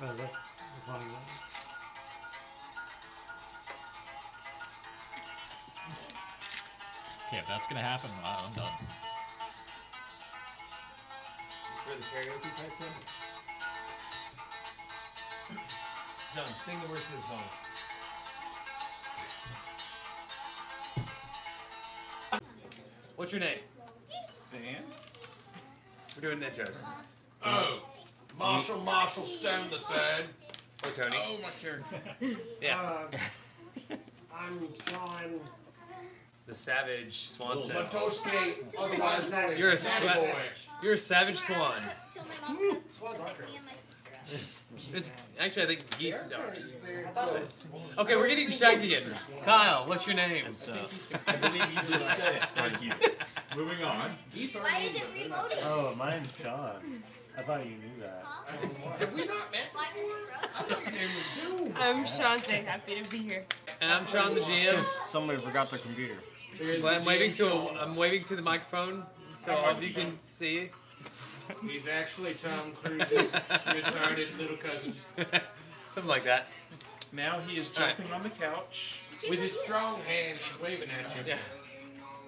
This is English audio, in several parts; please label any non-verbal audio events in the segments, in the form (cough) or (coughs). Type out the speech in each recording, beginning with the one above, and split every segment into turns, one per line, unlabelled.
Well, that was on the-
Okay, if that's gonna happen, I- I'm done.
Where the karaoke part's in? John, sing the words of the song. What's your name?
Dan?
We're doing intros. Oh, Marshall, Marshall, stand the third. Oh, Tony.
Oh, my character.
Yeah,
Uh,
Um,
I'm John.
the Savage Swanson.
Matoski, otherwise known as
You're a
Daddy
sweat-
Boy.
You're a Savage Swan.
Swan's our girls.
It's actually I think geese are.
Very close.
Okay, we're getting distracted again. Kyle, what's your name?
I believe you just said it. Start here. Moving on.
Geese aren't
Why is
named
it
after themselves.
(laughs)
reloading?
Oh, my name's John. I thought you knew that.
Have we not met?
Why is it
I thought your name was Doom.
I'm Shantae, happy to be here.
And I'm Sean the GM.
Just somebody forgot their computer.
Well, I'm waving to a, I'm waving to the microphone so all of you can see.
He's actually Tom
(laughs)
Cruise's retarded little cousin
Something like that.
Now he is
Alright.
jumping on the couch.
with his strong hand. He's waving at you.
Yeah.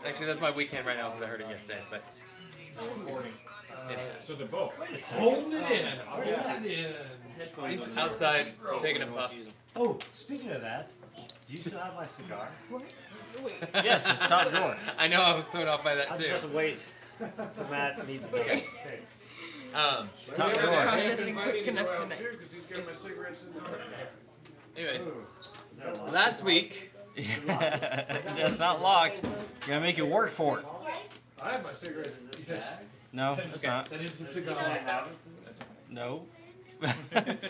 Actually, that's my weekend right now because I heard it yesterday. But
So they're both.
Holding it in. Holding it in.
Headphones
he's outside taking a puff.
Oh, speaking of that, do you still have my cigar?
yes, it's top drawer. I know I was thrown off by that
I'll
too.
just wait till Matt needs another
Okay.
case.
Um.
Top drawer.
Processing quick enough tonight.
Because he's got my cigarettes in the
Anyways,
Is that locked?
last week.
That's not locked. You gotta make it work for it.
I have my cigarettes. Yes.
No, it's not.
That is the
You
cigar.
know, it's not
No. (laughs)
perfect.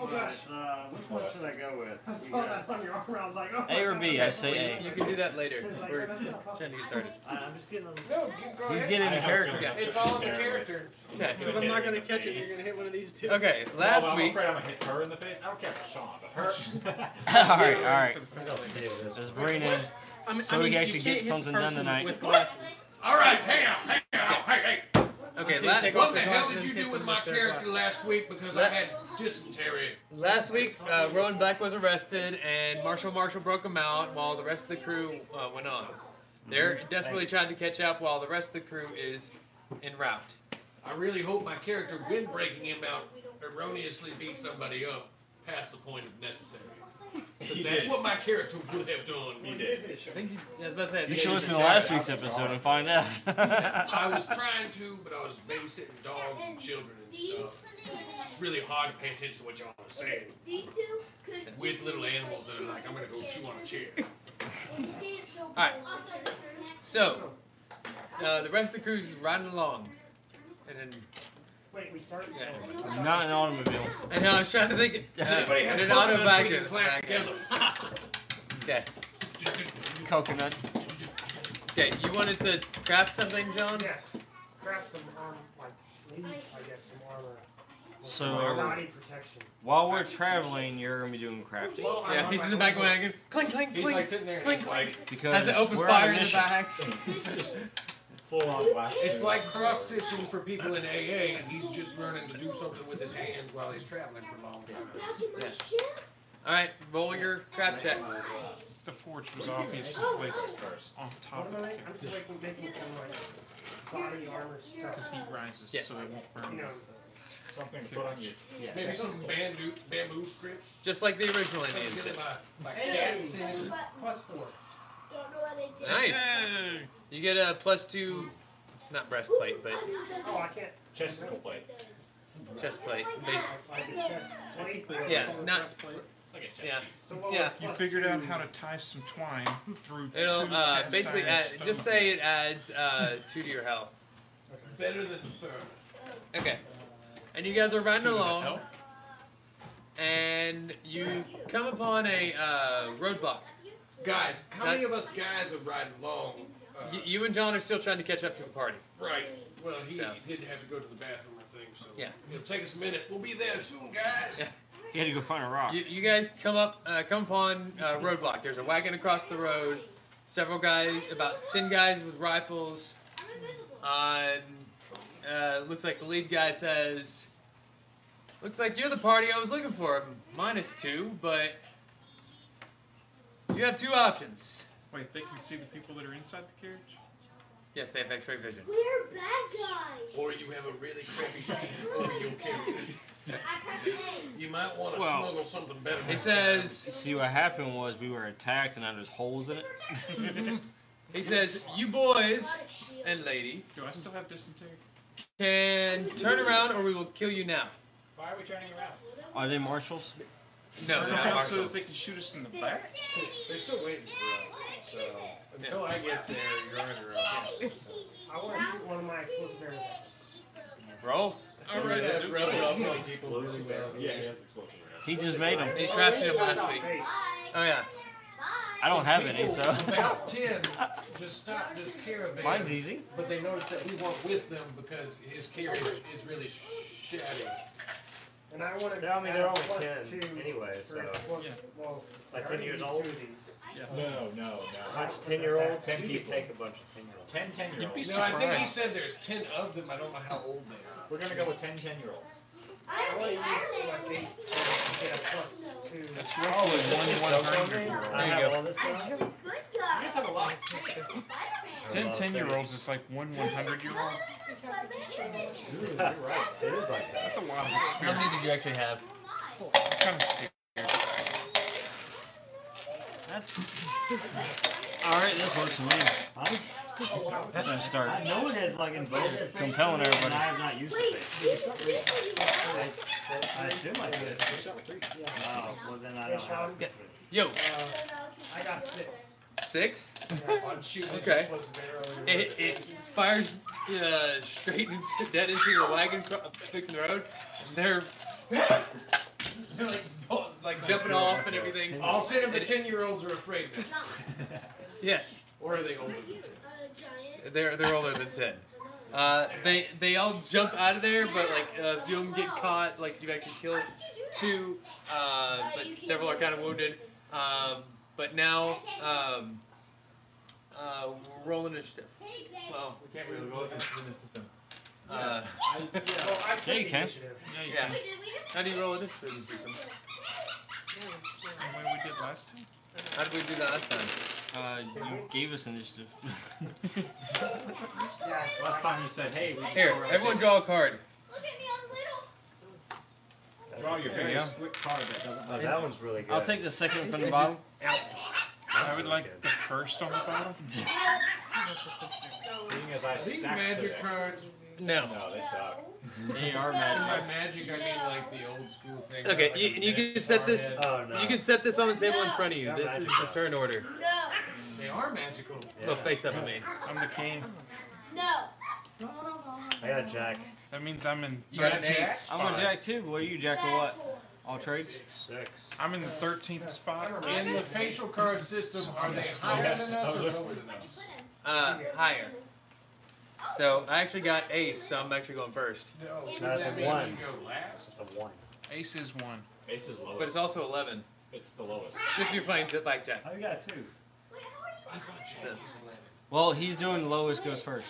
Oh gosh.
Uh, which one should I go with?
I saw that on your arm. I was like, oh.
A or B? I say
You
A.
can do that later. We're trying to get started.
I- I'm just getting. on-
No, keep going.
He's getting the character.
It's all in the character.
Okay.
Because I'm not gonna catch it, you're gonna
hit one of these two.
(laughs) Okay. Last
Oh, I'm
week.
afraid I'm gonna hit her in the face. I don't care about Sean, but her.
all right, all right. Let's bring it in.
I mean,
So
I
we
mean,
can
you
actually
can't
get
hit
something
the
done
person
tonight.
With glasses.
All right, hang out, hang out, hey, hey.
Okay.
What
Last.
the hell did you do with my character last week? Because I had dysentery.
Last week, uh, Rowan Black was arrested, and Marshall Marshall broke him out while the rest of the crew uh, went on. They're desperately trying to catch up while the rest of the crew is en route.
I really hope my character been breaking him out erroneously beat somebody up past the point of necessary. But
He
that's
did.
what my character would have done.
He did.
I think I was about to say, I
You
think
should
he-
listen to last week's episode and find out. (laughs)
I was trying to, but I was babysitting dogs and children and stuff. It's really hard to pay attention to what y'all are saying
These two could
with little animals that are like, I'm gonna go chew on a chair.
All
right. So, uh, the rest of the crew's riding along, and then
Wait, we started.
Yeah.
Not an automobile.
I know I was trying to think. Uh,
anybody have
and an
Well,
auto
that's
back
we can
in-
clap
back in.
together.
Okay.
Coconuts.
Okay. You wanted to craft something, John?
Yes. Craft some arm, like, leave, I guess, some armor.
So-
Some body protection.
While we're traveling, you're gonna be doing crafting
Well, I'm
Yeah.
on
He's
my
in the
own
back
horse.
wagon. Clink, clink,
He's like
clink.
sitting there and
Clink,
it's like,
because
Has it open
uh, we're on
fire
a
in the
mission.
back?
Full on blast.
it's like cross stitching for people in AA, and he's just learning to do something with his hands while he's traveling for a long time.
All right. Roll your craft checks.
The forge was obviously placed first on
What
top
am
of
I?
it
I'm just like making some like body armor
because
stuff.
he rises
Yes.
so it won't
You
burn.
know,
Something to put on your.
Maybe some bamboo, bamboo strips.
Just like the original
Trying
Indian
to get
did.
it by- by
Hey.
cats and-
plus four.
Nice. You get a plus two, not breastplate, but
Oh, I can't.
Chesticle plate.
chest plate.
I,
Bas-
I can chest.
Technically,
plate.
Yeah, not-
It's like a chest.
Yeah.
So what
Yeah.
would
You
plus
figured out
two-
how to tie some twine through
It'll
two
uh,
cast
basically
iron
add, just
stone
say it adds
plates.
uh, two to your health.
Better than the third.
Okay. And you guys are riding
Two to the
along,
health.
and you come upon a uh, roadblock.
Guys, how
That-
many of us guys are riding along? Uh,
Y- you and John are still trying to catch up to the party.
right. Well, he
So.
did have to go to the bathroom, I think. So
Yeah.
it'll take us a minute. We'll be there soon, guys.
Yeah.
You had to go find a rock.
You, you guys come up, uh, come upon uh, roadblock. There's a wagon across the road. Several guys, about ten guys with rifles.
Uh,
Um, uh, looks like the lead guy says, Looks like you're the party I was looking for. Minus two, but you have two options.
Wait, they can see the people that are inside the carriage?
Yes, they have X-ray vision.
We're bad guys. Oh
Or you have a really (laughs) crappy you'll carry it.
I can't say.
You might want to
Well,
smuggle something better.
He says, (laughs)
See what happened was we were attacked and now there's holes in it.
(laughs) he says, you boys
Not a shield.
and lady
Do I still have dysentery?
can turn around, or we will kill you now.
Why are we turning around?
Are they marshals?
No,
Turn
they're not
around so that
marshals.
they can shoot us in the back?
They're still waiting for us. So
Until I get there, you're under
I want to shoot one of my explosive arrows.
Roll.
All right, I've rubbed off on people really
Explosive
well.
arrow. Yeah, he has explosive arrow.
He just made them.
He crafted it last week.
Hey,
Oh yeah.
I don't have any,
(laughs)
so.
About ten just stopped this caravan.
Mine's easy.
But they noticed that we weren't with them because his carriage is really shattered.
and I want to.
Yeah, I mean, they're
add a
only
plus
10
two
anyway,
for
so-
explosive- Well, I
Like 10
already
years
used
old?
two of these.
No, no, no.
A bunch of 10 year olds?
Ten
You could
people.
take a bunch of 10 year olds.
Ten ten-year-olds.
You'd be
No, I think he
surprised.
said there's ten of them. I don't know how old they are.
We're gonna go with ten ten-year-olds.
I want to use like eight to get a plus two.
That's roughly one one hundred year
I
old.
you
have
go.
all this stuff.
You're good guy.
You just have a lot.
I have a
Ten
lot of
ten year
things.
olds is like one one hundred year old.
You're right. It is like that.
That's a lot of experience.
did you actually have?
Kind of scary.
That's. Alright, this works for me.
Huh?
That's gonna start
I know it is like involved,
compelling
and I
everybody.
have not used the thing. I assume I did. Wow, well then I don't have it.
Yo,
Uh, I got six.
six.
On shooting this
Okay.
explosive arrow. in
It, it fires uh, straight into, dead into the wagon cr- fixing the road, and they're (laughs)
(laughs)
they're like bo- like jumping off and everything.
your- All ten of the ten-year-olds are afraid now,
Yeah,
or are they older? than
they're they're older than ten. Uh, they they all jump out of there, but like uh, a few of them get caught. Like you actually killed two, uh, but several are kind of wounded. Um, but now um, uh, we're rolling initiative. Well,
We can't really roll it in the system.
uh,
Well, I took
Yeah, you
the
can.
initiative.
yeah. How do you roll initiative? in System?
Same way we did last time.
How did we do that last time?
Uh, you gave us initiative.
Yeah.
Last time you said, hey, we
Here, everyone draw a card.
draw your
There you
very
go.
slick card that doesn't
Oh, that one's really good.
I'll take the second one from the
It
bottom.
I would like the first on the bottom.
Being as I
These
stacked
magic
today.
cards,
No.
Oh,
No, they suck.
(laughs) They are
and
mad.
by magic I mean like the old school thing.
Okay,
like
you-
a
you can
magic
set this-
card.
Oh no.
You can set this on the table in front of you. This is the turn order.
They are magical.
Well, face up, I mean.
I'm the king.
I got a jack.
That means I'm in
You got an
thirteenth
ace?
I'm
spot.
a jack too. What are you, jack or what? All trades?
Six.
I'm in the thirteenth spot.
In the facial card system, are they higher than us or lower than us?
Uh, higher. So I actually got ace, so I'm actually going first.
No,
That's
does
a
that mean
one.
you go last?
It's a one.
Ace is one.
Ace is
But it's
lowest.
also 11
It's the lowest.
if you're playing zip like jack.
Oh, you got a two.
I thought Jack was eleven.
Well, he's doing lowest goes first.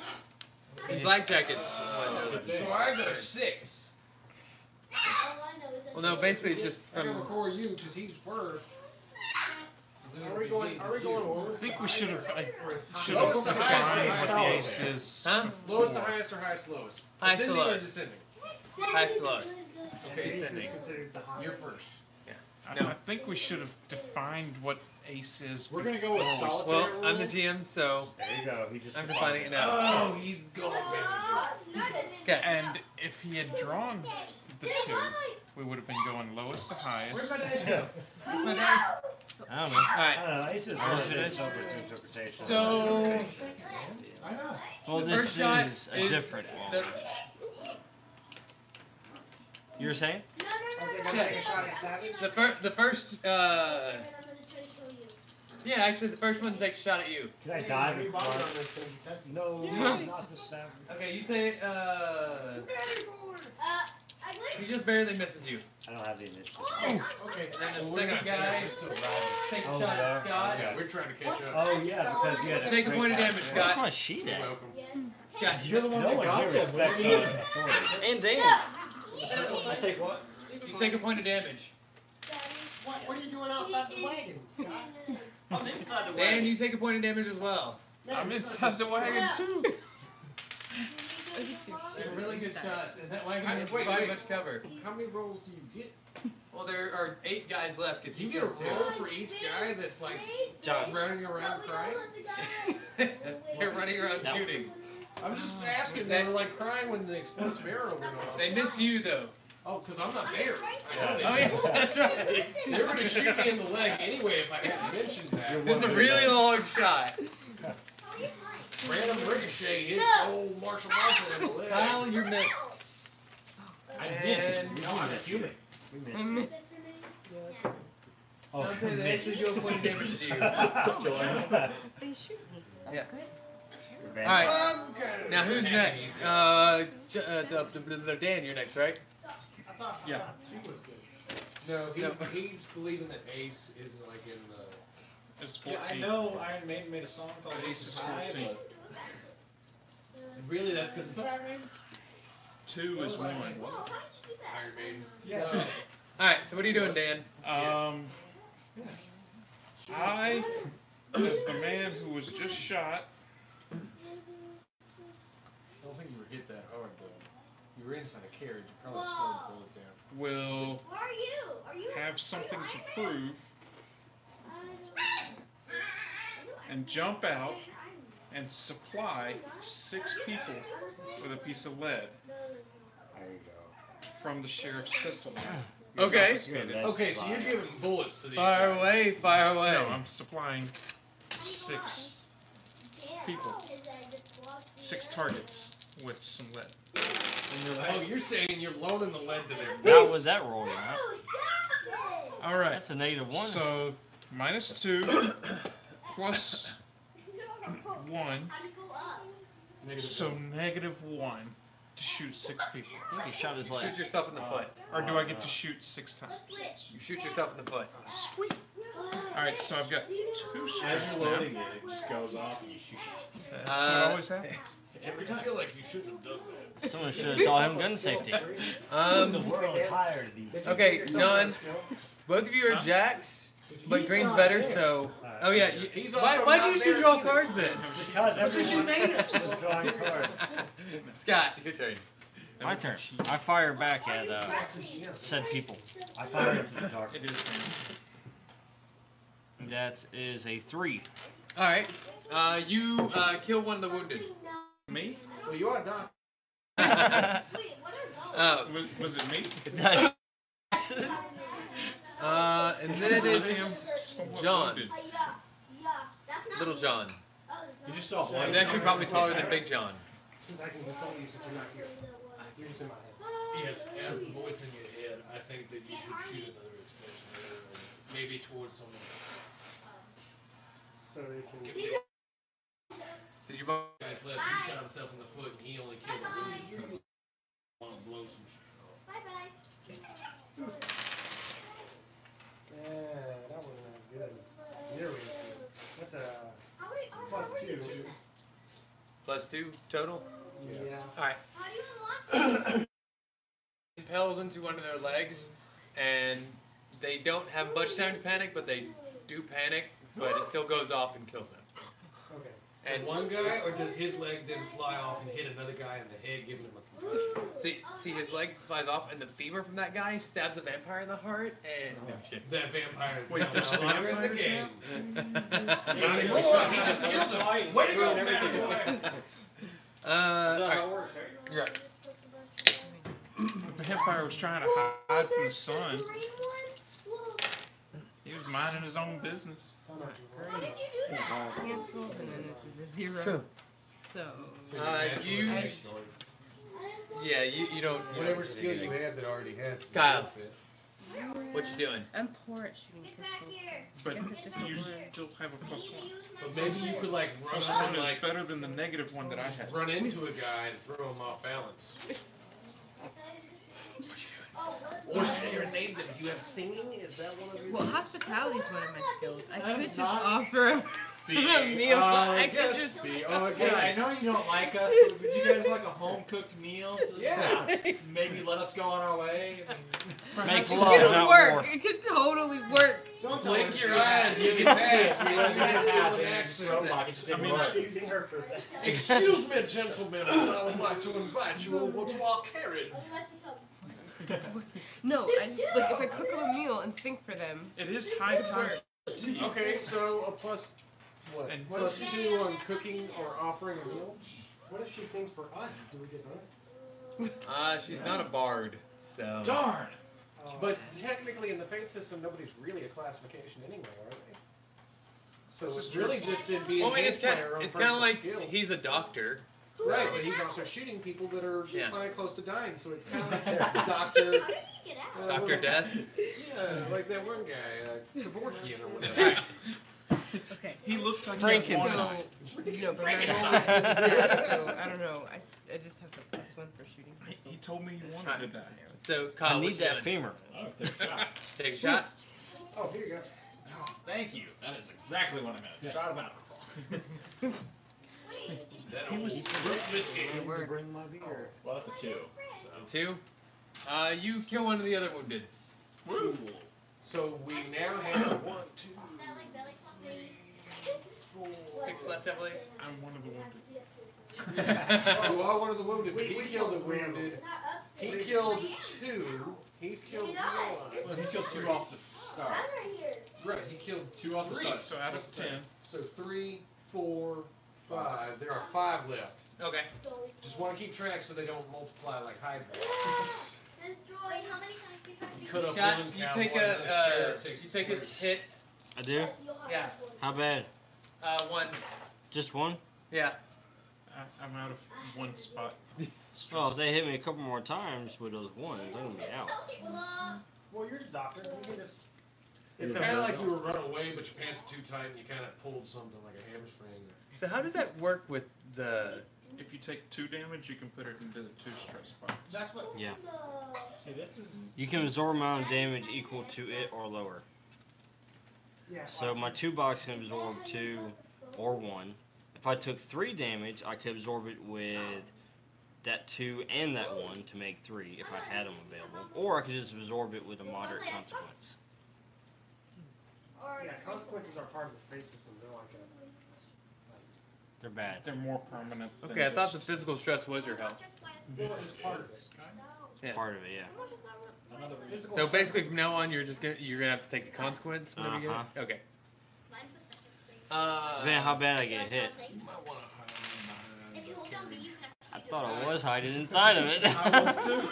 In blackjack, it's one.
So I go six.
Well, no, basically it's just
I go
from.
before you because he's first.
Are we going? Are we going
I
lowest?
think we should have. I should have
Lowest to
defined
highest.
what
or
the
highest?
ace is.
Huh?
Lowest to highest or highest lowest?
Highest to
Ascending or
lowest.
descending?
Highest to lowest.
Okay,
Ace is
Descending.
considered the highest.
you're first.
I,
No.
I think we should have defined what ace is.
We're gonna go with
before we-
solitaire
Well,
rules.
I'm the GM, so
There you go. He just.
I'm defining it now.
Oh, he's golf manager.
Okay.
And if he had drawn the two, we would have been going lowest to
Where's
highest.
my dice?
Yeah.
Where's my dice?
I don't know.
I
Alright,
don't know. Ace is
Alright.
really open to interpretation.
so.
Well,
The
this
first shot
is a
is-
different one.
The,
You're saying?
I think I'm taking a shot at Savage.
the, fir- the first. Uh, yeah, actually, the first one takes a shot at you.
Can I dive and
Everybody
fly?
on this thing test me.
(laughs) No, not the seven.
Okay, you take. Uh, he just barely misses you.
I don't have the initiative.
Okay.
And then the
Well, we're
second
not there.
guy
We're still riding.
takes a
Oh,
shot
yeah.
at Scott.
Yeah, we're trying to catch up.
Oh yeah, because you had
Take a
straight
point of
back.
damage,
Yeah.
Scott.
Where's my sheet
You're
at?
welcome.
Scott,
No one here respects
them.
our authority.
And Dan.
I'll take what?
You take a point of damage.
What, what are you doing outside the wagon, Scott?
I'm inside the
Dan,
wagon.
you take a point of damage as well.
I'm inside the wagon too.
They're really good shots, and that wagon
I-
didn't
wait,
provide
wait.
much cover.
How many rolls do you get?
Well, there are eight guys left because
Do you
he
get a
killed
roll for each guy that's like
(laughs)
running around crying?
two. They're running around
No.
shooting.
I'm just asking. They were like crying when the explosive arrow went off.
They miss you though.
Oh, because I'm not there. I know
Oh
they
yeah, (laughs) that's right.
They were gonna shoot me in the leg anyway if I hadn't mentioned that.
That's a really long
(laughs)
shot.
Random ricochet hits old Marshall Marshall in the leg.
Kyle, you're missed.
I missed.
And-
No, I'm a human.
We missed.
Mm-hmm.
Oh,
Dante, they actually do a point of damage
(laughs)
to you.
They shoot me.
Yeah.
Good.
Revenge.
All right.
I'm kinda
Now who's
happy.
next? Uh, J- uh, d- d- d- Dan, you're next, right?
I thought, I
Yeah.
thought two was good.
No, he's,
No.
he's believing that Ace is like in the.
It's
Yeah,
14.
I know Iron Maiden made a song called
Ace is
Ace High.
14.
Really, that's because it's Iron Maiden.
Two is one.
Iron Maiden.
Yeah.
No.
All right. So what are you doing, Dan?
Um, I, as the man who was just shot,
I don't think you were hit that hard though. You were inside a carriage. You probably slowed the bullet down.
will
Where are you? Are you?
have something to prove and jump out and supply six people with a piece of lead
There you
from the sheriff's pistol.
go.
Okay.
That's
Okay, so you're
fine.
giving bullets to these.
Fire
guys.
away! Fire away!
No, I'm supplying six people. six targets with some lead.
Oh, you're saying you're loading the lead to their.
How was that rolling out?
All right.
That's a negative one.
So minus two, plus one,
Negative
so negative one to shoot six people.
I think he shot his
Shoot
leg.
yourself in the foot.
Or do I get to shoot six times?
You shoot yourself in the foot.
Sweet. All right, so I've got two
As
strikes
you're
now.
loading it, it just goes off and you shoot.
That's
Uh,
what always happens.
Every time. I feel like you shouldn't have done that.
Someone should have taught him gun safety.
The
Um,
world hired these.
okay, John. Both of you are
Huh?
jacks, but
He's
green's
not
better.
there.
So,
Alright.
oh yeah. You,
He's
why
also
why
not
do you shoot
there
your
either.
cards then,
Because everyone was drawing cards.
Scott? Your turn.
My turn. I fire back at uh, said people.
I fired into the dark.
It is.
That is a three. (laughs)
All right. Uh, you uh, kill one of the wounded.
Me?
Well, you are not.
Was,
Wait, what are those?
Uh,
Was, was it me?
accident?
uh, and then
I am
it's
somewhat
John.
wounded.
Uh, yeah, yeah, that's not
Little
me.
John.
Oh, it's
You
not
just saw
He's
one.
actually probably taller than Big John.
Since I can consult you since you're not here. You're just in my head.
Yes, as the voice in your head, I think that you should shoot another explosion arrow, maybe towards someone.
So they
Give
can.
me a
Did you? both-
guy's left. He shot himself in the foot, and he only killed the wounded. Want to blow some shit off.
Bye-bye.
Yeah, that wasn't as good. Nearly as good. That's a
How do you- oh,
plus
how do you
two.
do that?
Plus two total.
Yeah.
All right.
How do you unlock it?
Impels into one of their legs, and they don't have much time to panic, but they do panic. But it still goes off and kills them.
Okay.
And one guy, or does his leg then fly off and hit another guy in the head, giving him a concussion?
See, see, his leg flies off, and the femur from that guy stabs a vampire in the heart, and
That vampire is
Wait,
now
there's
no longer in the
vampires
game.
(laughs)
Yeah,
He
they
just-
were.
he just killed him. Way to go, man!
uh, all
That's not how
right.
it works, right?
Right.
The vampire was trying to hide from the sun. He was minding his own business.
So not too
How did
worried.
you do that?
Cancel, and then this is a zero.
So-
So.
Uh, you- Yeah, you, you don't. You
Whatever
don't
skill you have that already has. some
Kyle.
benefit.
What you
(laughs)
doing?
I'm poor at shooting
Get back
pistols.
here.
But
Guess it's just a
you
blur.
still have a plus one.
But maybe you could like run
Plus
up
one
and
is
like
better than the negative one that I had.
run into a guy and throw him off balance.
Oh,
Or serenade them. Do you have singing? Is that one of your?
Well, hospitality's one of my skills. I could just offer Meal.
Oh,
I could just.
Be all
Hey, I
guys.
know you don't like us, but would you guys like a home cooked meal? To
(laughs) Yeah.
(laughs) Maybe let us go on our way.
Make
It
love,
could
not
work.
war.
It could totally work.
Don't blink your
Just-
eyes. You
just
can pass.
sit,
You
you know,
don't
just
have to
sit
an
there.
accent.
Like, it just didn't
I mean,
work.
not using her for that.
(laughs) Excuse me, gentlemen. I would like to invite you over to our carriage.
No, I just like if I cook them a meal and think for them.
It is high time to eat.
Okay, so a plus what?
And
plus two on cooking or offering a meal. What if she sings for us? Do we get bonus?
Uh, she's not a bard, so.
Darn. Oh,
Uh,
But
technically, in the Fate system, nobody's really a classification anyway, are they? So
This
it's
is true.
really just in being
Well, I mean, it's
enhanced
kind
by her
of,
own
it's kind of
personal
like
skill.
he's a doctor.
right, but he's also shooting people that are
Yeah.
flying close to dying. So it's kind of like the doctor,
How did he get out?
uh,
Doctor Death.
(laughs) Yeah, like that one guy, uh, Kevorkian or whatever.
Okay.
He looked like he
Frankenstein.
wanted
So,
us.
you know, but I always really bad, so I don't know. I, I just have the plus one for shooting.
He-
pistol.
He told me he wanted to die.
So Kyle,
I
what
need
you
that
doing?
femur.
(laughs)
Take a shot.
oh, here you go.
Thank you. That is exactly what I meant. Shot him out.
Wait,
that old root whiskey.
It worked.
Bring my beer.
Well, that's a two.
Two. Uh, you kill one of the other wounded.
(laughs) So we now have one, two,
is that like belly floppy?
four.
(laughs)
Six left, I believe.
I'm one of the wounded.
(laughs)
Oh, you are one of the wounded.
We-
he
we
killed a
killed one.
wounded.
Not up
He
there.
killed
I am.
two. He's killed
Did I?
one.
Well, he killed two off the
I'm
start.
right here.
Right, he killed two off the
Three.
start.
So out of ten,
So three, four, five. There are five left.
Okay.
Just want to keep track so they don't multiply like hydra.
This drawer. Wait, how many times do you have to
Cut up
Shot.
one,
You
count
take
one,
a
the
uh,
sheriff
you
takes
take a
three.
hit.
I do?
Yeah.
How bad?
Uh, one.
Just one?
Yeah.
I, I'm out of
(laughs)
one spot.
Oh, if they hit me a couple more times with those ones, I'm gonna be out.
Well, you're the doctor. You can just
It's kind of like you were run away, but your pants were too tight and you kind of pulled something like a hamstring.
So how does that work with the?
If you take two damage, you can put it into the two stress spot.
That's what.
Yeah.
See, this is.
You can absorb amount of damage equal to it or lower.
Yeah.
So my two box can absorb two or one. If I took three damage, I could absorb it with that two and that one to make three if I had them available. Or I could just absorb it with a moderate consequence.
Or
Yeah, consequences are part of the fate system. They're like a.
They're bad.
They're more permanent. Than
Okay, I thought
just-
the physical stress was your health.
Well, it's part of it.
Yeah.
Part of it, yeah.
Another reason.
Physical
So
strength-
basically, from now on, you're just gonna you're gonna have to take a consequence whenever you get it. Okay. Uh.
Depending on how bad I get hit.
You might want to hide them
If you hold down B, you can
I thought I was hiding inside of it.
behind. I was too.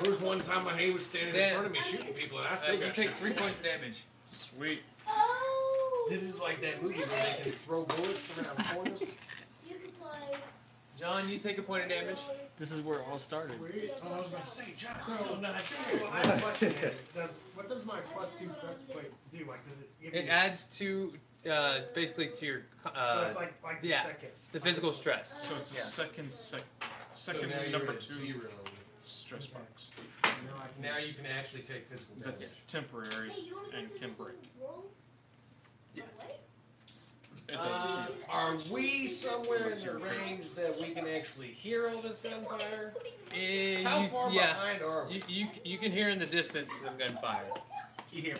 There was one time my hand was standing in
Then-
front of me shooting people, and I
uh,
still
you
got
take
shot.
three points damage.
Sweet.
Oh.
This is like that movie where they can throw bullets around corners.
You can play.
John, you take a point of damage.
(laughs) this is where it all started.
(laughs) Oh, I was about to say, John, I'm still not there.
Well, I have a question. Andy. Does, what does my plus two plus plate do? Like, does it give
It
me?
adds to uh, basically to your
so
uh,
it's like like
yeah.
the second.
the physical stress.
So it's the
Yeah.
second sec,
So
second
now you're
number
at
two
Zero.
stress box.
Now I can-
Now you can actually take physical damage.
That's temporary.
Hey, you want to
And
get this
can
little
break.
roll? Wait.
It doesn't
Uh, are we somewhere in the range that we can actually hear all this gunfire?
Eh, you-
How far
yeah.
behind are we?
You, you you can hear in the distance some gunfire.
You hear.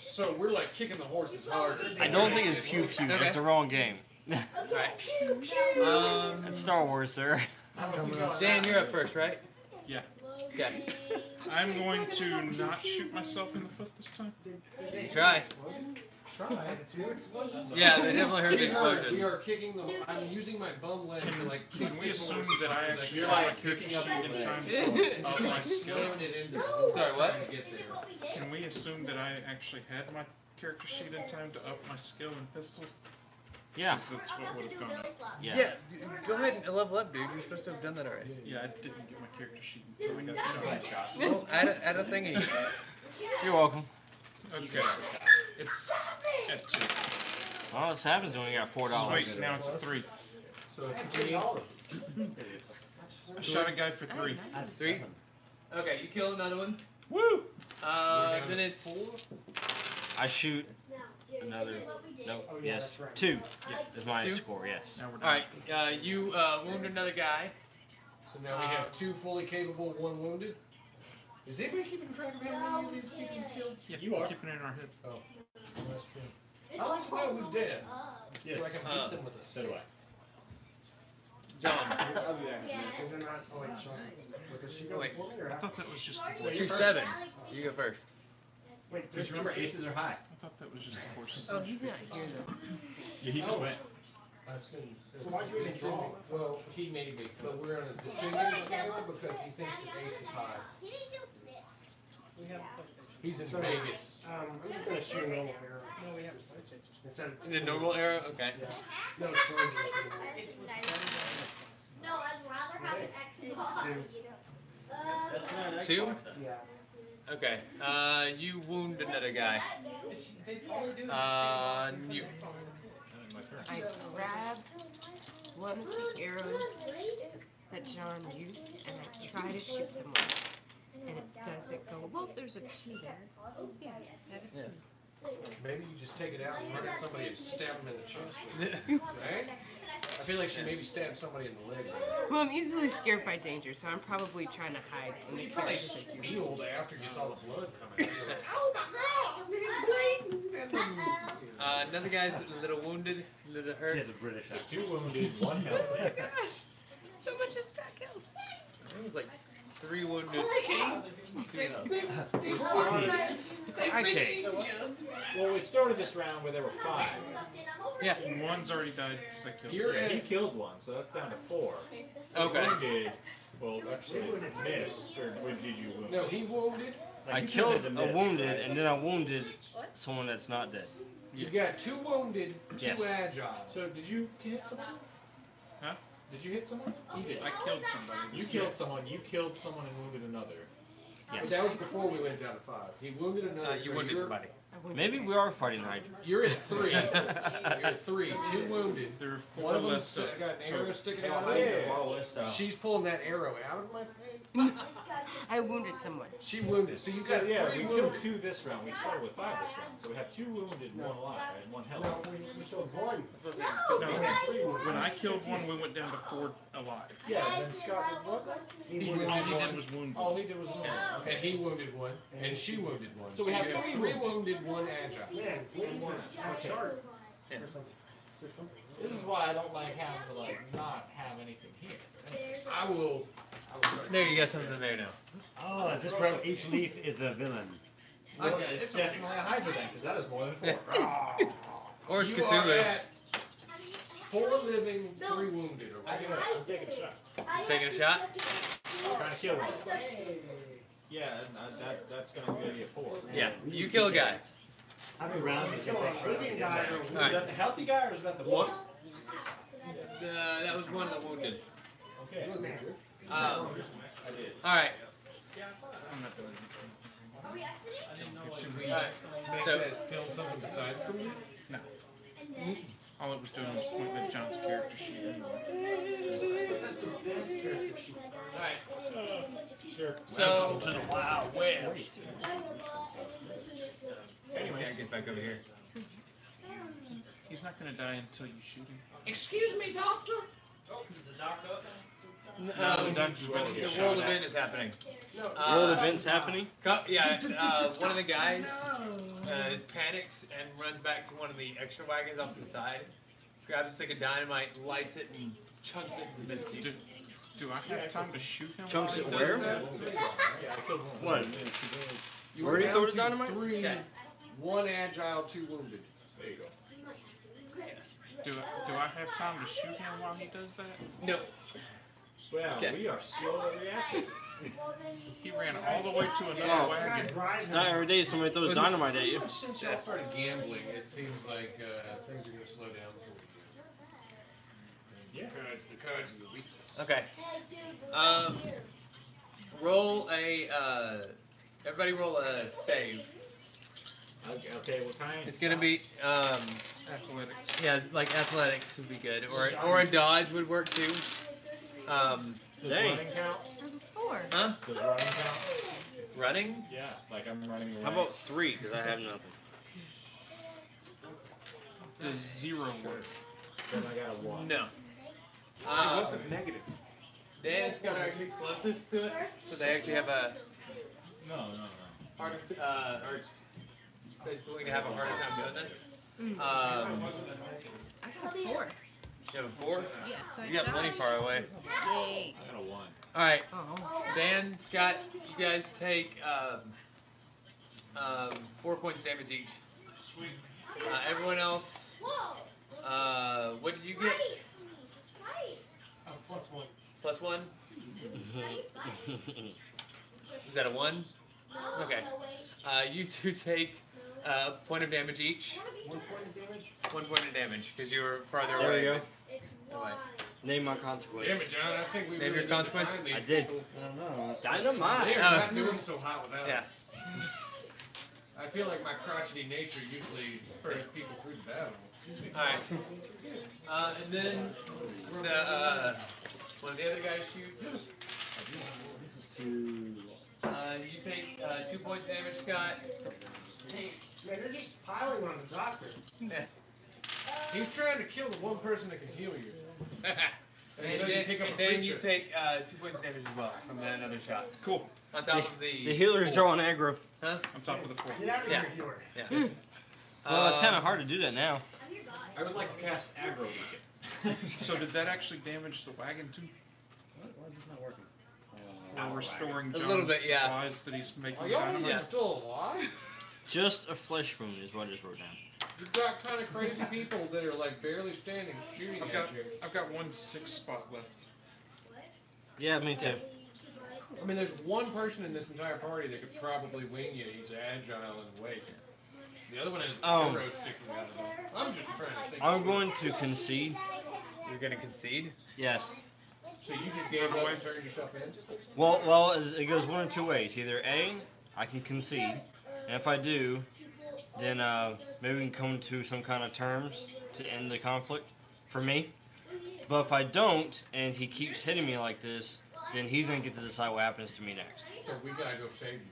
So we're like kicking the horses harder.
I don't think it's pew pew. It's the wrong game.
Okay.
Right.
Pew, pew.
Um,
It's Star Wars, sir. (laughs)
Dan, you're up first, right?
Loading.
I'm going to not shoot myself in the foot this time.
Try.
Try. Two explosions.
Yeah, they definitely heard the
We are, we
explosion.
are kicking the. I'm using my bum leg to like kick
Can we
this
assume
horse
that I
as
actually
go.
have my character
Picking up
sheet in
the
time
flag. (laughs)
of my
Just
skill?
throwing it into the trying
No.
Sorry, what?
to get
Is it
there.
what we did?
Can we assume that I actually had my character sheet in time to up my skill in pistol?
Yeah.
Because
We're
that's what
about to
would
do
have
a
gone up.
belly flop.
Yeah.
d- go ahead and level up, dude. You're supposed to have done that already.
Yeah, I didn't get my character sheet until I got hit on that shot.
Well, add a, add a thingy.
You're welcome.
Okay. It's at two.
Well, this happens when we got four dollars.
Sweet, now it's at three.
So it's three dollars.
I shot a guy for three.
Three. Okay, you kill another one.
Woo!
Uh,
We're down
then
to
it's
four.
I shoot another. Nope.
Oh, yeah,
yes.
that's right.
Two is my
Two?
score. Yes.
Now we're done.
All right, uh, you uh, wound another guy.
So now we have
Two fully capable, one wounded. Is anybody keeping track of how many of these people killed?
Yeah,
You are.
keeping it in our head.
That's true. I like to know who's dead, so I can
Uh,
beat them with a
So do
stick.
I.
John, (laughs)
I'll do that.
Yeah.
Is it not? Oh, wait, Sean. Wait, does she go
Wait.
before me or
I
after?
thought that was just. The
You're
you're
horses.
seven. You go first.
Wait,
Just
there's
remember,
two
aces are high.
I thought that was just the horses.
Oh, he's not here though.
Yeah, he just went.
I assume.
So why'd you
Descending-
withdraw?
Well,
he made me.
but we're on a descending scale because he thinks the ace is high.
We have,
He's in
So-
Vegas.
um, I'm just gonna shoot a normal arrow. No, we have a sight section. Instead of.
The normal arrow. Okay.
Yeah. No, it's going
(laughs)
to.
No, I'd rather have an Xbox.
That's
Um,
not
Xbox, Two?
Yeah.
Okay. Uh, you wound another guy. Uh, you.
I grabbed one of the arrows that John used and I try to shoot someone. And it doesn't go. Well, there's a two there. Yeah, that's a two.
Maybe you just take it out and run at somebody and stab them in the chest with it, right? I feel like she maybe stabbed somebody in the leg. with it.
Well, I'm easily scared by danger, so I'm probably trying to hide. in the
You probably
darkness I do.
snealed after you saw the blood coming out. You're (laughs) like,
Oh,
Oh,
Uh, another guy's a little wounded, a little
He
hurt.
has a British accent. Two wounded, one (laughs) healthy.
Oh, Gosh, so much is got killed.
It was like three wounded.
Okay.
Well, we started this round where there were five.
Yeah.
One's already died because I killed.
You're
him.
in.
killed one, so that's down to four.
Okay. Uh,
Wounded. Well, actually, miss. Or what did you wound?
No, he wounded.
Like,
I
you
killed
the
a
miss,
wounded,
right?
and then I wounded someone that's not dead.
You got two wounded, two
Yes.
agile.
So did you hit someone?
Huh?
Did you hit someone? You did.
I killed somebody.
You killed someone. You killed someone and wounded another.
But that was before we went down to five. He wounded another.
Uh, you
so
wounded
you're,
somebody.
I wouldn't
Maybe
care.
we are fighting Hydra.
You're at three. you're at three. Two wounded.
There are
One
four
of them's
left.
got
up.
an arrow sticking out of
Yeah.
it. She's pulling that arrow out of my face.
I wounded someone.
She wounded. So you got
So, yeah,
three
we
wounded.
killed two this round. We started with five this round, so we have two wounded, one alive, right? and one health.
No, we, we killed one.
No,
We had three wounded.
when I killed one, we went down to four alive.
Yeah, and then Scott did what?
He
He
wounded
All he
one.
did was wound.
All he did was wound.
And he wounded one, and she wounded one.
So we have
you
three
three wounded, one agile.
Yeah, we had one. Okay. Or something. Say something.
This is why I don't like having to like not have anything here.
I will.
There, you got something there now.
Oh, is this where each leaf is a villain?
I,
Look, it's definitely a hydra then, because that is more than four.
(laughs)
Or it's
you are
Cthulhu.
at four living, three wounded.
I
Okay?
can, I'm taking a shot.
Taking a shot?
Trying to kill one. Yeah, and, uh, that that's gonna be a four.
Yeah. You kill a guy.
How many rounds did you
Living
think?
guy.
All right. Uh,
the healthy guy or is that the
One. Uh, that was one of the wounded.
Okay.
Um,
I did.
all right.
I'm not doing it.
Are we exiting?
Should we
All right.
make
So-
that film something besides Cthulhu?
And then
All it was doing was pointing at John's character sheet.
That's the best character sheet.
All right.
Sure.
So
Wow, where?
Anyways,
Yeah, get back over here.
He's not gonna die until you shoot him.
Excuse me, doctor.
No, the
Um,
doctor's about to
the
get
world
shot at.
event is happening.
World
Uh,
events happening.
co- yeah, uh, one of the guys uh, panics and runs back to one of the extra wagons off to the side, grabs a stick of dynamite, lights it, and chunks it into this dude.
Do, do I have time to shoot him?
Chunks
while
it
he
where?
does that?
What?
You
Where
are
do you
down
throw the
to
dynamite?
Three,
Okay.
one agile, two wounded. There you go.
Do I, do I have time to shoot him while he does that?
No.
Wow,
Okay.
we are slow at reacting.
He ran all the way to another
Oh.
wagon.
It's not every day somebody throws dynamite at you.
Since I started gambling, it seems like uh, things are going to slow down. before we
Yeah.
The cards of the weakness.
Uh,
Okay. Um, roll a. Uh, everybody roll a save.
Okay, okay, what kind?
It's gonna be. Um,
Athletic.
yeah, like athletics would be good, or or a dodge would work too. Um,
Does
Dang.
running count?
I'm four.
huh?
Does running count?
Running?
Yeah. Like I'm running
(laughs)
away.
How about three? Because I have nothing.
does zero work?
Then I got a one.
No.
it
Um,
wasn't negative.
Dan's got our closest to it, so they actually have a
No, no, no.
hard, uh, are basically going to have a harder time doing this. Um,
I got a four.
you have a four.
Yes, I
You got plenty far away.
Yay.
I got a one.
All right,
Oh.
Dan, Scott, you guys take um, um, four points of damage each.
Sweet.
Uh, everyone else,
Whoa!
uh, what did you get?
Right.
Oh, plus one.
Plus one. Is that a one?
No,
Okay.
no way.
Uh, you (laughs) two take uh, a point of damage each.
One point of damage.
One point of damage because you were farther
There
away.
we go.
It's
No way.
one.
Name my
Damn
consequence.
it, John. I think we
Name
really
your
need to
consequence?
find these
I did.
people.
I don't know.
They are
Dynamite.
Oh.
not doing so hot without
Yeah.
us. I feel like my crotchety nature usually spurs people through the battle.
All right. Uh, and then the uh, one of the other guys shoots.
This is too.
Uh, you take uh, two points of damage,
(laughs)
Scott.
Hey, man, they're just piling on the doctor.
Yeah.
He's trying to kill the one person that can heal you.
And,
so you
then,
pick up
and
a
then you
creature.
take uh, two points of damage as well from that another shot.
Cool.
On top of the.
The healer's drawing aggro. Hmm.
I'm top with a four.
Get out of
Yeah.
here, healer.
Yeah.
Well, it's
Uh,
kind of hard to do that now.
I'm your god.
I would like to cast aggro weekend.
So did that actually damage the wagon too?
What? Why is this not working?
Or restoring
A
John's
little bit, yeah.
supplies that he's making
Are y'all
dynamite?
even still alive?
Just a flesh wound is what I just wrote down.
You've got kind of crazy people that are like barely standing, shooting
I've
at
got
you.
I've got one six spot left.
Yeah, me too.
I mean, there's one person in this entire party that could probably wing you. He's agile and weight. The other one has
Um,
arrows sticking out of him. I'm just trying to think.
I'm going to concede.
You're going to concede?
Yes.
So you just gave up and turned yourself in?
Well, well, it goes one of two ways. Either A, I can concede, and if I do, then uh, maybe we can come to some kind of terms to end the conflict for me. But if I don't, and he keeps hitting me like this, then he's gonna get to decide what happens to me next.
So we gotta go save you.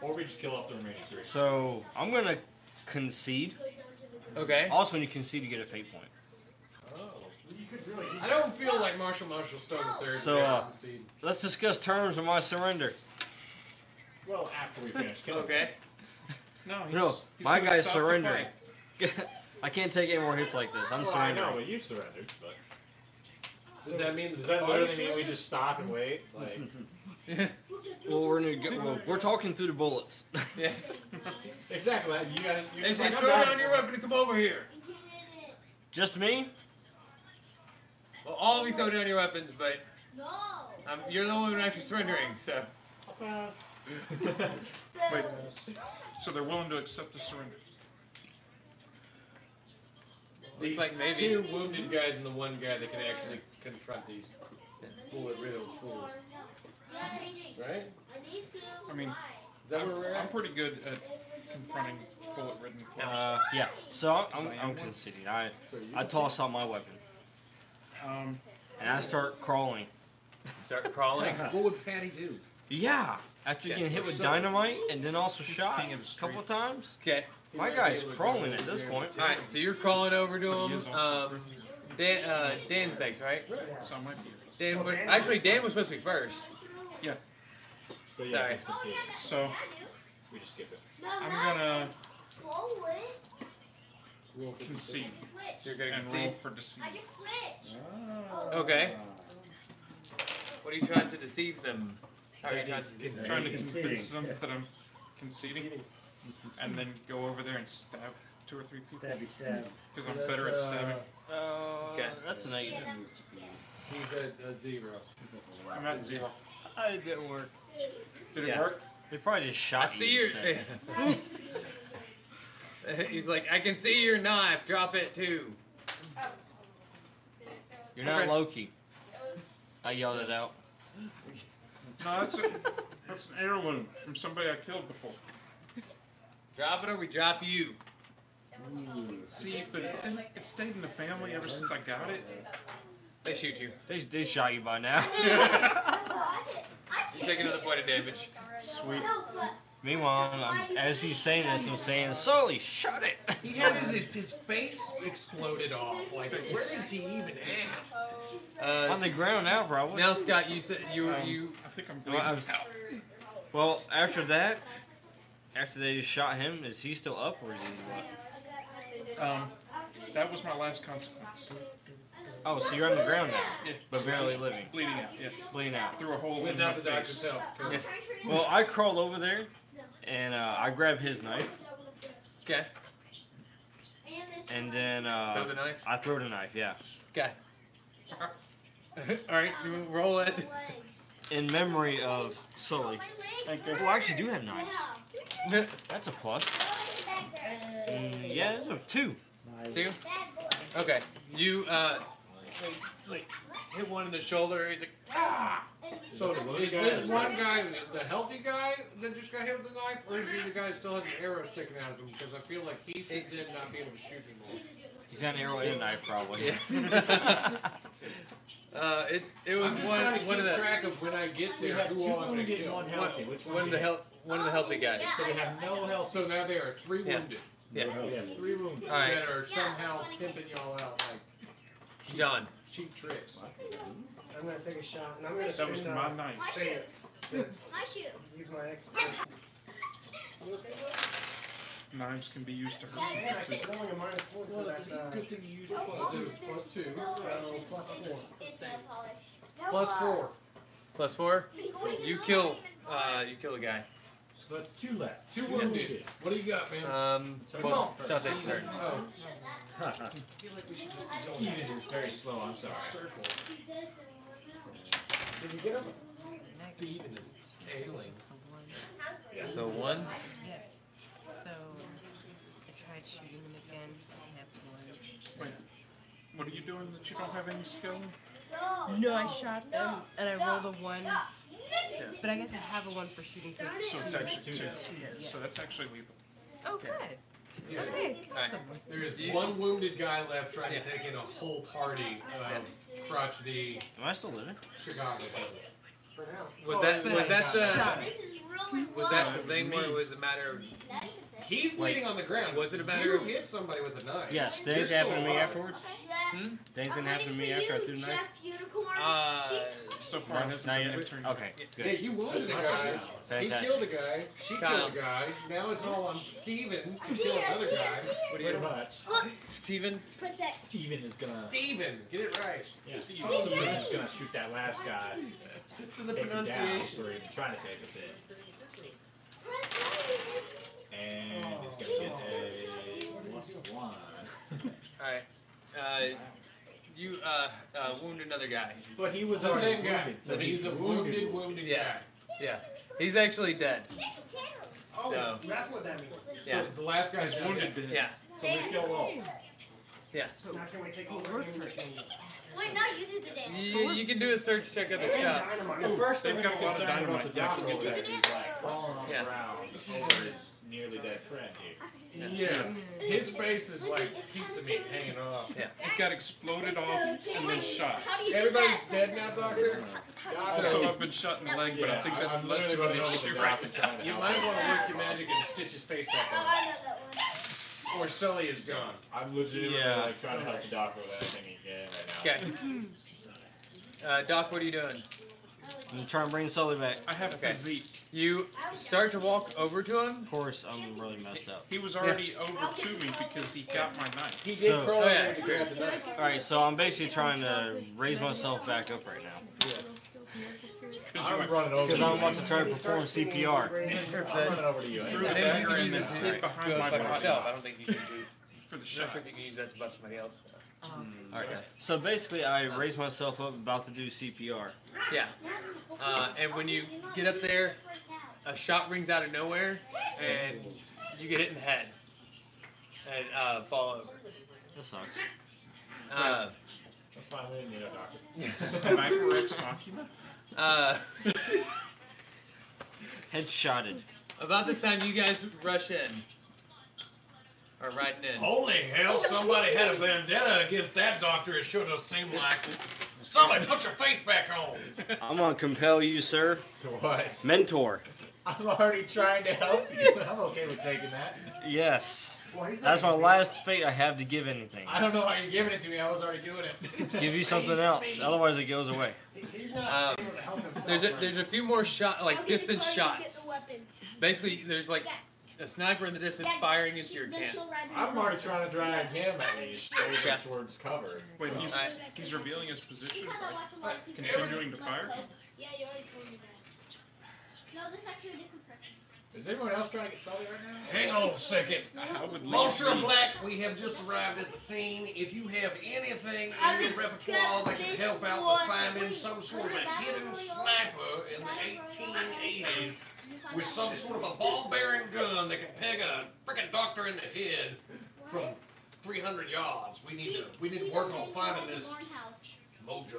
Or we just kill off the remaining three.
So I'm gonna concede.
Okay.
Also, when you concede, you get a fate point.
Oh. I don't feel like Marshall Marshall Stone the third.
So,
man.
uh,
Let's see.
Let's discuss terms of my surrender.
Well, after we finish killing.
Okay.
No, he's,
No,
he's
my
gonna
guy's
stop the
surrendering.
fight.
(laughs) I can't take any more hits like this. I'm
Well, I know,
surrendering.
but you surrendered. But
does that mean
does that literally mean we
surrendered?
just stop and wait?
(laughs)
Like,
Well, we're, gonna go, well, we're talking through the bullets. (laughs)
Yeah.
exactly. You guys, you
It's
just
like,
like,
go
I'm done.
down your weapon and come over here.
Just me?
Well, all of you throw down your weapons, but
No.
um, you're the only one actually surrendering, so.
Wait, so they're willing to accept the surrender?
These
Looks like maybe.
two wounded guys and the one guy that can actually confront these bullet riddled fools,
Yeah, I need to.
right?
I need to.
I mean,
Why?
Is that
I'm,
where we're
I'm
at?
pretty good at confronting bullet-ridden foes.
Uh, yeah. So I'm, I'm, I'm conceding. I I toss out my weapon
Uh,
Um,
and I start crawling.
Start crawling.
What would Patty do?
Yeah. After
Yeah,
getting hit
for
with
sure.
dynamite and then also
He's
shot
king of the
a couple
streets.
times,
Okay.
my guy's crawling at this point.
All right, so you're crawling over to
but he is
him.
also
Um, Dan, uh, Dan's next, right?
so I might be
Dan, was- actually, Dan was supposed to be first.
But yeah,
Sorry.
it's conceded.
So
We just skip it.
I'm gonna
Roll for
concede
You're gonna
and roll
concede.
for deceit.
I just switched.
Ah.
Okay. What are you trying to deceive them? How are you trying to
I'm
concede?
trying to
Conceding.
convince them that I'm conceding, and then go over there and stab two or three people
Stabby stab.
because I'm better at stabbing.
Uh, okay. That's a negative.
He's at a zero.
I'm at zero.
I didn't work.
Did it
Yeah.
work?
They probably just
I
shot
see
you.
your.
instead.
(laughs) He's like, I can see your knife. Drop it too.
You're not
Okay.
Loki. I yelled it out.
No, that's a, that's an arrow wound from somebody I killed before.
Drop it or we drop you.
See, but it's in, it's stayed in the family ever since I got it.
They shoot you.
They, they shot you by now.
I
You take another point of damage.
Sweet.
No, but
Meanwhile, I'm, as he's saying this, I'm saying, Sully, shut it!
He had his, his face exploded off. Oh, Like, where is he even at?
Uh,
On the ground now, probably.
now, Scott, you said you
Um,
you
I think I'm
Well,
bleeding
I was-
out.
well, after that, after they just shot him, is he still up or is he what?
Um, that was my last consequence.
Oh, so you're on the ground now,
Yeah.
but barely living,
Bleeding out, yes.
bleeding out.
Through a hole in my
Without the doctor's
face.
help.
Well, I crawl over there, and uh, I grab his knife,
okay?
and then
Throw
uh,
the knife. (laughs)
I throw the knife. Yeah.
Okay. All right, you roll it.
In memory of Sully. Oh, I actually do have knives. That's a plus. Mm, yeah, that's a two.
Two. Okay. You uh, like, hit one in the shoulder. He's like, ah.
So, is this one guy, the healthy guy that just got hit with the knife, or is he the guy that still has an arrow sticking out of him? Because I feel like he should then not be able to shoot anymore.
He's got an arrow and a knife, probably.
Yeah. uh, it's it was
I'm just
one
trying to
one of
keep
the
track of when I get
You
there,
have
who
two
all I'm gonna
wounded,
kill.
one
one,
healthy. Which
one of the health one of the healthy guys.
So we have no health.
So now there are three
Yeah.
wounded.
Yeah.
Three wounded
All right.
that are somehow pimping y'all out like
John.
cheap tricks.
I'm gonna take a shot, and I'm gonna
That was
shoot,
my
uh,
knife.
My shoe. My shoe.
use my expert.
Knives can be used to hurt
Man, I
people
keep rolling a minus one, so that's uh,
Good thing you used plus two. Plus two.
so plus four.
Plus four.
(laughs) Plus four. You kill. Uh, you kill a guy.
So that's two left.
Two wounded. What do you got, man?
Um,
Come
well,
on.
Sean's next turn.
Oh,
Unit is very slow. I'm sorry.
Did you get him?
Steven is ailing.
So one.
Yes. So I tried shooting him again. I have one.
What are you doing that you don't have any skill in?
No, I shot him and I rolled a one. But I guess I have a one for shooting, so it's
So it's actually two. So that's actually lethal.
Oh, good.
Yeah.
Okay.
Alright.
There is
You-
one wounded guy left trying
Yeah.
to take in a whole party of crotchety
Am I still living?
Chicago.
For now.
Was that was that the
This is really
was that the thing where it was a matter of
He's bleeding on the ground.
Was it a matter
You
of-
hit somebody with a knife.
Yes,
You're
did
still
happened to me
alive.
afterwards.
Jeff,
Did anything
I'm
happen to me
waiting
after
for
I
you,
threw the
Jeff
knife?
Unicorn.
uh,
So far, it
Not
hasn't
yet.
been turned.
Okay,
Yeah,
good.
you wounded a guy. He
Fantastic.
killed a guy. She
Kyle.
killed a guy. Now it's all on Steven to kill another guy.
what do you
Pretty much.
Steven?
Put that.
Steven is gonna.
Steven, get it right.
Yeah, Steven is gonna shoot that last guy.
It's in the
Take him down
pronunciation.
for trying to take us in.
Press that.
And it's gonna get a plus one.
Alright. Uh, you uh, uh, wound another guy.
But he was
It's the
already
same guy.
wounded, so
he's a wounded, wounded guy.
Yeah. Yeah. He's actually dead.
Oh,
So-
that's what that means.
Yeah.
So the last guy's
He's wounded.
wounded.
to-
Yeah.
So we kill all.
Yeah.
So now can we take all the damage?
Wait, no, you did the damage.
You, you can do a search check of
And
the shop.
dynamite.
The first
They've
thing
got a lot of
concerned about the
dynamite.
doctor was
Yeah.
that he's like crawling on
Yeah.
the ground over his nearly dead friend here.
Yeah. His face is like pizza meat hanging off.
It got exploded off and then
Wait,
shot.
How do you
Everybody's
do that?
dead now, doctor.
Also, I've been shot in the leg, but I think that's
I'm
less
literally
of an
running over
issue
the
right
dock and
now.
trying to
You
help
might
him.
want to work your magic and stitch his face back
Oh,
on.
I know that one.
Or Sully is gone.
I'm legitimately
Yeah.
like trying to help the doctor with that thing again right now.
Okay. Uh, Doc, what are you doing?
I'm
Mm.
gonna try and bring Sully back.
I have
Okay.
physique.
You start to walk over to him.
Of course, I'm really messed up.
He was already over to me because he got my knife.
He did
So-
crawl
Oh,
in
yeah.
there to grab the knife.
All right, so I'm basically trying to raise myself back up right now
Because you went
running over.
because
to
I'm
you.
about to try to perform CPR.
I'm running over to you.
through the
I didn't
dagger
use
and
it
then
to-
hid
Do
behind
it
my
by yourself. I
body
don't think you should do.
for
(laughs)
the
I'm not
shot.
sure if you can use that to bust somebody else.
Um,
All right, so basically, I raise myself up, about to do CPR.
Yeah. Uh, and when you get up there, a shot rings out of nowhere, and you get hit in the head and uh, fall over.
That sucks.
Uh,
Finally, you know, doctor.
(laughs) Sniper ex machina.
uh,
Headshotted.
about this time, you guys rush in. Are riding in.
Holy hell, somebody had a vendetta against that doctor. It sure does seem like. Somebody put your face back on.
I'm gonna compel you, sir.
To what?
Mentor.
I'm already trying to help you. I'm okay with taking that.
Yes.
Well, he's not
That's my
gonna do
last fate I have to give anything.
I don't know why you're giving it to me. I was already doing it.
Give you something else, otherwise it goes away.
He's
Um,
not able to help himself.
there's a,
right
there's a few more shot like distance shots.
It's
Basically, there's like a sniper in the distance firing into your camp.
I'm already trying to drive him at least over
Yeah.
towards cover.
Wait,
so.
he's,
Alright.
he's revealing his position.
Because I
right?
watch a lot of people.
Continuing to fire?
Yeah, you already told me that. No, this is actually a different person.
Is everyone else trying to get Sully right now?
Hang on a second.
I would leave.
Monsieur
these.
Black, we have just arrived at the scene. If you have anything in
I
your
just
repertoire
got
that can
this
help out
one.
with finding
Wait,
some sort of
wait,
a
is that
hidden
really
sniper in
That is really all
the 1880s
You find
with
out
some sort of a ball bearing gun that can peg a freaking doctor in the head
what?
from 300 yards, we need to we need
She
to work
doesn't
on
even
finding
like
this
Lauren House.
mojo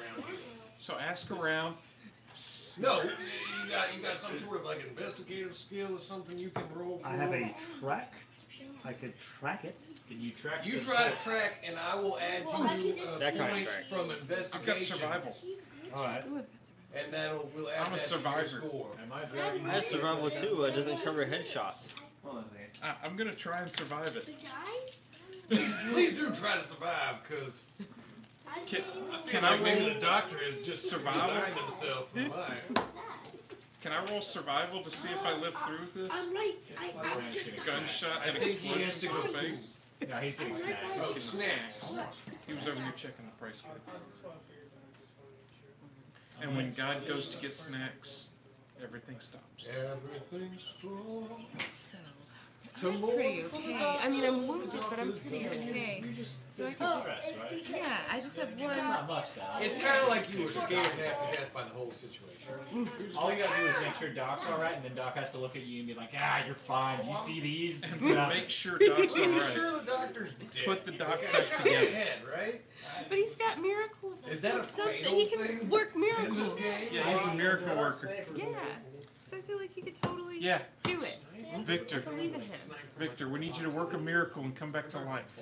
around here.
Uh-uh.
So ask around.
No, you got you got some sort of like investigative skill or something you can roll. For.
I have a track. I could track (laughs) it.
Can you track?
You
the
try to
pulse?
track, and I will add you uh,
That kind of
points
track.
from
I've got
investigation,
survival.
Alright.
Ooh, that's
and that'll we'll add
I'm a
that
survivor.
to your score.
Am I driving?
I have survival too, uh, doesn't cover headshots.
Well, okay.
I, I'm gonna try and survive it.
The guy?
Please, please do try to survive, cause
I
Can-
don't
I
know
feel
Can
like
I
maybe
roll-
the doctor is just
Survival? (laughs)
surviving himself for life.
that.
Can I roll survival to see if I live through this?
I'm right. I, I,
I'm just gonna-
Gunshot and
I think he
explosion
has to
to
go
the face.
No, he's getting
I'm right
snagged.
by
Oh, snacks.
He was over here checking the price card. And when God goes to get snacks, everything stops.
Everything's strong.
so. I'm pretty okay. I mean, I'm wounded, but I'm pretty okay. So I can just,
Stress, right?
yeah, I just have one.
It's not much though.
It's kind of like you were scared half to death by the whole situation.
Mm.
You're just
All
like,
you gotta do is make sure Doc's alright, and then Doc has to look at you and be like, ah, you're fine. You see these?
And
It's nothing."
make sure Doc's
"I'm
alright.
sure the doctor's dead.
Put the doc
He's got a
back
shot in the
together.
head, right?
But he's got miracle.
Is that a
something
fatal
he can
thing?
work
In this
miracles.
game?
Yeah, he's a miracle worker.
Yeah. So I feel like he could totally
Yeah,
do it.
Victor.
I believe in him.
Victor, we need you to work a miracle and come back to life.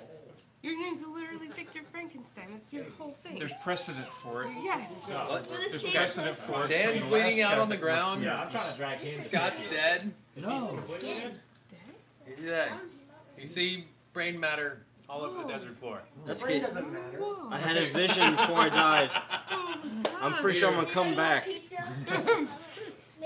Your name's literally Victor Frankenstein. That's your whole thing.
There's precedent for it.
yes.
There's precedent for it.
Dan's
from the
bleeding
last
out
guy
on the
that worked
ground.
miracles.
Yeah, I'm trying to drag him. to
Scott's
safety.
dead.
No.
Dead?
Yeah. You see brain matter all over
Oh.
the desert floor.
That's
Brain
good.
doesn't matter.
Whoa.
I had a vision before I died.
Oh my
I'm
God.
pretty sure
(laughs)
I'm gonna come back.
(laughs)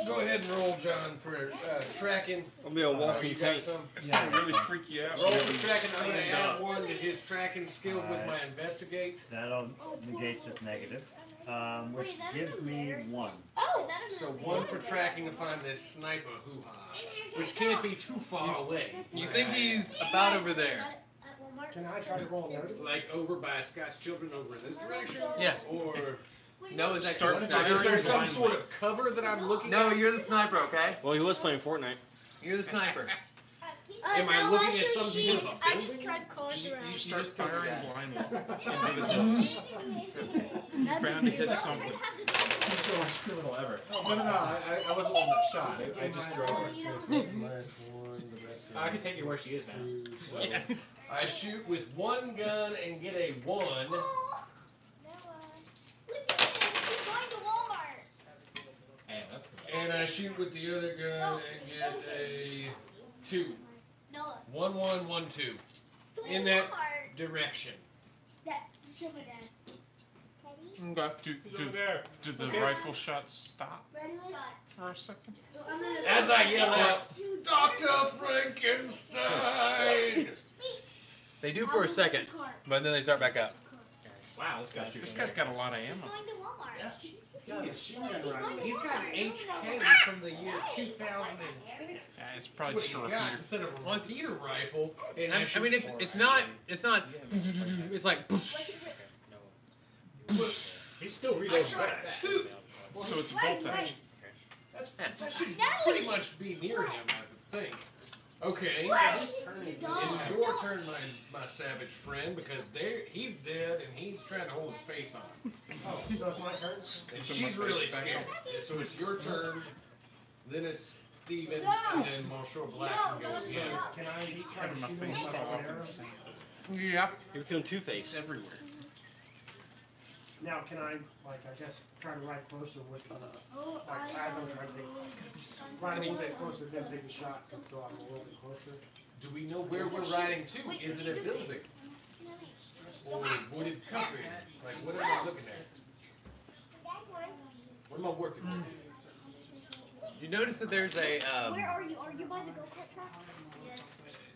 Go ahead and roll, John, for uh, tracking.
I'll be a
Oh,
walking
you got
tank.
some?
It's gonna really freak you out.
Roll for tracking. I'm gonna
Stand
add
up.
one to his tracking skill with my investigate.
That'll negate this negative, um, which
Wait, that's
gives
a
me
marriage?
one.
Oh,
So one for tracking to find this sniper hoo-ha, which can't be too far away.
You think he's about over there?
Can I try to roll notice?
Like over by Scott's children over in this direction?
Yes.
Or
No, it's
Start
actually
firing.
is
sniper.
there some sort of cover that I'm looking
No,
at?
you're the sniper, okay?
Well, he was playing Fortnite.
You're the sniper.
Uh,
Am I looking at some sort of
I just tried calling
You
around.
start
just figured
firing
that.
blindly.
(laughs)
You're
bound to hit something.
He's the worst criminal ever. No, no, no, I, I- I wasn't the one that shot. I, I just drove her. I can take you where she is now. (laughs)
So I
(laughs)
shoot with one gun and get a one.
Man, that's good.
And I shoot with the other gun and get a two. One, one, one, two. In that- Direction. Mm.
Okay.
Do, do,
there.
do the rifle shots stop for a second?
As I yell out, Dr. Frankenstein!
They do for a second, but then they start back up.
Wow, this guy's shooting.
This guy's got a lot of ammo.
Yeah.
He's got a machine gun
He's going
rifle. He's got an HK from the year 2010.
Yeah, it's probably
What
just a
he's got
repeater.
instead of a repeater rifle, and
I, I mean, it's it's not it's not it's like
He's still
I
reloading.
shot a two.
So it's a bolt action.
That should pretty much be near him, I would think. Okay,
Oh,
it is your turn, my, my savage friend, because there he's dead and he's trying to hold his face on.
Oh, so it's my turn?
And
Put my
she's really
face back
scared. So it's your turn. Then it's Steven, and then Monsieur Black. can go again.
Can I be trying
Having
to
my
shoot him
face
with
fall
my
off in
arrow?
the sand.
yeah.
You become Two Face.
It's everywhere.
Now, can I, like, I guess, try to ride closer with, uh,
Oh,
like, as I'm trying to take, ride a little bit closer, then take the shot, so- so I'm a little bit closer.
Do we know where we're riding to? Is it a building? Or a wooded company? Like, what am I looking at? What am I working with?
You notice that there's a. Um,
Where are you? Are you by the go kart track? Yes.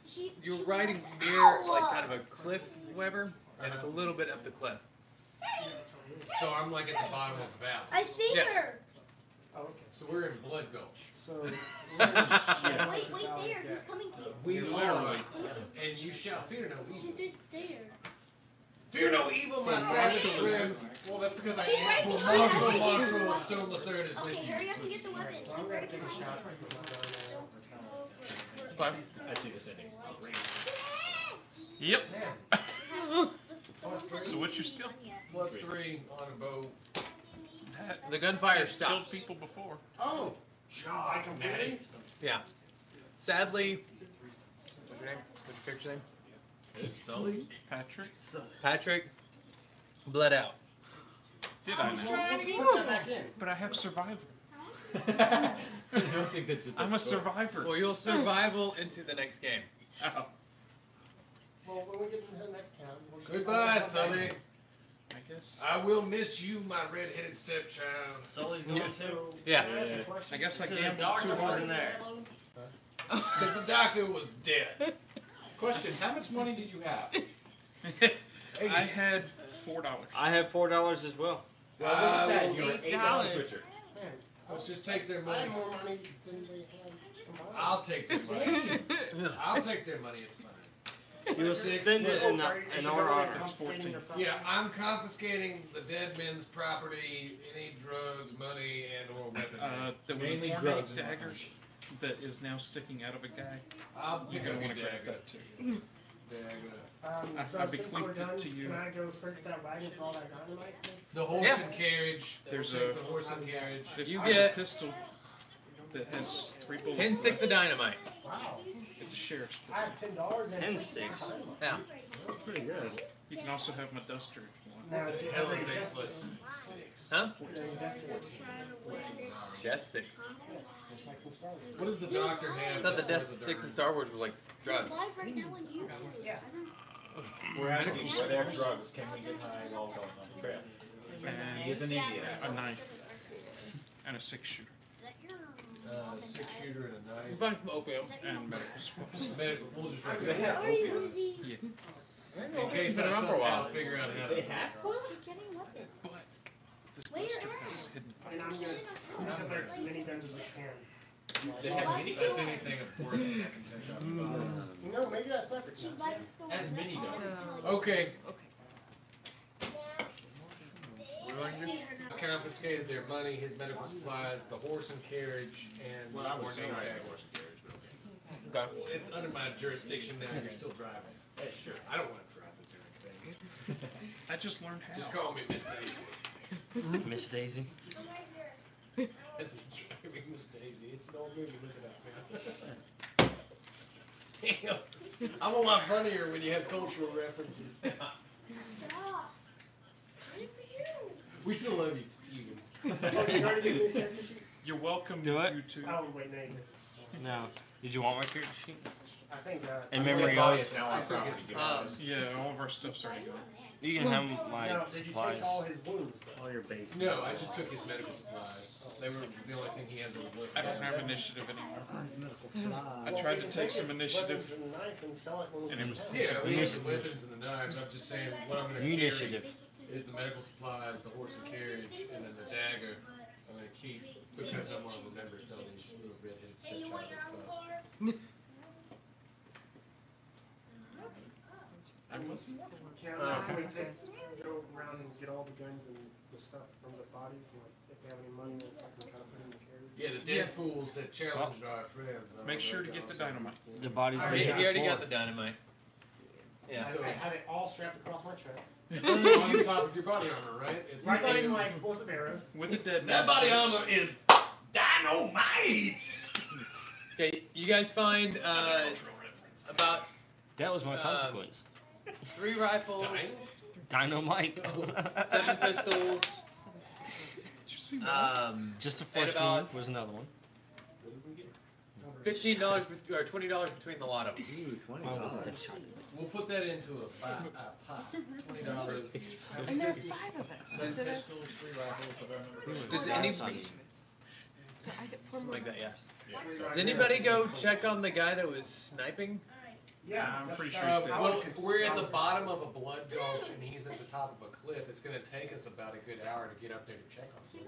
She.
you're riding near like kind of a cliff, whatever, and it's a little bit up the cliff.
So I'm like at the bottom of the valley.
I see
Yes.
her.
Oh, okay.
So we're in Blood Gulch.
So. (laughs)
Wait, wait there. He's coming to you.
We
You're
are.
literally-
And you shall fear no evil.
She's right there.
Fear no evil, my savage friend. Well, that's because I am. Well, Marshal, Marshal, of Stone Letherne is with
Okay,
you.
hurry up and get the weapon.
So I'm gonna take a shot.
Fine.
I see this ending.
Yep.
So what's your skill?
Plus three on a bow.
The gunfire
It's killed
stops.
people before.
Oh, God, Maddie.
Yeah. Sadly. What's your name? What's your character's name?
Patrick?
Patrick. Bled out.
Did I
was
know?
trying to get that back in.
But I
(laughs)
have survival.
I don't think that's a
I'm a survivor.
Well, you'll survival into the next game.
Ow.
Well, when we get into the next town. we'll-
Goodbye, Sully.
I guess.
I will miss you, my red-headed stepchild.
Sully's going too.
Yeah.
Can I ask a
I
question?
guess I
So the
gambled too
doctor
hard.
wasn't there.
Because the doctor was dead.
(laughs) Question: How much money did you have? Uh,
(laughs) I had four dollars.
I have four dollars as well.
Well, look at
I
that.
will-
You were
Eight
eight dollars
dollars.
(laughs) richer.
Man,
Let's just take their
I
money.
had more money than they had combined.
I'll take their money. I'll take their money. It's mine.
You will
Six
spend it
plus-
in,
Are you-
in
is the
our
government
office.
confiscating your property?
Yeah, I'm confiscating the dead men's property, any drugs, money, and/or weapons.
Uh, there was
Mainly
a horny
drugs and
dagger that is now sticking out of a guy.
I'll pick
You're
up
gonna
your
want to grab
dagger.
that too.
Dagger.
Um,
I- I
so since we're
bequeathed it
done,
to you.
can I go search that wagon for all that dynamite?
The horse
Yeah.
and carriage.
There's
Take
a-
the horse and carriage.
There's
You
a
get-
pistol that has three bullets.
Ten sticks of dynamite.
Wow.
left. It's a sheriff's
I
pistol.
have ten dollars and.
Ten sticks.
Yeah.
Pretty good.
You can also have my duster if you want.
Now,
The
did
hell
they
is eight
test
plus
it?
six?
Huh?
Did they test it?
Death sticks.
Just like we started.
What does the doctor
I
have?
thought the
that's
death
under
sticks in
her?
Star Wars was like drugs.
Live right now on YouTube.
Yeah.
We're asking where their drugs can we get high while going on the trail?
And
He is an Indian.
a knife and a six shooter
Uh, six shooter and a
You
knife.
find some opium.
and medical supplies.
Medical. We'll just write
They
it
have
down.
Are you busy?
In case I
Been around for a
somehow
while.
figure out how to.
have
What? You're getting weapons.
But this
Where
duster
at?
has hidden
And I'm gonna pick up as many guns as
They
I can.
have mini
That's anything important that I can take out of the box.
Mm.
No, maybe that's not good.
She likes the
As
one
mini
that's
does.
always like-
Okay,
Okay.
What do you want to do?
I confiscated their money, his medical supplies, the horse and carriage, and.
Well, I was
Or no,
sorry.
yeah, horse and carriage, but okay.
Okay.
Well, It's under my jurisdiction now, you're still driving. Hey, sure. I don't wanna drive the darn thing.
I just learned how.
Just call me Miss Daisy.
Mm-hmm. Miss Daisy.
That's a driving Miss Daisy, it's an old movie, look it up, man. (laughs) Damn. I'm a lot funnier when you have cultural references.
Stop. Good for you.
We still love you, Steven.
Oh, did you already give me this character sheet?
You're welcome,
Do it.
you two.
Oh, wait, no, you didn't.
No. Did you want my character sheet?
I think, uh.
In memory of.
now
I
on
took
property.
his- um,
good
uh,
ones.
Yeah, all of our stuff's
Why
already
you
gone.
on that?
You can have
No,
my
did you take
supplies.
all his wounds though?
All your bases.
No, I just took his medical supplies. They were the only thing he had to look
I
at.
don't have initiative anymore.
His medical fly.
I
Well, we
tried to
can
take
his
some initiative.
weapons and knife and sell it when we
and it was
get
Yeah,
home.
we have the weapons and the knives. I'm just saying what I'm gonna carry
Initiative.
is the medical supplies, the horse and carriage, and then the dagger. I'm gonna keep because I want to remember selling these little redheaded stepchild. of the
Can I, can we take, go around and get all the guns and the stuff from the bodies, and like, if they have any money, that's like, we kind of put in the carriage?
Yeah, the dead
Yeah.
fools that challenged our friends. I don't
Make
know
sure
if
to
y'all
get the
saw
dynamite.
that.
The bodies.
All
are
right,
You
taken
already
forward.
got the dynamite. Yeah.
I had it all strapped across my chest.
on top of your body armor, right? It's
Right next
like-
to my explosive arrows.
With the
That
dead man's
body
face.
armor is dynamite.
Okay. You guys find uh, about
That was my
Um,
consequence.
three rifles,
Dynamite. (laughs)
Seven pistols. Um,
Just the
and
first one
about
was another one.
Fifteen dollars or twenty dollars between the lot of them.
We'll put that into a pot. A pot. Twenty dollars.
And there's five of us.
Seven
So that's-
pistols, three rifles, if I remember.
Does anybody
So I get four more.
like that? Yes.
Yeah.
Does anybody go check on the guy that was sniping?
Yeah,
I'm
that's-
pretty sure
Uh,
it's dead.
well, we're at the bottom of a blood gulch and he's at the top of a cliff. It's going to take us about a good hour to get up there to check on him.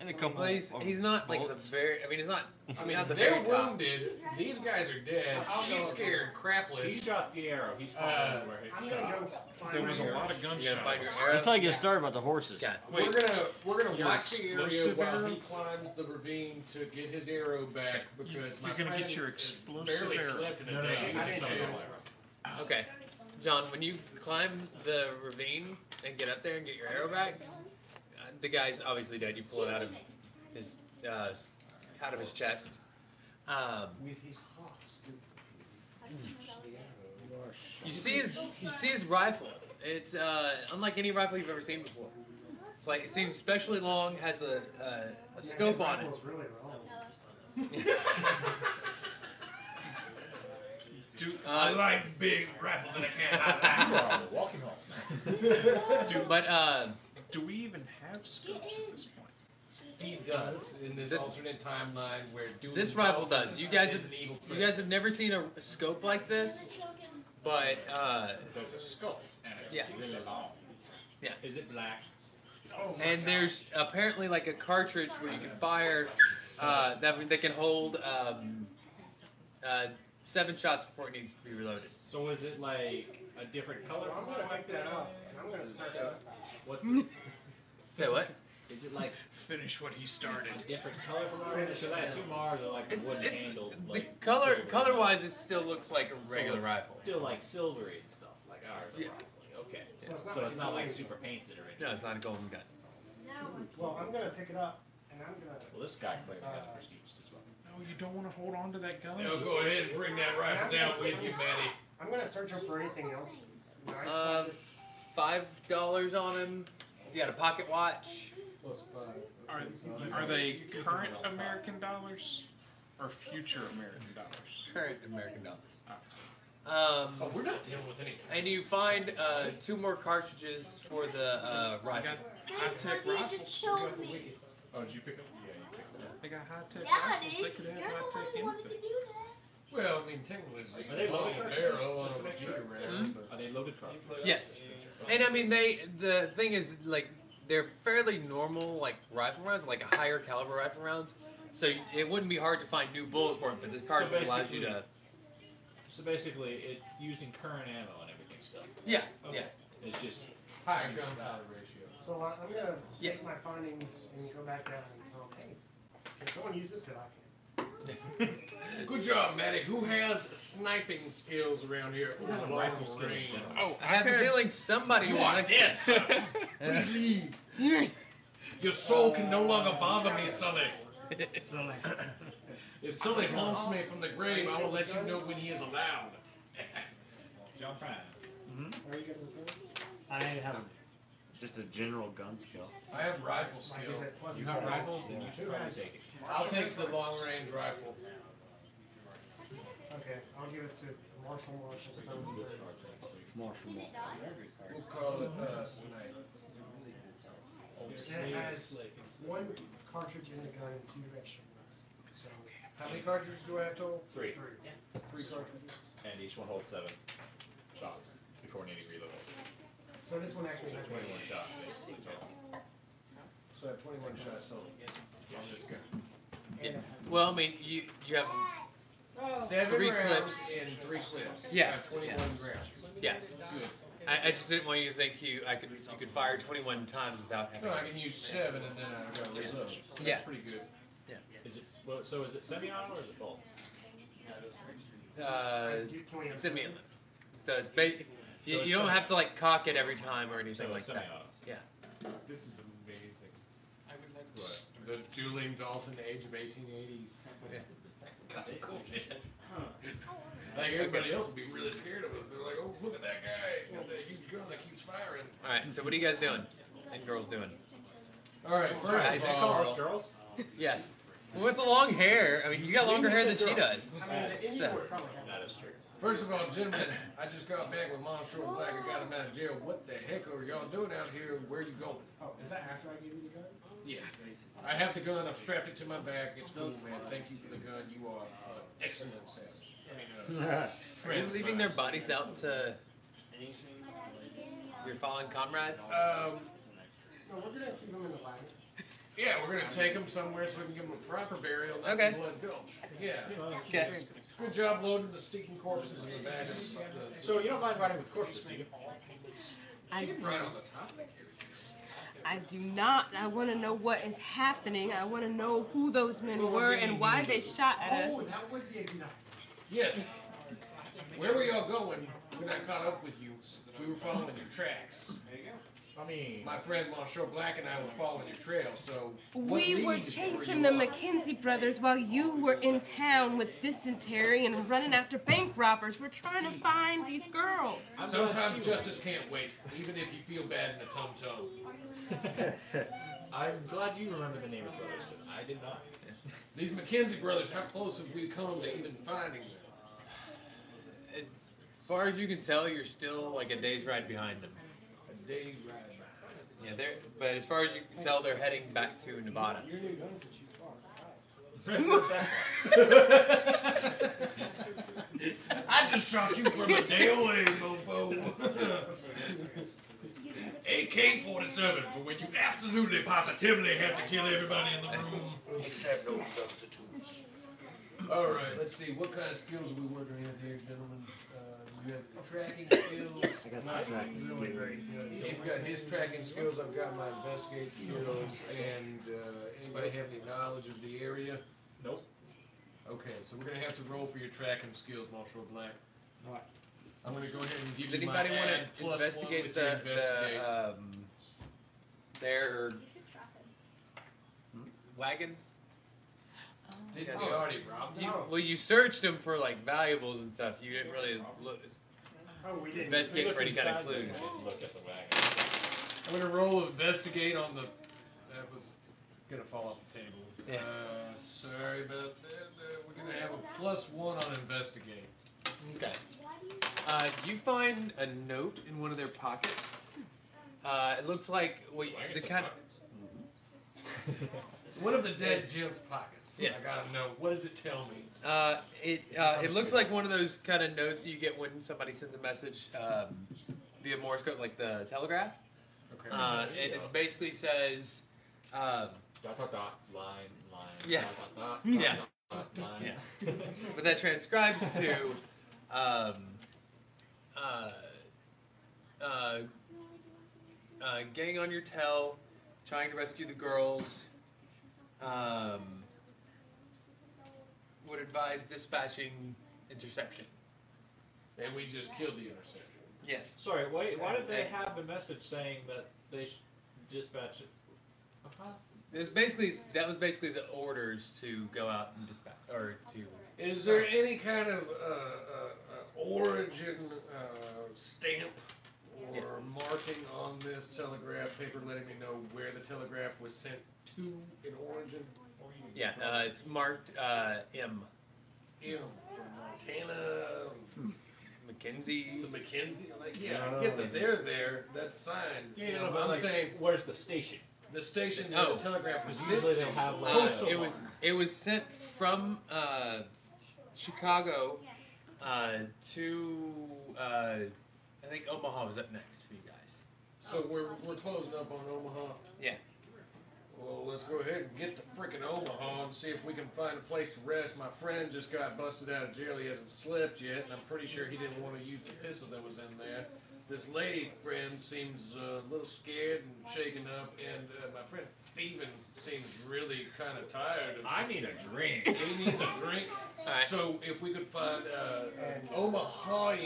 And a couple.
Well, he's,
of
he's not like the
bullets.
very. I mean, he's not.
I mean,
not the
they're
very top.
wounded. These guys are dead.
I'll go-
She's scared crapless.
He dropped the arrow. He's fine.
Uh,
where he
I'm
shot.
gonna go
There
find my
was a
arrow.
lot of
You gotta find
gunshots.
your arrow.
It's like his story about the horses.
God.
we're
Wait.
gonna we're gonna
Your
watch the area
explosive
while
arrow?
he climbs the ravine to get his arrow back because my
you're gonna get
friend
your
has
explosive
barely
arrow.
slept in a
No, no,
day.
no,
He was
I
in
didn't
jail.
know
Okay, John, when you climb the ravine and get up there and get your arrow back, uh, the guy's obviously dead. You pull it out of his uh, s- out of his chest. Um,
With his hops, dude.
you see his you see his rifle. It's uh, unlike any rifle you've ever seen before. It's like it seems especially long. Has a uh, a
Yeah,
scope
his
on
rifle
it. (laughs)
was Really long.
Do,
Uh,
like big rifles in a
(laughs)
can.
You are a walking home.
But uh,
do we even have scopes at this point?
He does in this,
This-
alternate timeline where dual
this rifle
intelligence
does. You guys
is
have-
an evil
you guys have never seen a scope like this. But uh,
there's a skull and it's
Yeah.
really long.
Is it black?
and there's apparently like a cartridge where you can fire uh, that that can hold um, uh, seven shots before it needs to be reloaded.
So is it like a different
So
color?
I'm gonna pick that up. and I'm gonna start that.
What's it?
Say what?
Is it like
Finish what he started.
a different color from ours? Because I assume ours are like a
It's,
wooden
it's
handle.
the
like
color
silver.
color wise, it still looks like
So
a regular
it's
rifle.
Still like silvery and stuff. Like ours are
Yeah.
rifling. Okay.
So it's not
So
like
it's not like
gold.
super painted or anything.
No, it's not a golden gun.
Well, I'm gonna pick it up and I'm gonna.
Well, this guy clearly
Uh,
got prestige as well.
No, you don't want to hold on to that gun.
Now go ahead and bring that rifle down with you, Matty.
I'm gonna search up for anything else. Nice.
Um, Five dollars on him. He's got a pocket watch. (laughs)
Plus five.
Are, are they current American dollars or future American dollars?
Current American dollar.
Oh,
Um,
we're not dealing with anything.
and you find uh, two more cartridges for the uh,
I
rifle.
got high tech rifles.
showed me.
Oh, did you pick up? Yeah, you picked up.
They got high tech
Yeah,
rifles.
it
They
is.
could
You're
have
the
high
one
tech
who wanted
anything.
to do that.
Well, I mean, technically, it's
Are they
a long
loaded
barrel on
cartridges? Just to
a
make sure.
shooter
Are they loaded cards?
Yes. And I mean, they the thing is like they're fairly normal like rifle rounds, like a higher caliber rifle rounds. So it wouldn't be hard to find new bullets for it, but this cartridge allows you to.
So basically, it's using current ammo and everything still.
Yeah, yeah.
Okay. It's just
Higher gunpowder ratio.
So I- I'm gonna
Yes.
take my findings and go back down and tell them, hey, can someone use this? Cause I can.
Good job, Matty. Who has sniping skills around here?
Who has a
Long
rifle skill in
range.
general?
Oh,
I have a
had-
feeling somebody
You
will
are
next
dead,
time.
son. Please leave.
(laughs)
Your soul can no longer bother me, Sully.
Sully.
If Sully haunts me from the grave, I will let you know when he
(laughs)
is allowed.
John Prine.
Are you good with this?
I have just a general gun skill.
I have rifle
Like, is it plus?
You have
five?
rifles, then you should probably take it.
I'll take the long range rifle.
Okay, I'll give it to Marshall Marshall Stone.
Martial law.
We'll call it uh, snipe.
It has one cartridge in the gun and two vegetables. So
How many cartridges do I have total?
Three.
three.
Three cartridges.
And each one holds seven shots before needing reload.
So this one actually has.
Twenty-one shots, basically, total.
So I have 21 shots total. On this gun.
Yeah. (laughs) Well, I mean, you you have
Seven
Oh, Three
rounds
clips.
and three clips.
Yeah,
I have 21
yeah.
rounds.
yeah.
Good.
I, I just didn't want you to think you I could you could fire 21 times without having.
No, I can use seven and then I got reload. So
Yeah.
That's pretty good.
Is it, well, so is it semi-auto or is it
(laughs)
bolt?
Uh,
Can we have-
simulant. So it's ba- you,
So
you
it's
don't
a-
have to like cock it every time or anything
So
like
it's
that.
semi-auto.
This is amazing. I would like The dueling Dalton age of 1880. Got it. Like everybody else would be really scared of us. They're like, oh, look at that guy. He's got that huge gun that keeps firing.
All right. So what are you
(laughs)
guys doing? And girls doing?
All right, first
Guys
of
and
all-
girls. Yes. Well, with the long hair, I mean, you got longer hair than she does. So.
That is true. First of all, gentlemen, I just got back with Monsieur Black. I got him out of jail. What the heck are y'all doing out here? Where you going?
Oh, is that after I gave you the gun?
Yeah. I have the gun. I've strapped it to my back. It's cool, man. Thank you for the gun. You are an excellent savage. I mean, uh,
Are you
friend of
leaving
mine.
their bodies out to your fallen comrades?
Um,
No, we're gonna keep him in the wagon.
Yeah, we're gonna take him somewhere so we can give him a proper burial, not
Okay.
the Blood Gulch. Yeah.
Okay.
Good job loading the stinking corpses in the bag.
So you don't mind riding with corpses, do you?
I
She can
do.
ride on the top of it.
I do not. I want to know what is happening. I want to know who those men were and why they shot at
Oh,
us.
that would be a good night.
Yes. Where were y'all going when I caught up with you? We were following your tracks. There you go. I mean, my friend Monsieur Black and I were following your trail, so. what
We were
leads you
chasing the McKenzie brothers while you were in town with dysentery and running after bank robbers. We're trying to find these girls.
Sometimes justice can't wait, even if you feel bad in the tum tum.
(laughs) I'm glad you remember the name of the brothers. 'cause I did not.
These McKenzie brothers, how close have we come to even finding them?
As far as you can tell, you're still like a day's ride behind them.
A day's ride back.
Yeah, they're. But as far as you can tell, they're heading back to Nevada.
Your new gun is too far.
I just shot you from a day
(laughs)
away, mofo. AK 47 for when you absolutely, positively have to kill everybody in the room. Except no substitutes. Alright, let's see. What kind of skills are we working with here, gentlemen? Uh, you have tracking skills.
I got some tracking
really great. He's got his tracking skills. I've got my investigate skills. And uh, anybody have any knowledge of the area?
Nope.
Okay, so we're gonna have to roll for your tracking skills, Marshall Black.
Alright.
I'm gonna go ahead and give
Does
you
anybody
my
want
add
to
plus one
investigate
with your
the,
investigate.
the um, their wagons?
Didn't they already rob them?
You,
Oh,
well, you searched them for like valuables and stuff. You didn't really look,
Oh, we didn't.
investigate
We
for any kind of clues.
I'm gonna roll investigate on the. That was gonna fall off the table.
Yeah.
Uh, sorry about that. Uh, we're gonna have a plus one on investigate.
Okay. Uh, you find a note in one of their pockets. Uh, it looks like well, the kind.
One of the dead Jim's pockets.
Yes.
I gotta know. What does it tell me?
Uh, it
It's
uh,
from
it looks
Sweden.
like one of those kind of notes that you get when somebody sends a message um, via Morse code, like the telegraph.
Okay.
Uh, it it's basically says, um,
Dot dot dot line line.
Yes.
Dot dot dot.
Yeah.
Dot, dot, line.
Yeah.
(laughs)
but that transcribes to, um, uh, uh, uh, gang on your tail, trying to rescue the girls. Um, would advise dispatching interception.
and we just killed the interceptor.
Yes.
Sorry. Why, why did they
Okay.
have the message saying that they should dispatch it? Uh-huh.
It was basically that was basically the orders to go out and dispatch or to.
Is there any kind of uh, uh, uh, origin uh, stamp or
Yeah.
marking on this telegraph paper letting me know where the telegraph was sent to in origin?
Yeah, uh, it's marked uh, M.
M from Montana,
McKenzie.
the Mackenzie. I'm Like, yeah, I get that they're there. That's signed.
Yeah,
you
no, no,
know, but
but
I'm
like,
saying
where's the station?
the station where
Oh.
the telegraph was
Because
sent
usually
to.
they'll have like.
Uh, it was it was sent from uh, Chicago uh, to uh, I think Omaha was up next for you guys.
So we're, we're closing up on Omaha.
Yeah.
Well, let's go ahead and get to frickin' Omaha and see if we can find a place to rest. My friend just got busted out of jail. He hasn't slept yet, and I'm pretty sure he didn't want to use the pistol that was in there. This lady friend seems uh, a little scared and shaken up, and uh, my friend Steven seems really kind of tired. Of
I need a drink.
he needs a drink.
All right.
So if we could find uh, an Omahan
Are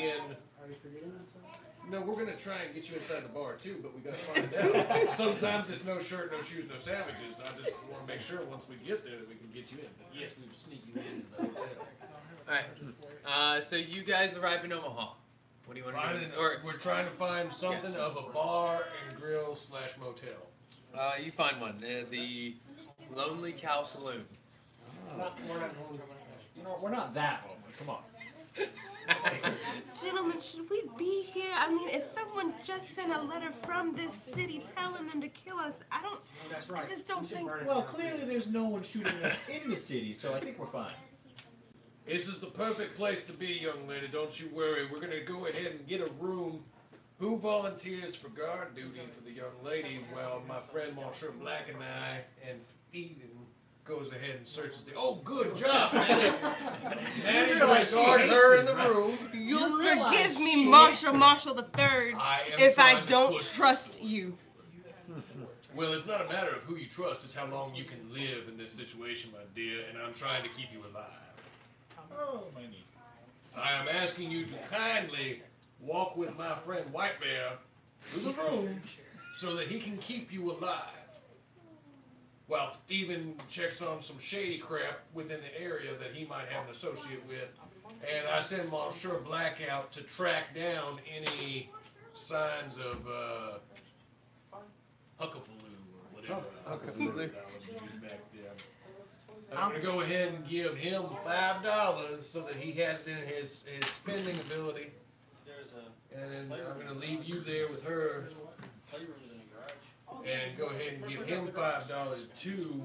you forgetting something?
No, we're gonna try and get you inside the bar too, but we gotta find out. Sometimes it's no shirt, no shoes, no savages. I just wanna make sure once we get there that we can get you in. But yes, we will sneak you into the hotel.
Alright. Uh, so you guys arrive in Omaha. What do you want to do?
Finding- we're trying to find something of a bar and grill slash motel.
Uh, you find one. Uh, the Lonely Cow Saloon.
Not, we're not going to.
You know, we're not that lonely. Come on.
Gentlemen, should we be here? I mean, if someone just sent a letter from this city telling them to kill us, I don't.
That's right.
I just don't
We should
think.
burn it
Well,
down.
clearly there's no one shooting us in the city, so I think we're fine.
This is the perfect place to be, young lady. Don't you worry. We're gonna go ahead and get a room. Who volunteers for guard duty for the young lady while my friend Monsieur Black and I and Eden goes ahead and searches the. Oh, good job, Manny. Manny will guard her in the room.
You'll
realize
forgive me,
she
Marshall Marshall the Third,
I am
if I
trying to
don't
push
trust you.
Well, it's not a matter of who you trust. It's how long you can live in this situation, my dear. And I'm trying to keep you alive.
Oh, my knee.
I am asking you to kindly walk with my friend White Bear to the room so that he can keep you alive. While Steven checks on some shady crap within the area that he might have an associate with, and I send Monsieur Blackout to track down any signs of uh, huckafaloo or whatever.
Huckafaloo.
I was using back then. I'm gonna go ahead and give him five dollars so that he has it in his, his spending ability. And then I'm gonna leave you there with her and go ahead and give him five dollars too,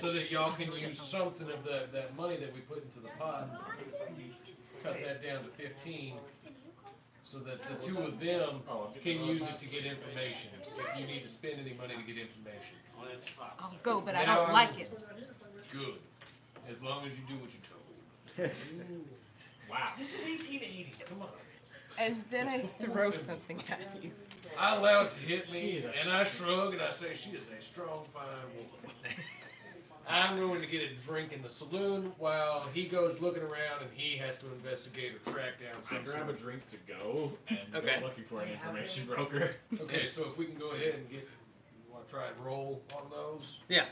so that y'all can use something of that, that money that we put into the pot. Cut that down to fifteen, so that the two of them can use it to get information, if you need to spend any money to get information.
I'll go, but I
Now
don't
I'm-
like it.
Good, as long as you do what you're told.
(laughs) Wow.
This is 1880. Come on.
And then I throw something at you.
I allow it to hit me,
She is a
and I shrug and I say, "She is a strong, fine
(laughs)
woman." I'm going to get a drink in the saloon while he goes looking around, and he has to investigate or track down.
I
Some
grab a
sort of-
drink to go and
Okay.
go looking for an information broker.
Okay, so if we can go ahead and get, you want to try and roll on those?
Yeah.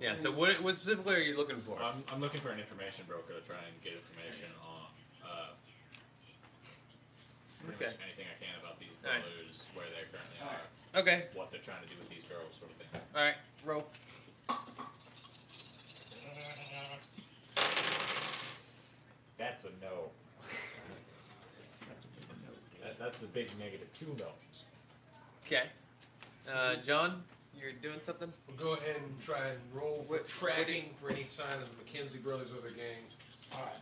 Yeah, so what, what specifically are you looking for?
I'm, I'm looking for an information broker to try and get information on uh, pretty
Okay.
much anything I can about these
Alright.
blues, where they currently are,
Okay.
what they're trying to do with these girls, sort of thing.
Alright, roll.
That's a no. That, that's a big negative two no.
Okay. Uh, John, you're doing something?
We'll go ahead and try and roll with tracking for any sign of the McKenzie brothers or their gang. All right.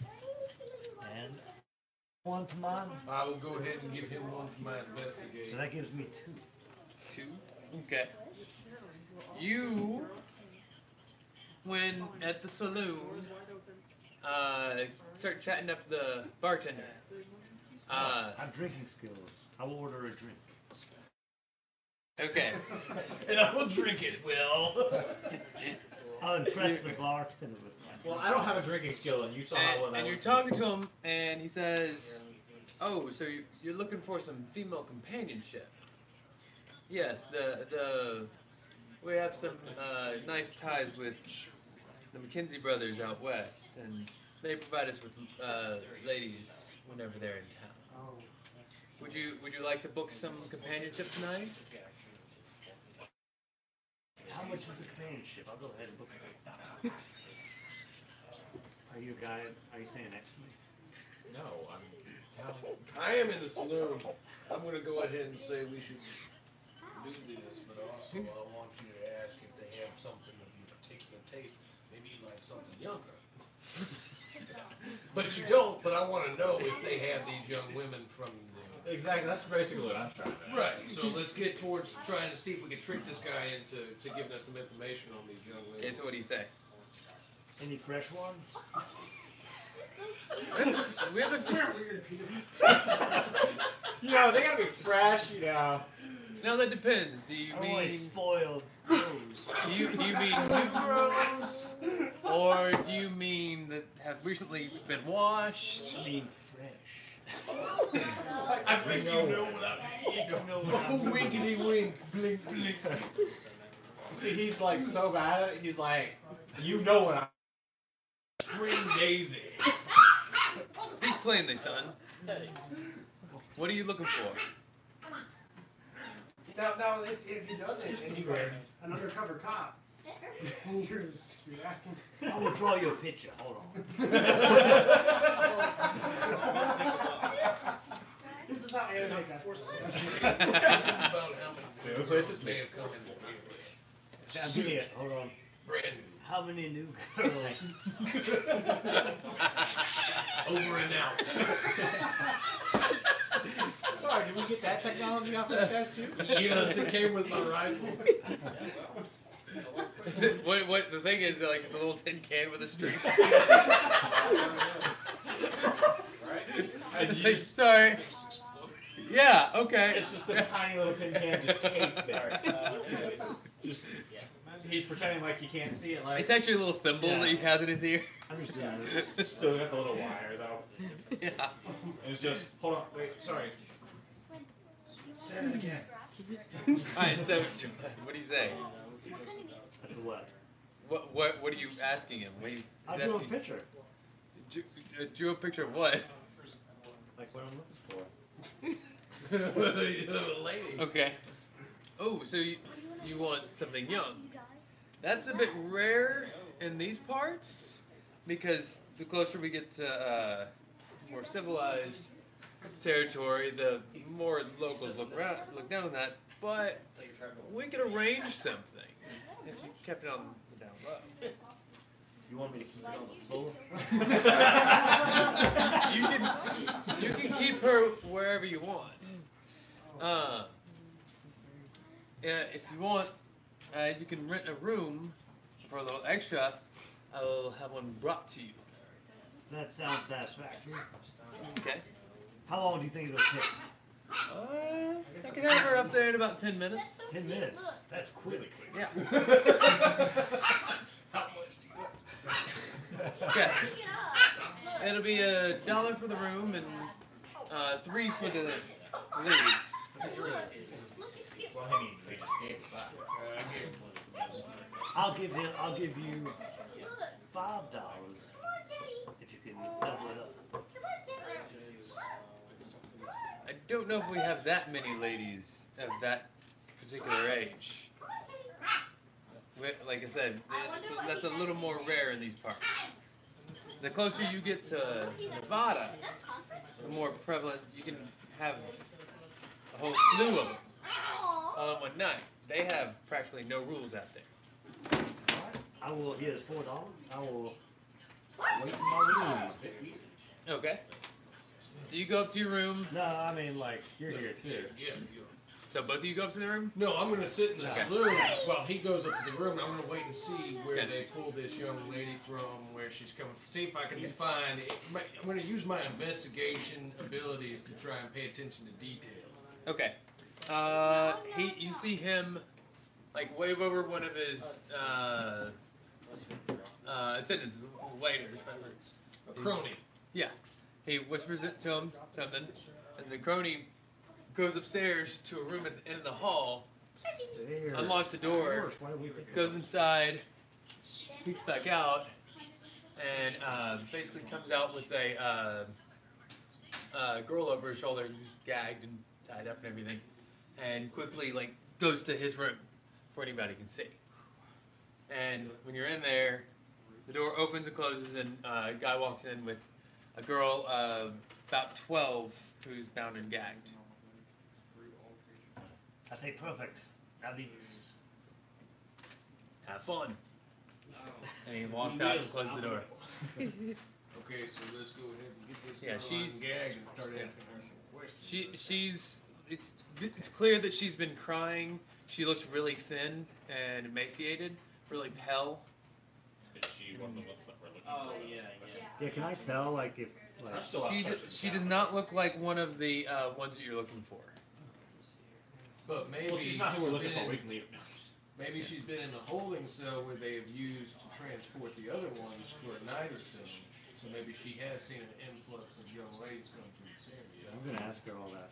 And one to mine.
I will go ahead and give him one for my investigation.
So that gives me two.
Two. Okay. You, when at the saloon, uh, start chatting up the bartender. Uh,
I'm drinking skills. I will order a drink.
okay.
and I will drink it well.
(laughs) I'll impress the bartender with my drink.
Well, I don't have a drinking skill, and you saw how well
And,
that
and you're
worked.
talking to him, and he says, "Oh, so you- you're looking for some female companionship? Yes, the the we have some uh, nice ties with the McKinsey brothers out west, and they provide us with uh, ladies whenever they're in town.
Oh,
Would you would you like to book some companionship tonight?
How much is the companionship? I'll go ahead and book it. Are you a guy? Are you standing next to me?
No, I'm telling you.
(laughs) I am in the saloon. I'm gonna go ahead and say we should do this, but also I want you to ask if they have something of your particular taste. Maybe you like something younger. but you don't, but I wanna know if they have these young women from the
Exactly. That's basically what I'm trying to.
Right, so let's get towards trying to see if we can trick this guy into to giving us some information on these young women.
Okay, so what do you say?
Any fresh ones?
we have a
You know, they gotta be fresh. You know,
Now that depends. Do you
Oh,
I'm
mean
always Oh, spoiled bros.
Do you, do you mean
(laughs)
new bros, or do you mean that have recently been washed?
I mean fresh.
I think you know what I mean.
You
(laughs)
know what I
Oh, wiggity wink, blink, blink.
See, he's like so bad at it. He's like, you know what I.
Spring Daisy.
Speak plainly, son. What are you looking for?
Now, now if, if he does it, and he's like an undercover cop, and (laughs) you're just you're (laughs) asking.
I'm gonna draw you a picture. Hold on.
This is not anime. That's forced.
Say, who plays it? Shit, hold on.
Brandon.
How many new girls?
Over and out.
Sorry, did we get that technology off the chest
(laughs)
too?
Yes, it came with my rifle.
what, what the thing is like it's a little tin can with a
(laughs)
string. (laughs) It's like, sorry. Yeah. Okay.
It's just a tiny little tin can just taped there. just, yeah.
He's pretending like you can't see it. Like
(laughs) It's actually a little thimble that he has in his ear. (laughs)
I'm just doing
Still got the little wire though.
yeah.
It's just
Hold on, wait, sorry.
Say it again.
All right. So, what do you say?
That's a what?
What what what are you asking him? What he's, he's
I drew a
asking-
picture.
Drew, uh, drew a picture of
(laughs)
what?
Like what I'm looking for.
lady.
Okay. Oh, so you, you want something young? That's a bit rare in these parts because the closer we get to uh, more civilized territory, the more locals look ra- look down on that. But we could arrange something if you kept it on the down low. (laughs)
You want me to keep it on the floor?
You can you can keep her wherever you want. Uh, yeah, if you want, uh, you can rent a room for a little extra. I'll have one brought to you.
That sounds satisfactory.
Okay.
How long do you think it'll take?
Uh, I can have her up there in about ten minutes.
Ten minutes. That's quick.
(laughs) Yeah.
How much do you want?
Yeah. It'll be a dollar for the room and uh, three for the lady.
Well, I mean, they just gave us that. Uh, I gave
I'll give him. I'll give you five dollars if you can double it up.
I don't know if we have that many ladies of that particular age. We- Like I said, it's a- that's a little more rare in these parts. The closer you get to Nevada, the more prevalent you can have a whole slew of them all in one night. They have practically no rules out there.
I will. Yeah, it's four dollars. I will.
Waste my room.
Okay. So you go up to your room.
No, I mean like you're here too.
Yeah, yeah.
So both of you go up to the room.
No, I'm gonna sit in the
Okay.
saloon while he goes up to the room. and I'm gonna wait and see where
Okay.
they pull this young lady from, where she's coming. from. See if I can find. It. My- I'm gonna use my investigation abilities to try and pay attention to details.
Okay. Uh, he, you see him, like wave over one of his uh, uh, attendants, his waiter.
A crony.
Yeah. He whispers it to him something, and the crony goes upstairs to a room at the end of the hall,
There.
unlocks the door,
Why don't we pick it up?
goes inside, peeks back out, and uh, basically comes out with a uh, uh, girl over his shoulder who's gagged and tied up and everything, and quickly like goes to his room before anybody can see. And when you're in there, the door opens and closes, and uh, a guy walks in with a girl uh, about 12 who's bound and gagged.
Oh.
I say perfect. Now these.
Have fun. And he walks out and closes the door.
Okay, so let's go ahead and get this
Yeah,
girl
she's-
ungagged and start asking her some questions.
She she's it's it's clear that she's been crying. She looks really thin and emaciated, really pale.
Oh yeah, yeah. Yeah, can I tell like if like
She d- she does not look like one of the uh, ones that you're looking for.
But maybe
Well, she's not who we're
she's
looking
been
for. We
in-
can leave.
Maybe she's been in the holding cell where they have used to transport the other ones for a night or so. So maybe she has seen an influx of young ladies coming through this area.
I'm gonna ask her all that.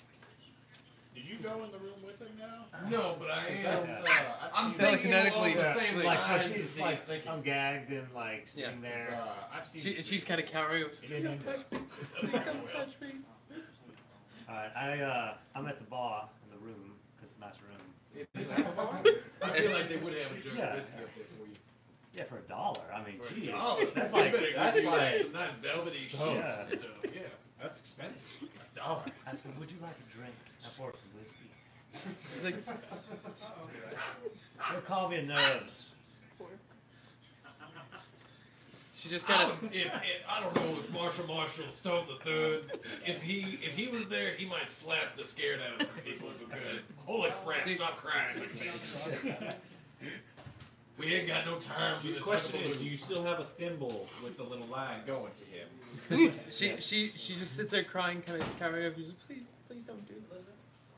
Did you go in the room with him now?
Ah.
No, but I am.
Yeah.
Uh, I'm thinking along the same
like,
lines
how
as
she's
he's
like,
thinking.
I'm gagged and like
Yeah.
sitting there.
uh,
I've
She, she's kind of cowering. Please don't touch me. Please don't touch me.
Alright, I, uh, I'm at the bar in the room, because it's not your room.
I feel like they would have a jug
Yeah.
of whiskey up there for you.
Yeah, for a dollar. I mean,
For a
geez.
dollar. (laughs)
That's
You
like,
better go
that's
do that.
like,
Some nice velvety
so-
sheets
yeah.
and stuff. Yeah.
That's expensive.
A dollar. Ask him, would you like a drink? I pour some whiskey.
(laughs)
He's like, (laughs)
Don't call me nerves.
She just
I
kind of.
would- if, if, I don't know if Marshall Marshall Stone the Third, if he if he was there, he might slap the scared out of some people because holy crap, stop crying, like that. We ain't got no time for
The
this.
question
hullabaloo.
is, do you still have a thimble with the little line going to him?
she she she just sits there crying, kind of cowering up. She's like, please, please don't do this.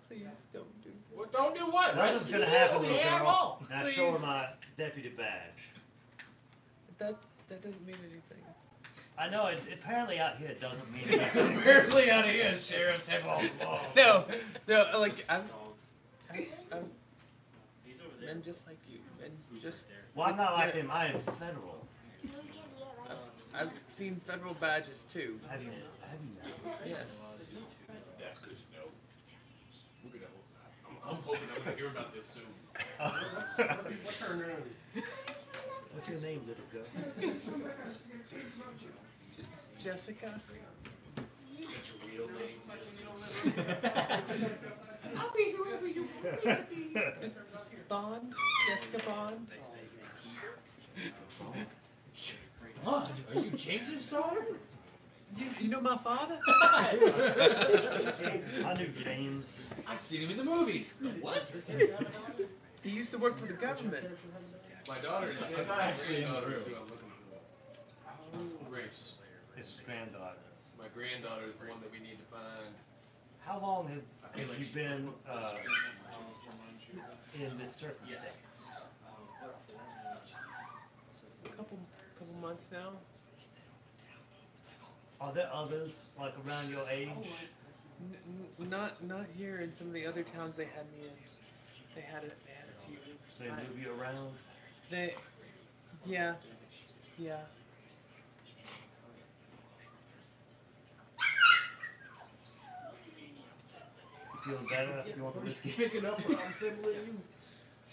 Please don't do. This.
Well, don't do what?
Nothing's
Rescue
gonna
you?
happen,
We
little
have
girl.
all.
And I show her
Please.
my deputy badge.
That that doesn't mean anything.
I know, it, apparently out here it doesn't mean anything.
(laughs)
Apparently out here, sheriffs have all the laws.
No, no, like I'm. I'm, I'm men just like you, men just.
Well, I'm not like him. I am federal.
I've, I've seen federal badges too.
Have you? Have you?
Yes.
That's good to know. We're gonna hope. I'm, I'm hoping I'm gonna hear about this soon.
What's,
what's her name?
What's your name, little girl?
Jessica.
That's your real name.
I'll be whoever you want
(laughs)
me to be. It's Bond, Jessica Bond.
Bond, are you James's daughter?
You, you know my father?
I knew James.
I've seen him in the movies. What?
he used to work for the government.
My daughter is dead.
I'm not
My
actually Oh, in the
granddaughter is
room.
who I'm looking for. Grace.
His granddaughter.
My granddaughter is the one that we need to find.
How long have, have you been uh, in this circumstance?
A couple couple months now.
Are there others like around your age?
N- n- not not here in some of the other towns they had me in. They had a they had a few.
They
I-
move you around.
They, yeah, yeah.
You feeling better? You want the whiskey?
Picking up what I'm fiddling you.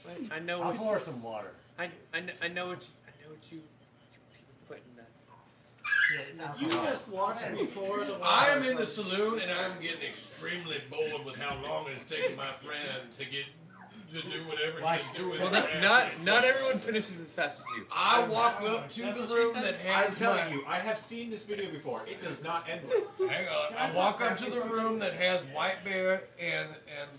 But I know
I'll
what
pour some water.
I, I, kn- I know what you, I know what you put in that.
Yeah, it's
You
alcohol.
just watched me pour the
I am in the saloon and I'm getting extremely bored with how long it's taken my friend to get to do whatever he's doing.
Well, not not, not (laughs) everyone finishes as fast as you.
I walk up to
That's
the
what she
room
said.
that has
I'm telling
my-
you, I have seen this video before. It does not end well.
Hang on. I walk up to the room that has White Bear and and.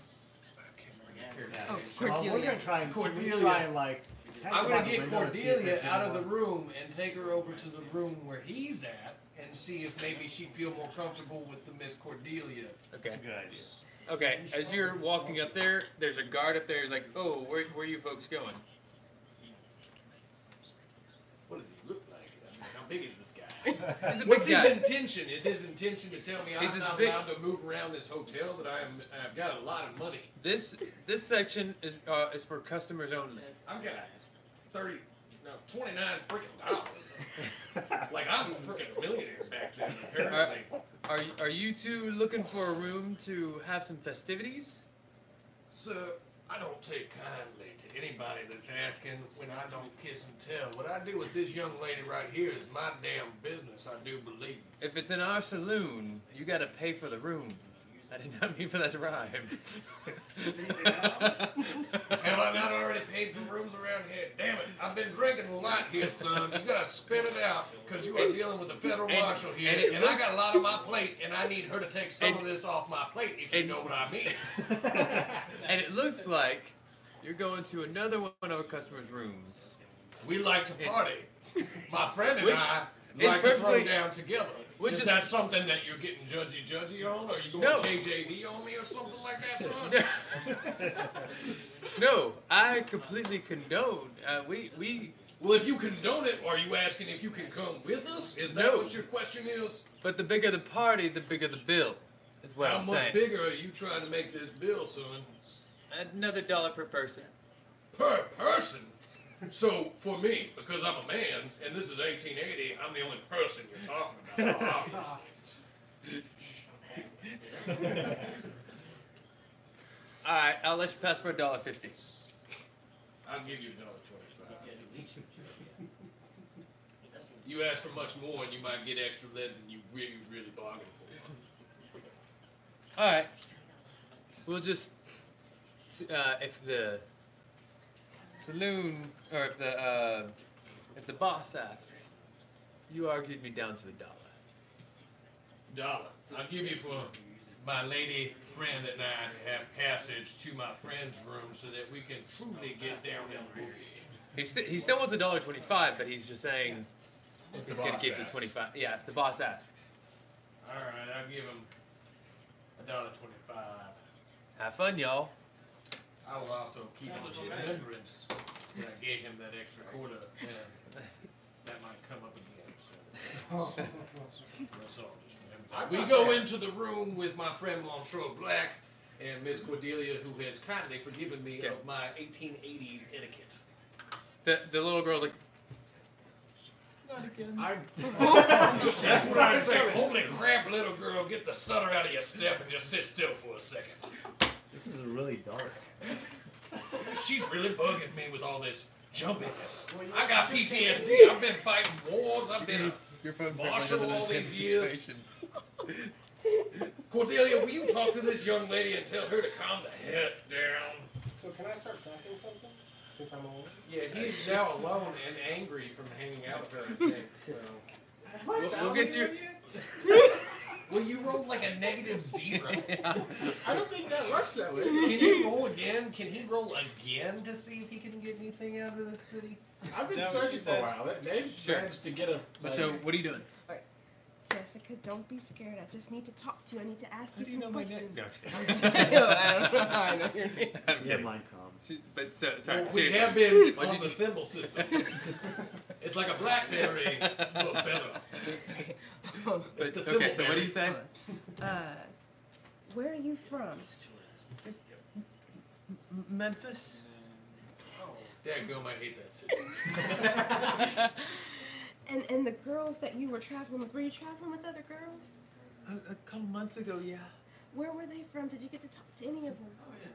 Yeah.
Oh,
Well, we're
Cordelia.
gonna try and we're
Cordelia.
gonna try and like. hang
I'm
by
gonna
the
get
window and see if
Cordelia
there's
out of the
anyone.
room and take her over to the room where he's at and see if maybe she'd feel more comfortable with the Miss Cordelia.
Okay.
Good idea.
Okay. As you're walking up there, there's a guard up there. He's like, "Oh, where, where are you folks going?"
What does he look like? I mean, how big is this guy?
He's a big
What's his
guy.
intention? Is his intention to tell me
He's
I'm
a
not
big-
allowed to move around this hotel, that I'm, I've got a lot of money?
This this section is uh, is for customers only.
I've got 30, no, 29 freaking dollars. like, I'm a freaking millionaire back then, apparently.
Are y- are you two looking for a room to have some festivities?
Sir, I don't take kindly to anybody that's asking when I don't kiss and tell. What I do with this young lady right here is my damn business, I do believe.
If it's in our saloon, you got to pay for the room. I did not mean for that to rhyme. (laughs)
Have I not already paid for rooms around here? Damn it, I've been drinking a lot here, son. You gotta spit it out, because you are dealing with the federal
And-
marshal here,
and
and,
it
I
looks-
got a lot on my plate, and I need her to take some
And-
of this off my plate, if you
and-
know what I mean.
and it looks like you're going to another one of our customers' rooms. (laughs)
We like to party. My friend and
Which-
I It's
It's
like perfectly,
perfectly-
down together.
Which
is,
is-
that something that you're getting judgy judgy on? Are you going
No.
KJV on me or something like
(laughs)
that, son?
No, I completely condone. Uh, we we.
Well, if you condone it, are you asking if you can come with us? Is that
No.
what your question is?
But the bigger the party, the bigger the bill. Is what
How
I'm
much
saying.
bigger are you trying to make this bill, son?
Another dollar per person.
Per person? So for me, because I'm a man, and this is 1880, I'm the only person you're talking about.
All right, I'll let you pass for a dollar fifty.
I'll give you a dollar twenty-five. You ask for much more, and you might get extra lead than you really, really bargained for.
All right, we'll just uh, if the saloon or if the uh, if the boss asks, you argued me down to a dollar.
Dollar. I'll give you for my lady friend and I to have passage to my friend's room so that we can truly get down and boogie.
He, st- he still wants a dollar twenty-five, but he's just saying
If the
he's gonna
boss
give the
asks.
twenty-five. Yeah, if the boss asks.
All right, I'll give him a dollar twenty-five.
Have fun, y'all.
I will also keep his remembrance that I gave him that extra quarter, and that might come up again. So. Let's all just remember that.
I've
We
got
go
that.
into the room with my friend Monsieur Black and Miss Cordelia, who has kindly forgiven me of my 1880s etiquette.
The the little girl's like, Not again.
That's what I say. Holy crap, little girl, get the stutter out of your step and just sit still for a second.
This is really dark.
She's really bugging me with all this jumpiness. I got PTSD. I've been fighting wars. I've been
Your phone
a
probably doesn't
marshal all
understand
these
the
years.
situation.
Cordelia, will you talk to this young lady and tell her to calm the heck down?
(laughs) So can I start packing something? Since I'm old?
Yeah, he's now alone and angry from hanging out with her, I think. So.
We'll-
we'll get you-
well, you rolled like a
(laughs)
negative zero.
I don't think that works that way.
Can you roll again? Can he roll again to see if he can get anything out of this city?
I've been
That was
searching
just
for a
that-
while. They- They've
Sure.
managed to get a.
But so,
like-
what are you doing?
Alright. Jessica, don't be scared. I just need to talk to you. I need to ask
How
you
do you
some
know my name?
questions.
No.
(laughs) I don't know how I know your name.
I'm
Yeah,
kidding.
mine comes.
She- But so, sorry,
Well, we
seriously.
have been
(laughs) Why
on
did
the
you-
thimble system. it's like a
(laughs)
BlackBerry, but better. It's
But,
the
okay, so what do
thimbleberry.
you say?
(laughs) Uh, where are you from?
(laughs)
Memphis.
Dad, gum, I hate that city.
and and the girls that you were traveling with, were you traveling with other girls?
A, a couple months ago, yeah.
Where were they from? Did you get to talk to any of them?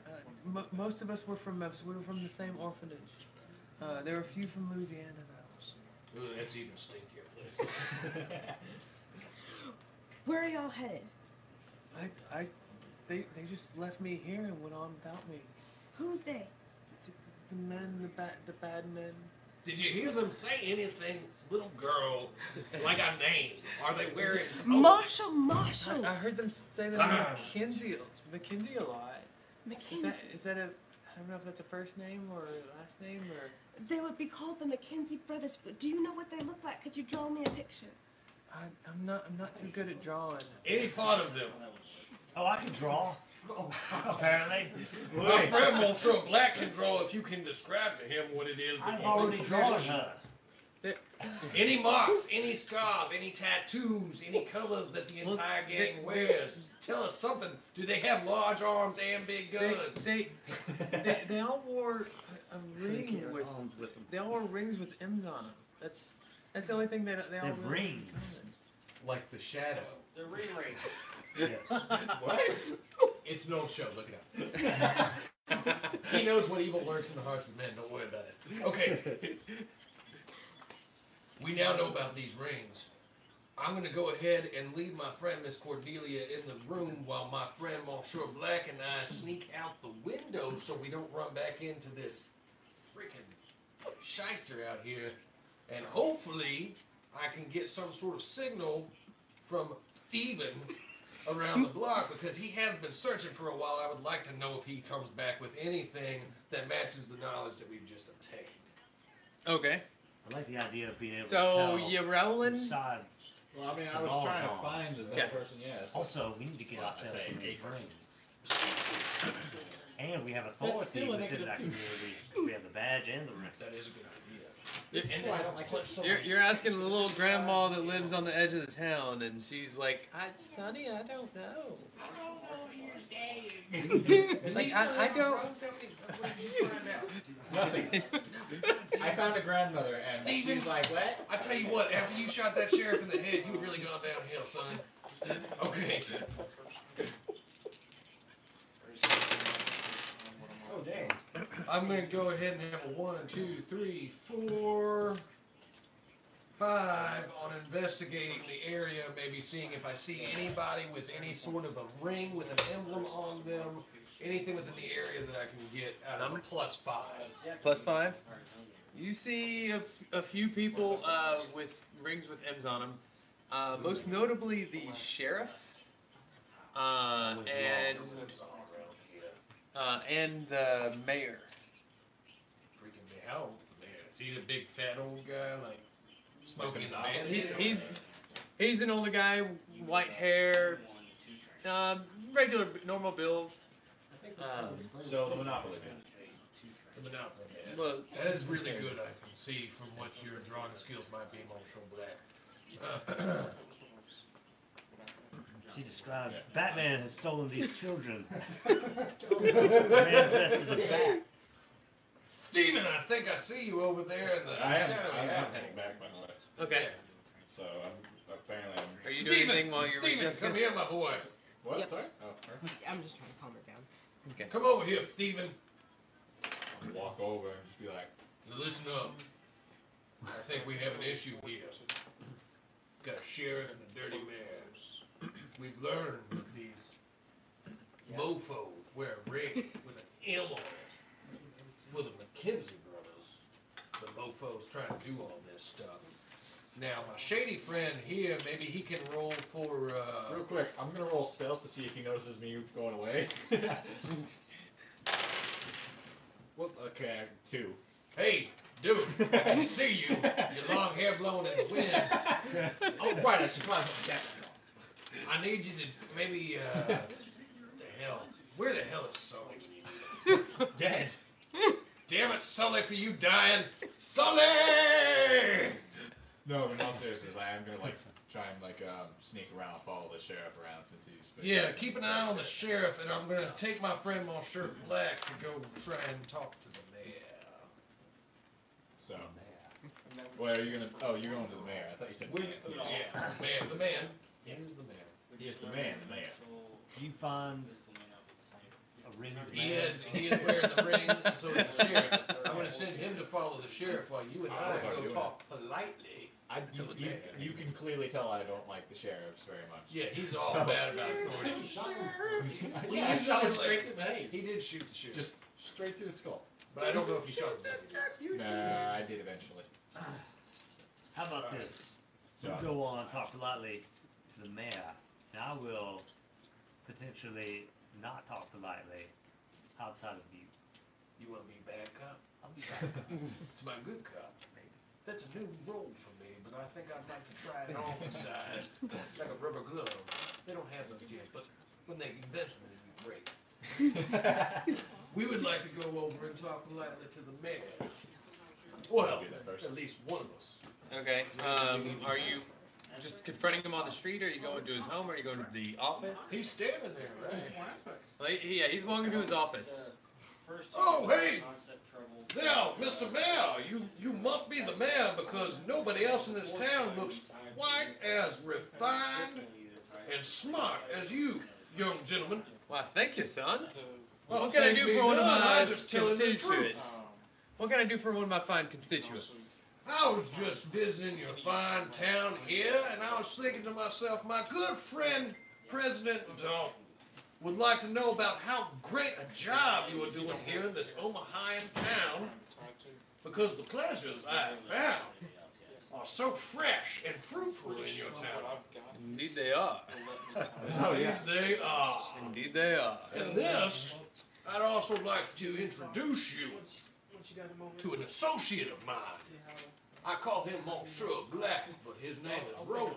Uh, mo most of us were from Memphis. We were from the same orphanage. Uh, there were a few from Louisiana, though.
Ooh, that's even stinkier place.
Where are y'all headed?
I, I, they, they just left me here and went on without me.
Who's they?
It's, it's the men, the bad, the bad men.
Did you hear them say anything, little girl, like a name? Are they wearing
Oh. Marshall, Marshall,
I, I heard them say that
Ah.
Mackenzie, Mackenzie a lot. Is
McKinsey.
that, is that a? I don't know if that's a first name or a last name or.
They would be called the McKenzie brothers. but Do you know what they look like? Could you draw me a picture?
I, I'm not. I'm not too good at drawing.
any part of them?
Oh, I can draw. Apparently.
My friend Monsieur Black can draw if you can describe to him what it is that
I've
you
already
think
drawn
you
her.
see. Any marks, any scars, any tattoos, any colors that the
Well,
entire
they-
gang
they-
wears. Tell us something. Do they have large arms and big
They,
guns?
they, they, they all wore a- a ring with.
with them.
They all wore rings with M's on them. That's that's the only thing that they all.
They have
really-
rings.
like the shadow.
The ring ring.
Yes.
What? it's no show. Look it up. he knows what evil lurks in the hearts of men. Don't worry about it. Okay. we now know about these rings. I'm gonna go ahead and leave my friend Miss Cordelia in the room while my friend Monsieur Black and I sneak out the window so we don't run back into this freaking shyster out here. And hopefully, I can get some sort of signal from Steven around the block because he has been searching for a while. I would like to know if he comes back with anything that matches the knowledge that we've just obtained.
Okay.
I like the idea of being able
So,
to tell.
you rolling?
whose side
Well, I mean,
the
I was
ball's
trying
on.
to find the
Yeah.
best person. Yes.
Oh,
Also, we need to get
Well, I
ourselves
say
some new
eight.
brains. And we have
still
authority
a
within
negative
that
two.
community. We have the badge and the ring. That is a good idea.
You're, you're asking the little grandma that lives on the edge of the town, and she's like, (laughs) I, Sonny, I don't know. (laughs)
Is
Like,
he still
I, I
out
don't.
Nothing. I found a grandmother and
Steven.
she's like, "What?"
I tell you what, after you shot that sheriff in the head, you really gone downhill, son. Okay.
Oh, dang.
I'm gonna go ahead and have a one, two, three, four, five on investigating the area, maybe seeing if I see anybody with any sort of a ring with an emblem on them, anything within the area that I can get out of a plus five.
Plus five. You see a, f- a few people uh, with rings with M's on them. Uh, most notably the sheriff, uh, and uh, and the mayor.
Freaking me, how old is the man? Is he the big fat old guy like smoking the man?
He, he's he's an older guy, white hair, um, regular normal build. Um,
So the Monopoly man.
The Monopoly man.
Well-
that is really good. I can see from what your drawing skills might be emotional black. Uh,
She describes Batman has stolen these children. the man dressed as a bat.
Steven, I think I see you over there in the
I am.
shadowy
I am
alley.
heading back by the way.
Okay.
So I'm apparently. I'm,
Are you doing
Steven,
anything while you're with
Steven,
Jessica?
come here, my boy.
What?
Yep.
Sorry. Oh, her.
(laughs) I'm just trying to calm her down.
Okay.
Come over here, Steven.
Walk over and just be like,
Now listen up. I think we have an issue here. Got a sheriff and a dirty man. (clears throat) We've learned that these mofos wear a ring with an M on it for the McKenzie brothers. The mofos trying to do all this stuff. Now my shady friend here, maybe he can roll for. Uh,
real quick, I'm gonna roll stealth to see if he notices me going away. well, okay, I- two.
Hey, dude, I see you. Your long hair blowing in the wind.
oh, right, I should probably put that
I need you to maybe uh the hell. Where the hell is Sully?
Dead.
Damn it, Sully, for you dying. Sully!
No, but in all seriousness, I am gonna like try and like um, sneak around, follow the sheriff around since he's. been-
Yeah, keep an eye on the sheriff, and I'm gonna take my friend Monsieur Black to go try and talk to the mayor.
So. Wait, are you gonna? Oh, you're going to the mayor. I thought you said.
We,
man.
yeah, the man, the man. He is the man.
Yes, the man, the mayor.
You find a ring. of
He
man.
is, he is wearing the ring, and so is the sheriff. I'm gonna send him to follow the sheriff while you and
I
I
was already
go
doing
talk politely.
I,
To
you,
the
you,
mayor.
you can clearly tell I don't like the sheriffs very much.
Yeah,
(laughs)
he's all
So-
bad about authority.
We Yeah, I usually shot him like- straight
to the face. He did shoot the sheriff.
Just straight through the skull.
But I don't know if he shot him.
Nah, I did eventually.
How about this? You
Yeah.
go on, talk politely to the mayor, and I will potentially not talk politely outside of you.
You want to be bad cop?
I'll be back.
It's my good cop. That's a new role for me, but I think I'd like to try it on the side. like a rubber glove. They don't have those yet, but when they invent them, it'd be great. we would like to go over and talk politely to the mayor. Well,
I'll do that first.
at least one of us.
Okay. Um, are you just confronting him on the street, or are you going to his home, or are you going to the office?
He's standing there, right?
Well, he- yeah, he's walking to his office.
Oh, hey! Now, Mr. Mayor, you, you must be the mayor because nobody else in this town looks quite as refined and smart as you, young gentleman.
Well, thank you, son.
Well,
what can I
thank
do
me
for one of
none,
my
I'm just telling the truth.
constituents? What can I do for one of my fine constituents?
I was just visiting your fine town here, and I was thinking to myself, my good friend, President Dalton, would like to know about how great a job you are doing here in this Omahan town because the pleasures I have found are so fresh and fruitful in your town.
Indeed, they are.
Oh yeah.
They are.
Indeed, they are.
And this, I'd also like to introduce you to an associate of mine I call him Monsieur Black, but his name is Roland.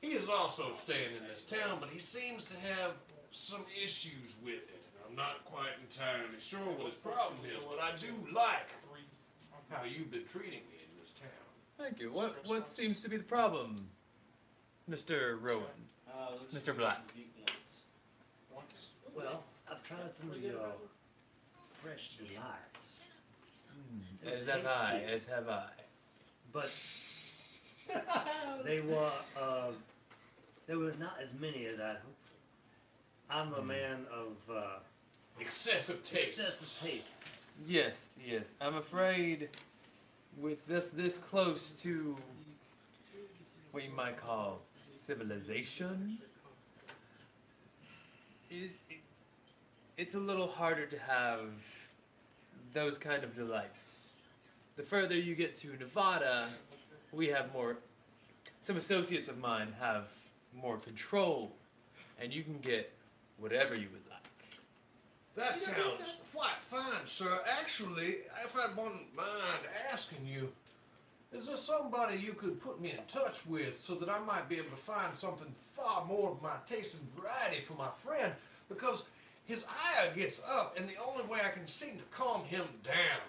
He is also staying in this town, but he seems to have some issues with it. I'm not quite entirely sure what his problem is, but I do like how you've been treating me in this town.
Thank you. What what seems to be the problem, Mr. Rowan, Mr. Black?
Well, I've tried some of your fresh delights. They're
As have I.
tasty,
As have I.
But they were, uh, there were not as many as I hoped. for. I'm a man of uh,
Excessive tastes.
Excessive tastes.
Yes, yes. I'm afraid, with this this close to what you might call civilization, it, it, it's a little harder to have those kind of delights. The further you get to Nevada, we have more. Some associates of mine have more control, and you can get whatever you would like.
That
You know,
sounds quite fine, sir. Actually, if I wouldn't mind asking you, is there somebody you could put me in touch with so that I might be able to find something far more of my taste and variety for my friend? Because his ire gets up, and the only way I can seem to calm him down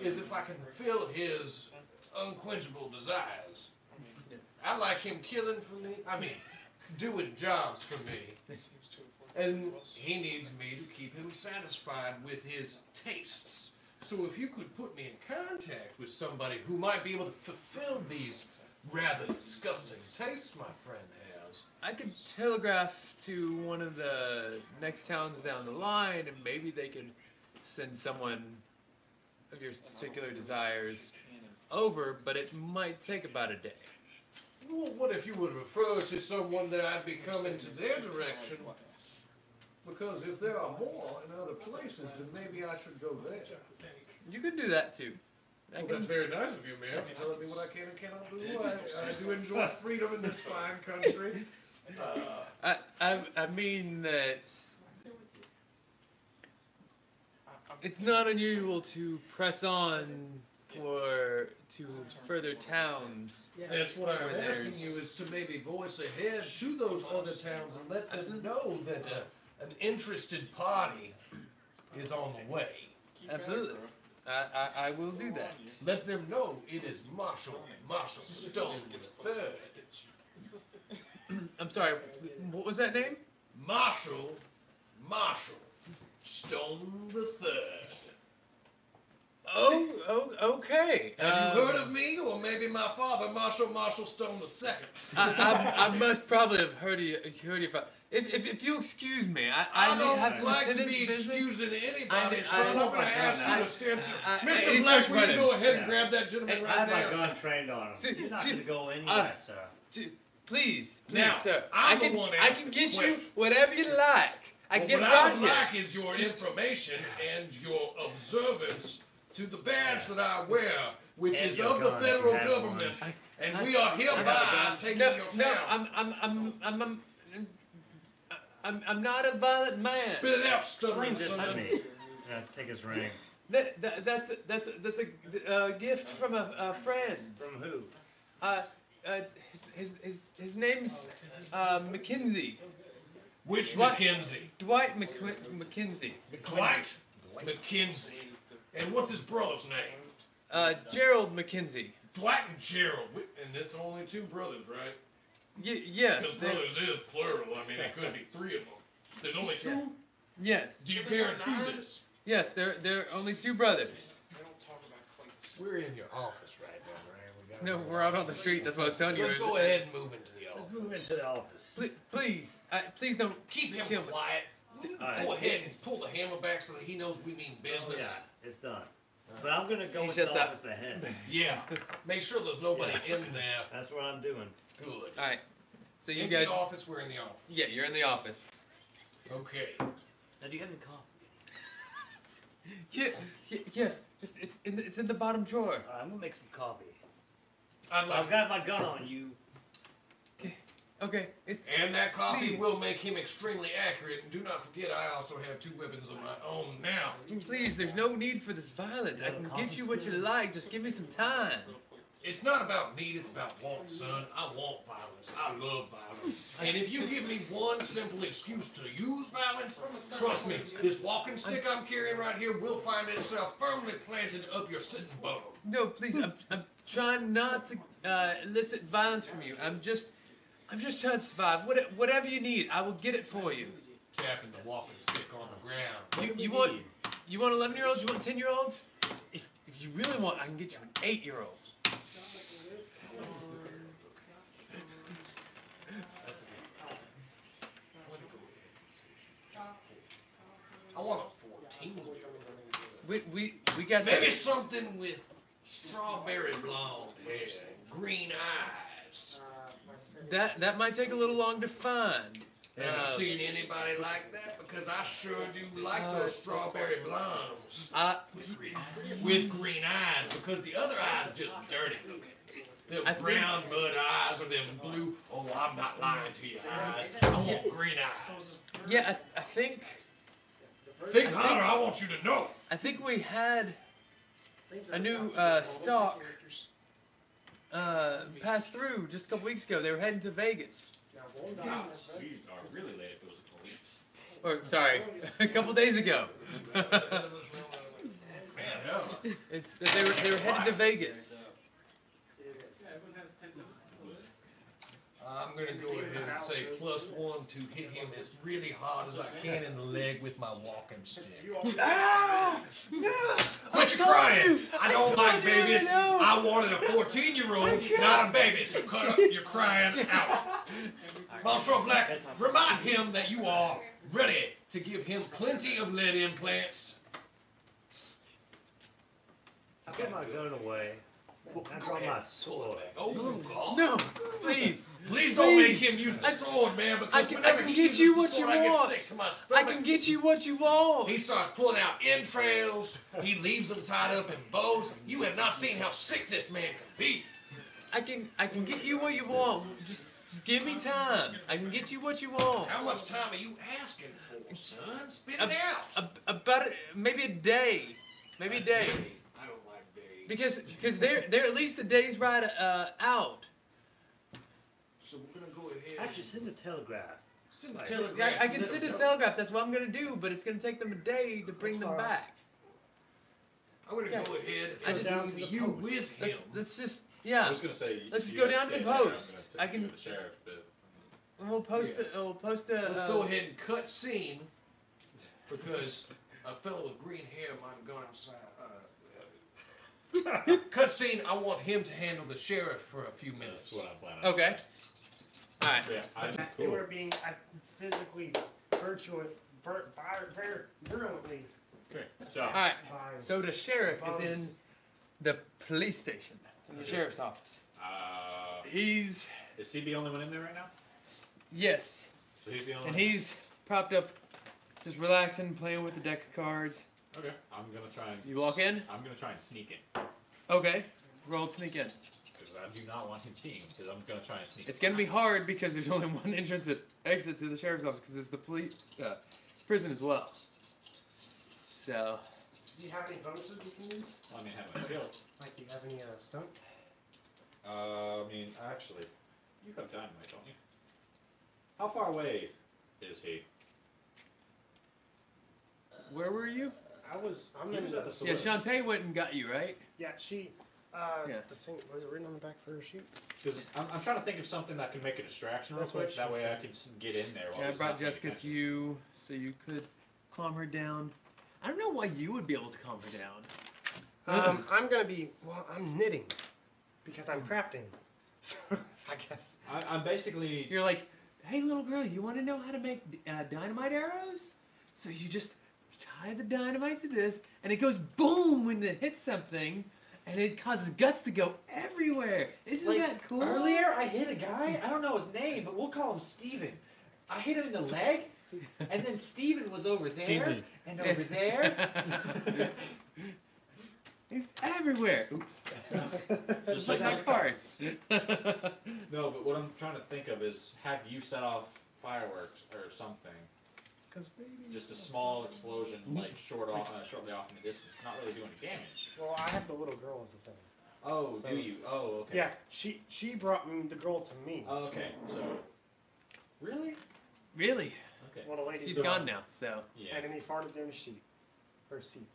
is if I can fill his unquenchable desires. I like him killing for me. I mean, doing jobs for me. And he needs me to keep him satisfied with his tastes. So if you could put me in contact with somebody who might be able to fulfill these rather disgusting tastes my friend has.
I could telegraph to one of the next towns down the line, and maybe they could send someone of your particular desires over, but it might take about a day.
Well, what if you would refer to someone that I'd be coming to their direction? Because if there are more in other places, then maybe I should go there.
You could do that too. I
Well,
can-
that's very nice of you, man, for telling me what I can and cannot do. I, I do enjoy freedom in this fine country. Uh,
I, I, I mean that it's not unusual to press on for to further towns.
That's what I'm
where
asking
there's-
you is to maybe voice ahead to those other towns and let them know that uh, an interested party is on the way.
Absolutely. I, I, I will do that.
Let them know it is Marshall, Marshall Stone the Third.
I'm sorry. What was that name?
Marshall, Marshall Stone the Third.
Oh, oh, okay.
Have you
Um,
heard of me, or maybe my father, Marshall Marshall Stone the Second?
I, I, I must probably have heard of you. Heard of you if, if, if you excuse me, I, I, need
don't
to have some
like to
tenant
be
business.
excusing
I
anybody,
need-
so
I-
I, am
oh
not going
my
to ask
God,
you
I-
to stand. still.
I-
Mr.
he's
Black,
so
will you
funny.
go ahead and
Yeah.
grab that gentleman
Hey, oh
right
I'm
now?
a
gun trained on him.
See-
You're not
see-
going to go anywhere,
uh,
sir.
t- please, please,
Now,
sir.
I'm
I
the
can,
one
I
asking
can get you
questions.
whatever you like. I
Well,
can get
what
right
I would
here.
like is your information and your observance to the badge that I wear, which
And
is
your
of the
gun, if you
federal
have one.
government, and
I-
we are
I have a
hereby
gun.
taking
no,
your
No,
town.
I'm, I'm, I'm, I'm, I'm, I'm, I'm not a violent man.
Spit it out, stubborn
Explain this to
son.
me. Uh, take his ring.
That, that, that's a, that's a, that's a uh, gift from a, a friend.
From who?
Uh, uh, his, his, his, his name's uh, Mackenzie.
Which Mackenzie?
Dwight McQu- McKenzie.
Dwight McKenzie. And what's his brother's name?
Uh, Gerald McKenzie.
Dwight and Gerald. We- And that's only two brothers, right?
Y- yes.
Because
they-
brothers is plural. I mean, it could be three of them. There's only two.
yes.
Do you guarantee this?
Yes, they're, they're only two brothers.
We're in your office right now, right?
No, we're out on the street. That's what I was telling you.
Let's
It was-
go ahead and move into the
Let's
office.
move into the office.
Please, please, I, please don't
Keep him
kill me.
quiet.
right.
Go ahead and pull the hammer back so that he knows we mean business.
Yeah, it's done. But I'm going to go
He
into
shuts
the
up.
office ahead.
Yeah.
(laughs)
Make sure there's nobody
Yeah.
in there.
That's what I'm doing.
Good.
All right. So you
in
guys.
the office, we're in the office.
Yeah, you're in the office.
Okay.
Now, do you have any coffee?
Yeah, y- yes. Just it's in the, it's in the bottom drawer.
All right, I'm going to make some coffee.
I'd like
I've got my gun on you.
Okay, it's
And that copy
Please.
will make him extremely accurate. And do not forget, I also have two weapons of my own now.
Please, there's no need for this violence. I can give you what you like. Just give me some time.
It's not about need, it's about want, son. I want violence. I love violence. And if you give me one simple excuse to use violence, trust me, this walking stick I'm carrying right here will find itself firmly planted up your sitting bone.
No, please. I'm, I'm trying not to uh, elicit violence from you. I'm just, I'm just trying to survive. What, whatever you need, I will get it for you.
Tapping the walking stick on the ground.
You, you want, you want 11 year olds? You want 10 year olds? If, if you really want, I can get you an 8 year old.
I want a 14 year
We, we, we got
Maybe
that.
something with strawberry blonde hair, green eyes.
That, that might take a little long to find.
Haven't
Uh,
seen anybody like that because I sure do like those strawberry blondes
I,
with green eyes because the other eyes just dirty looking. Them brown mud eyes or them blue. Oh, I'm not lying to you eyes. I want green eyes.
yeah, I, I think.
Think harder. I want you to know.
I think we had a new uh, stock uh, pass through just a couple weeks ago. They were heading to Vegas.
Wow, we are really late if it was a police.
Or, sorry, (laughs) a couple days ago. (laughs)
(laughs)
it's, they, were, they were headed to Vegas.
I'm gonna go ahead and say plus one to hit him as really hard as I can in the leg with my walking stick.
Ah! No!
Quit your
told
crying!
you!
I
I
don't
told
like
you I didn't
babies.
know!
I wanted a 14 year old,
I can't.
not a baby. So cut up your crying out. Marshall Black, remind him that you are ready to give him plenty of lead implants.
I put my gun away. I draw my sword.
Oh, God.
No, please.
Please don't make
Please.
him use the
I-
sword, man,
I
because
can, I
whenever
can
he
get
uses
you
the
what you
sword, I get
want.
sick to my
I
stomach.
can get you what you want.
He starts pulling out entrails. He leaves them tied up in bows. You have not seen how sick this man can be.
I can I can get you what you want. Just, just give me time. I can get you what you want.
How much time are you asking for, son? Spit it
A-
out.
a- about maybe a day, maybe a day,
I don't like days.
because because they're they're at least a day's ride uh, out.
So we're gonna go ahead.
Actually, send a telegraph.
Send
Like-
I, I can send a telegraph. That's what I'm gonna do, but it's gonna take them a day to bring them back.
I'm gonna
Yeah.
go ahead.
I
and
just
leave you with him.
Let's, let's just yeah.
I was gonna say.
Let's just
you
go
guys
down to
stay
the
there, I'm gonna
post.
take
I
you to
can.
The sheriff, but
We'll post it. We'll post a.
Let's
uh,
go ahead and cut scene because a fellow with green hair might have gone outside. Uh, uh, cut scene. I want him to handle the sheriff for a few minutes.
that's what I'm planning.
Okay. All right.
Yeah, I'm
You are
cool.
being uh, physically, virtually, vir- vir- vir- virulently.
So,
All right.
Fine.
So the sheriff is in the police station, the sheriff's office.
uh,
He's
is he the only one in there right now?
yes,
So he's the only.
and
one?
he's propped up, just relaxing, playing with the deck of cards.
Okay. I'm gonna try and.
You walk in?
I'm gonna try and sneak in
Okay. Roll sneak in.
because I do not want him seeing because I'm gonna try and sneak.
It's gonna be hard because there's only (laughs) one entrance and exit to the sheriff's office because it's the police uh, prison as well. So
Do you have any bonuses you can use?
I mean, have my skill.
Like, do you have any uh, stunt?
Uh, I mean, actually, you have dynamite, don't you? How far away is he?
where were you?
I was. I'm
He
in
was
the.
at the
Yeah,
saloon.
Shantae went and got you right.
yeah, she. Uh,
Yeah.
The thing was it written on the back of her sheet?
Because I'm, I'm trying to think of something that can make a distraction real
That's what
quick.
she
That
was
way I can just get in there. While
Yeah, I
he's
brought
not paying
Jessica to
attention.
you so you could calm her down. I don't know why you would be able to calm her down.
Um, I'm gonna be. Well, I'm knitting, because I'm crafting. (laughs) So I guess.
(laughs)
I, I'm basically.
You're like, hey, little girl, you want to know how to make uh, dynamite arrows? So you just tie the dynamite to this, and it goes boom when it hits something, and it causes guts to go everywhere. Isn't
Like,
that cool? (laughs)
Earlier, I hit a guy. I don't know his name, but we'll call him Steven. I hit him in the leg, and then Steven was over there
Steven.
and over
(laughs)
there.
it's everywhere. Oops.
Just
Just
like
like
those
cards.
No, but what I'm trying to think of is have you set off fireworks or something
Just a small explosion, like short off, uh, shortly off in the distance, not really doing any damage.
Well, I have the little girl as a thing.
Oh,
So-
do you? Oh, okay.
Yeah, she she brought me the girl to me.
Oh, okay. So, really?
(laughs) Really?
Okay.
Well, the lady.
She's gone now, so.
And then he farted down the sheet, her seat.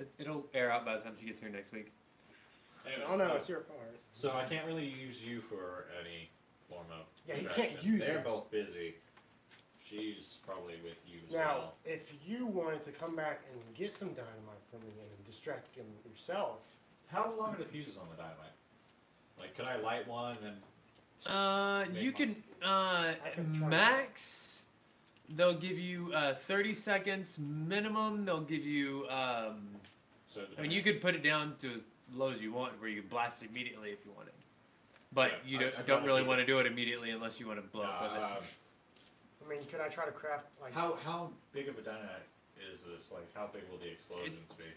It, it'll air out by the time she gets here next week.
Anyways,
Oh no,
uh,
it's your fart.
So I can't really use you for any form of.
Yeah, you can't
distraction.
use
They're
her.
both busy. She's probably with you as
Now,
well.
if you wanted to come back and get some dynamite from me and distract him yourself,
how long are the fuses on the dynamite? Like, could I light one and?
Uh, you can uh, max. They'll give you uh, 30 seconds minimum. They'll give you. Um,
So
I mean, you could put it down to as low as you want, where you can blast it immediately if you wanted. But
Yeah,
you
I-
don't,
I'd
don't
rather
really
keep
want to do it immediately unless you want to blow up with
Uh,
it.
I mean, could I try to craft like
um, How how big of a dynamite is this? Like, how big will the explosions be?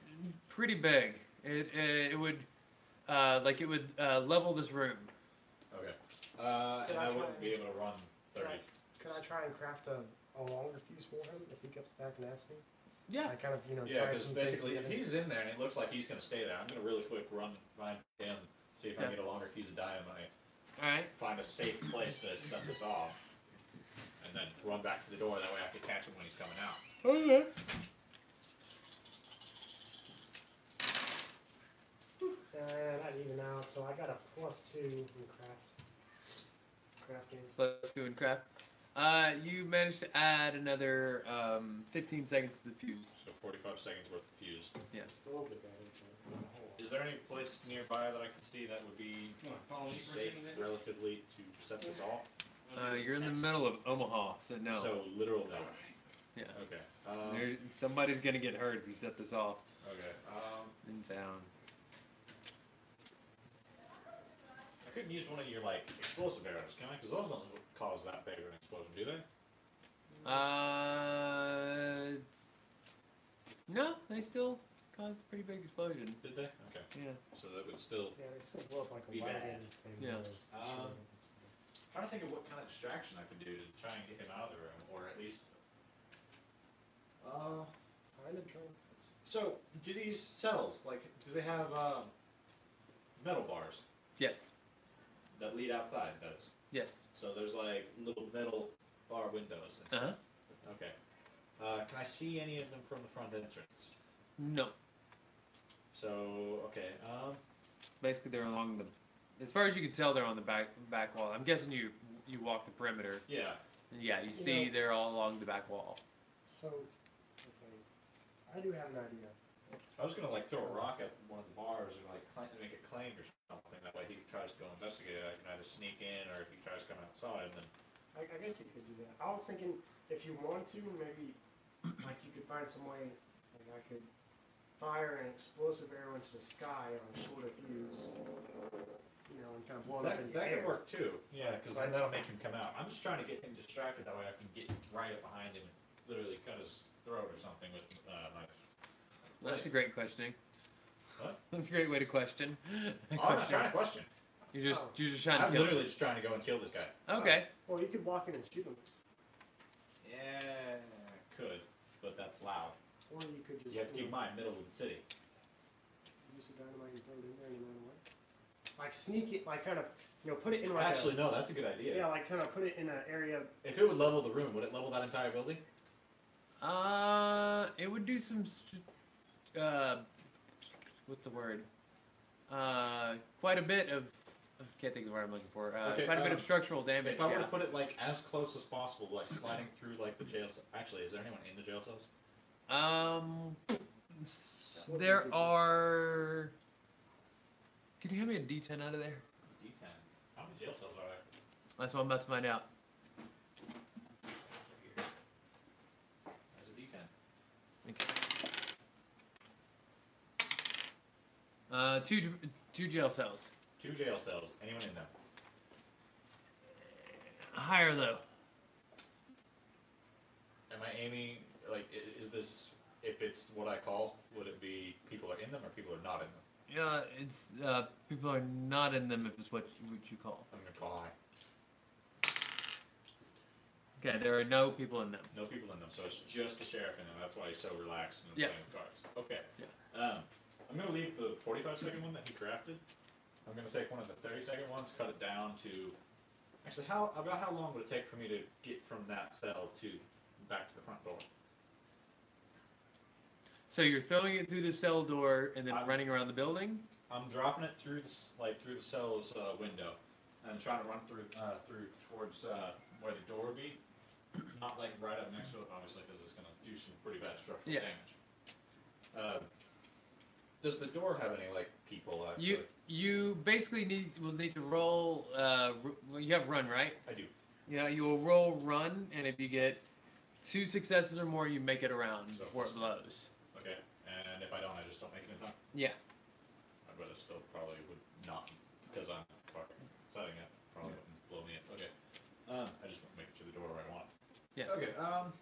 Pretty big. It it, it would uh, like it would uh, level this room.
Okay. Uh,
Can
and
I
I
try
wouldn't be
and-
able to run
Can
thirty.
I, could I try and craft a, a longer fuse for him if he comes back and asks me?
Yeah.
I kind of, you know,
Yeah,
tie
because
some things
basically, if
together.
he's in there and it looks like he's going to stay there, I'm going to really quick run find him, see if I can get a longer fuse of dynamite.
All right.
Find a safe place to set this off, and then run back to the door. That way, I can catch him when he's coming out.
Okay.
Uh, not even out, so I got a plus two in craft. Crafting.
Plus two and crap. Uh, you managed to add another um, 15 seconds to the fuse.
So, 45 seconds worth of fuse.
Yeah.
It's a little bit better.
Is there any place nearby that I can see that would be safe relatively to set this off?
Uh, you're in the
(laughs)
middle of Omaha, so no.
So literal no.
yeah.
Okay. Um,
There- somebody's gonna get hurt if you set this off
okay. Um,
in town.
I couldn't use one of your like explosive arrows, can I? Because those don't cause that big of an explosion, do
Uh,
they?
no, they still caused a pretty big explosion.
Did they? Okay.
Yeah.
So that would still.
Yeah, they still blow up like
Be
a wagon.
bad.
and,
Yeah.
uh,
Um,
sure.
trying to think of what kind of distraction I could do to try and get him out of the room, or at least. Uh,
Kind of drunk.
so do these cells like do they have um, metal bars
Yes.
that lead outside? Those.
Yes.
So there's like little metal bar windows. And
Uh huh.
stuff. Okay. Uh, can I see any of them from the front entrance?
No.
So okay. Um,
Basically, they're along the. As far as you can tell, they're on the back back wall. I'm guessing you you walk the perimeter.
yeah.
Yeah, you
You
see
know-
they're all along the back wall.
So, okay. I do have an idea.
I was gonna like throw a rock at one of the bars and like cl- make it claimed or something. That way, he tries to go investigate. I can either sneak in or if he tries to come outside, then
I, I guess you could do that. I was thinking if you want to, maybe like you could find some way, like I could fire an explosive arrow into the sky on short of fuse, you know, and kind of blow it up in the
that, that
air.
could work too. Yeah, because then that'll make him come out. I'm just trying to get him distracted. That way, I can get right up behind him and literally cut his throat or something with uh, my. Oh,
That's a great questioning.
What?
(laughs) That's a great way to (laughs) question.
Oh, I'm not trying to question.
You're just
Oh.
you're just trying to
I'm
kill.
literally just trying to go and kill this guy.
Okay.
Well, you could walk in and shoot him,
Yeah, could, but that's loud.
or you could just
You have to
you
keep in
know,
mind, middle of the city.
use the dynamite and throw it in there and run away. Like sneak it, like kind of, you know, put it in like
Actually,
a,
no, that's a good idea.
yeah, like kind of put it in an area.
If it would level the room, would it level that entire building?
Uh, it would do some. st- Uh, what's the word? Uh, quite a bit of. I can't think of the word I'm looking for. Uh,
Okay,
quite a bit
um,
of structural damage.
If I were
yeah.
to put it like as close as possible, like sliding through like the jail. Cell. Actually, is there anyone in the jail cells?
um, s- there are. Can you hand me a D10 out of there?
D10. How many jail cells are there?
That's what I'm about to find out.
There's a D10.
Okay. Uh, two j- two jail cells.
Two jail cells. Anyone in them?
Higher though.
Am I aiming? Like, i- is this? If it's what I call, would it be people are in them or people are not in them?
Yeah, it's uh, people are not in them if it's what you, what you call.
I'm gonna call high.
Okay, there are no people in them.
No people in them, so it's just the sheriff in them. That's why he's so relaxed and
Yeah.
playing cards. Okay. Um, I'm gonna leave the 45 second one that he crafted. I'm gonna take one of the 30 second ones, cut it down to. Actually, how about how long would it take for me to get from that cell to back to the front door?
So you're throwing it through the cell door and then running around the building.
I'm dropping it through the s- like through the cell's uh, window, and I'm trying to run through uh, through towards uh, where the door would be. Not like right up next to it, obviously, because it's gonna do some pretty bad structural
Yeah.
damage. Uh, does the door have any like people? uh, Actually?
You you basically need will need to roll. Uh, r- well, you have run right.
I do.
Yeah, you will roll run, and if you get two successes or more, you make it around before it blows.
Okay, and if I don't, I just don't make it in time.
Yeah.
My brother still probably would not, because I'm fucking setting up. Probably wouldn't blow me up. Okay. Um, I just want to make it to the door where I want.
Uh. Yeah.
Okay. Um.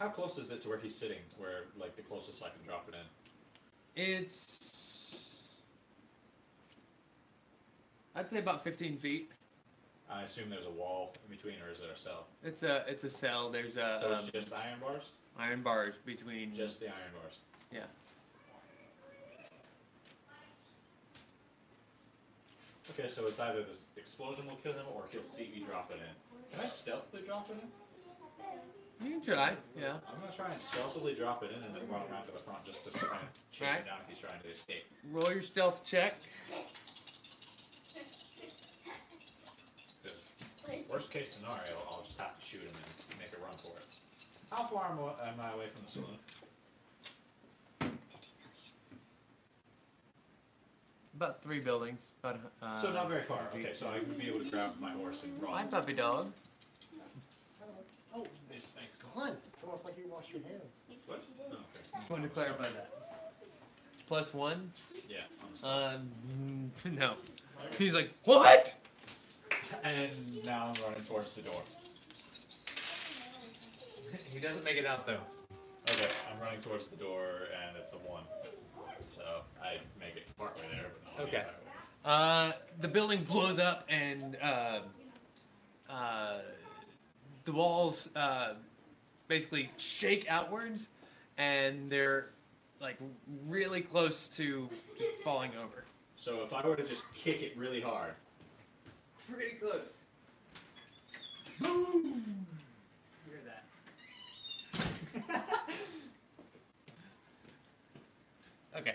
How close is it to where he's sitting? to Where like the closest I can drop it in?
It's I'd say about 15 feet.
I assume there's a wall in between, or is there a cell?
It's a it's a cell. There's a
so it's
um,
just iron bars.
iron bars between.
Just the iron bars.
Yeah.
Okay, so it's either this explosion will kill him, or he'll see me drop it in. Can I stealthily drop it in?
You can try. Yeah.
I'm gonna try and stealthily drop it in and then run around to the front just to try and chase him
Alright.
down if he's trying to escape.
Roll your stealth check.
Worst case scenario, I'll just have to shoot him and make a run for it. How far am I, am I away from the saloon?
About three buildings. About, uh,
so not very far.
50 feet.
Okay, so I would be able to grab my horse and run.
Hi, puppy dog.
Oh,
This thing's
gone. It's almost like you washed your hands.
What? No,
Just wanted to clarify that. Plus one.
Yeah.
Um, (laughs) no. He's like, what?
And now I'm running towards the door.
He doesn't make it out though.
Okay, I'm running towards the door and it's a one. So I make it partway there, but not the
Okay.
entire way.
Uh, the building blows up and uh, uh, the walls uh, basically shake outwards, and they're like really close to just falling over.
So if I were to just kick it really hard, (laughs)
Pretty close.
Hear that?
(laughs) Okay.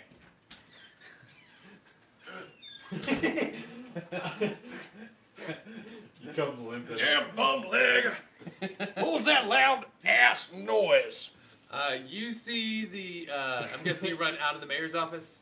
you come limping.
Damn bum leg! what was that loud ass noise?
Uh, you see the. Uh, I'm guessing you run out of the mayor's office.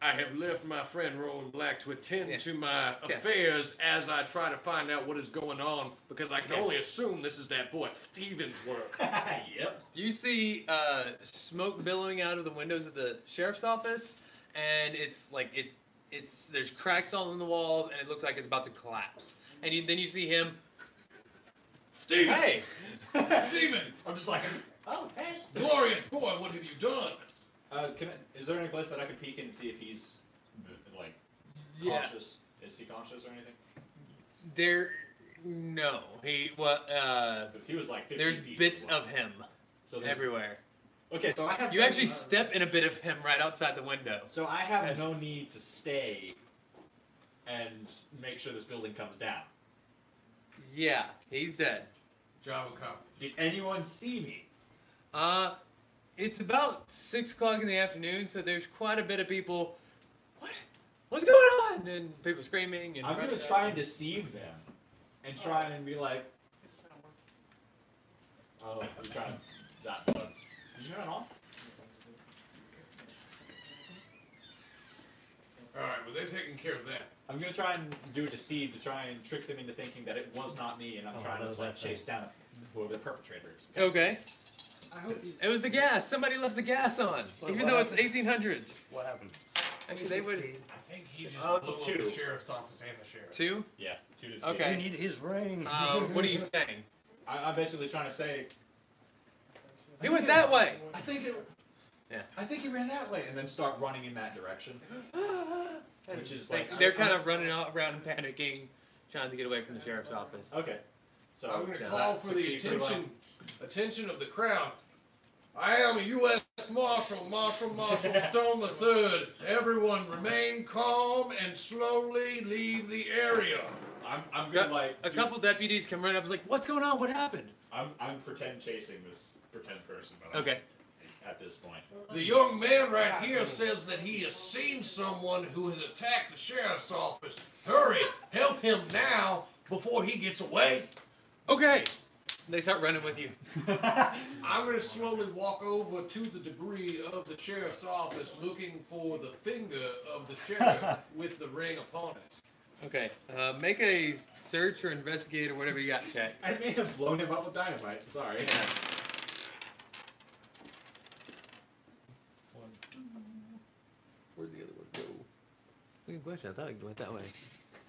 I have left my friend Roland Black to attend to my affairs as I try to find out what is going on because I can
Okay.
only assume this is that boy Steven's work.
(laughs) yep.
You see uh, smoke billowing out of the windows of the sheriff's office, and it's like it's it's there's cracks all in the walls, and it looks like it's about to collapse. And you, then you see him.
Steven!
Hey,
Steven!
(laughs) I'm just like,
Oh, hey.
glorious boy, what have you done?
Uh, can I, is there any place that I could peek and see if he's like
Yeah.
conscious? Is he conscious or anything?
there. No, he well. Uh,
he was like 50
there's
feet
bits
away.
of him
So there's-
everywhere.
Okay, so I have
you actually step in a bit of him right outside the window.
So I have
Yes.
no need to stay and make sure this building comes down.
Yeah, he's dead.
Java cop.
Did anyone see me?
Uh, it's about six o'clock in the afternoon, so there's quite a bit of people. What? What's going on? And people screaming. And
I'm gonna try and deceive them and try and be like, oh, I'm trying to zap bugs. Did you turn it on?
Alright, well, they're taking care of that.
I'm gonna try and do a deceive to try and trick them into thinking that it was not me, and I'm
Oh,
trying
that
to
was
like
that thing.
chase down whoever the perpetrator is.
Okay.
I hope you
It was the gas. Somebody left the gas on,
What-
even
what
though it's 1800s.
What happened?
Actually, they would.
I think he just
Oh, it's a
blew up
two.
the sheriff's office and the sheriff.
Two?
Yeah, two to
Okay.
deceive.
his ring. Uh, what are you saying?
I, I'm basically trying to say
It went that way.
I think it.
Yeah.
I think he ran that way, and then start running in that direction. Which is
They-
like
they're kind of running all around and panicking, trying to get away from the sheriff's office.
Uh,
Okay.
So
I'm going to
so
call
that
for the
succeeds pretty well.
attention attention of the crowd. I am a U.S. Marshal, Marshal Marshal Stone III. Everyone remain calm and slowly leave the area.
I'm, I'm gonna like
A
do-
couple deputies come running up. I was like, "What's going on? What happened?"
I'm I'm pretend chasing this pretend person. But
Okay.
At this point.
The young man right here says that he has seen someone who has attacked the sheriff's office. Hurry, help him now before he gets away.
Okay. They start running with you.
I'm going to slowly walk over to the debris of the sheriff's office looking for the finger of the sheriff with the ring upon it.
Okay. Uh, make a search or investigate or whatever you got, check.
I may have blown him up with dynamite. Sorry.
One, two. Where'd the other one go? Good question. I thought it went that way.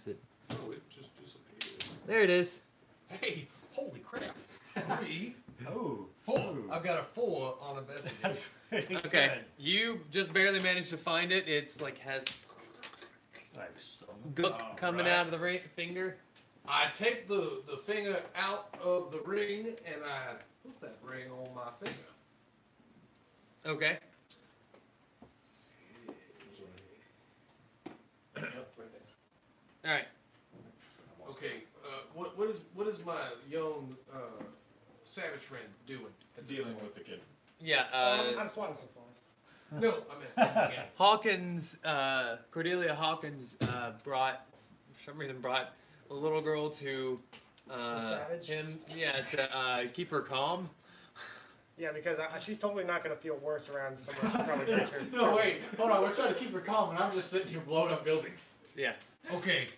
Oh, it just disappeared.
There it is.
Hey, holy crap. Three,
oh,
four. I've got a four on investigation.
Okay. You just barely managed to find it. It's like has
like so
gook coming out of the ring, finger.
I take the, the finger out of the ring and I put that ring on my finger.
Okay. All right.
Okay, uh, what, what is what is my young uh, savage friend doing?
Dealing with the kid.
Yeah.
Um,
Uh,
I'm swatting supplies.
No, I meant. yeah.
Hawkins, uh, Cordelia Hawkins, uh, brought for some reason brought a little girl to uh,
savage?
him. Yeah, to uh, keep her calm.
Yeah, because I, she's totally not going to feel worse around someone who
(laughs)
probably hurts her.
(laughs)
No, wait, hold on. We're trying to keep her calm, and I'm just sitting here blowing up buildings.
Yeah.
Okay.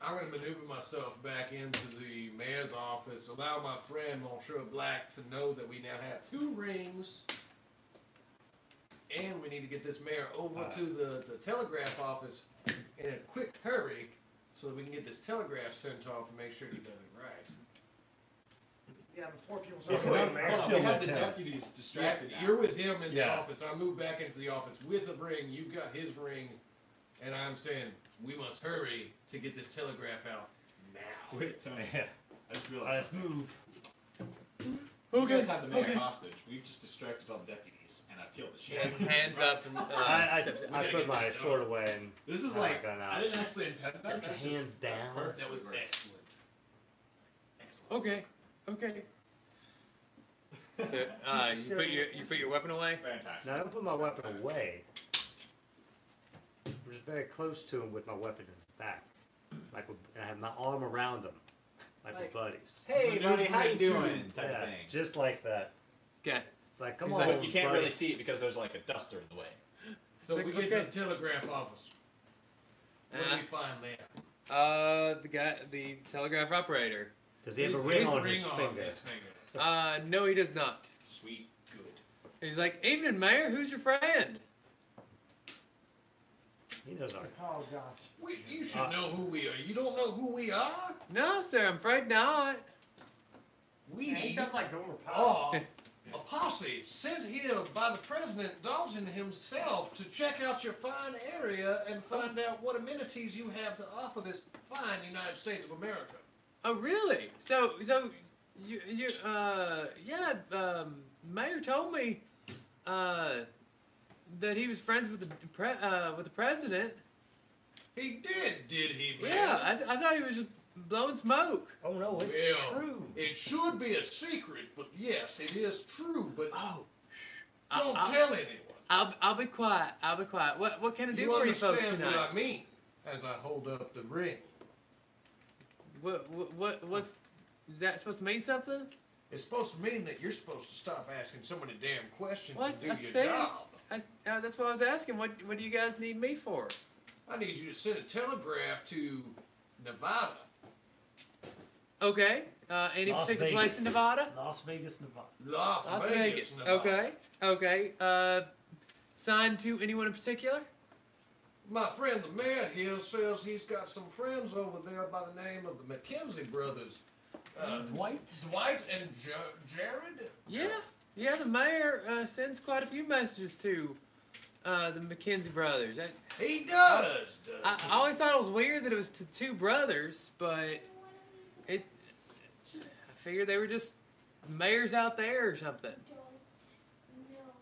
I'm going to maneuver myself back into the mayor's office, allow my friend Monsieur Black to know that we now have two rings, and we need to get this mayor over
Uh.
to the, the telegraph office in a quick hurry so that we can get this telegraph sent off and make sure he does it right.
Yeah, before people
Yeah,
start
wait,
going,
hold on, we have
man.
the deputies distracted.
Yeah,
now. (laughs)
You're with him in the
Yeah.
office. I move back into the office with a ring. You've got his ring, and I'm saying we must hurry to get this telegraph out now.
Wait, Tony.
Yeah.
I just
Uh,
realized.
let's
something.
move.
You guys
Okay,
have the man
okay.
hostage. We've just distracted all the deputies, and I've killed the
She has
sheriff.
his hands up. And, uh,
I,
steps-
I, I put my sword away and
This is
I'm not
like
gonna-
I didn't actually intend that.
Put your
That's
hands
just
down.
perfect. That was excellent.
Okay. Okay. So, uh, you put your you put your weapon away.
Now,
Fantastic.
I don't put my weapon away. I'm just very close to him with my weapon in his back. Like, with- and I have my arm around him. Like,
Like,
we're buddies.
Hey, buddy, how you doing?
Type
yeah,
of thing.
just like that.
Okay.
Like, come
He's
on.
like,
But you can't
buddy.
really see it because there's like a duster in the way.
So we get
Okay.
to the telegraph office. What
Ah.
do we find there?
Uh, the guy, the telegraph operator.
Does he have a
He's-
ring
he's
on
ring
his finger?
his finger.
Uh, no, he does not.
Sweet, good.
He's like, evening, Mayor. Who's your friend?
He knows our.
Oh gosh.
We, you should
Uh,
know who we are. You don't know who we are?
No, sir. I'm afraid not.
We
Man, he sounds like Gomer Pyle.
are a posse sent here by the president Dalton himself to check out your fine area and find out what amenities you have to offer this fine United States of America.
Oh, really? So, so you, you, uh, yeah. Um, Mayor told me, uh, that he was friends with the pre- uh, with the president.
He did, did he, man?
Yeah, I, I thought he was just blowing smoke.
Oh no, it's
Well,
true.
It should be a secret, but yes, it is true, but
Oh.
don't
I,
tell anyone.
I'll, I'll be quiet. I'll be quiet. What what can I do
You
for you folks
understand
tonight?
what I mean as I hold up the ring.
What what what what's is that supposed to mean something?
It's supposed to mean that you're supposed to stop asking so many damn questions
What
and do
I
your
said?
job.
I, uh, that's what I was asking. What what do you guys need me for?
I need you to send a telegraph to Nevada.
Okay. Uh, any
Las
particular
Vegas.
place in Nevada?
Las Vegas, Nevada.
Las,
Las
Vegas,
Vegas.
Nevada.
Okay. Okay. Uh, signed to anyone in particular?
My friend the mayor here says he's got some friends over there by the name of the McKenzie brothers. Uh,
Dwight.
Dwight and jo- Jared?
Yeah. Yeah, the mayor uh, sends quite a few messages to uh, the McKenzie brothers. That-
He does,
I,
does
I always thought it was weird that it was to two brothers, but it. I figured they were just mayors out there or something.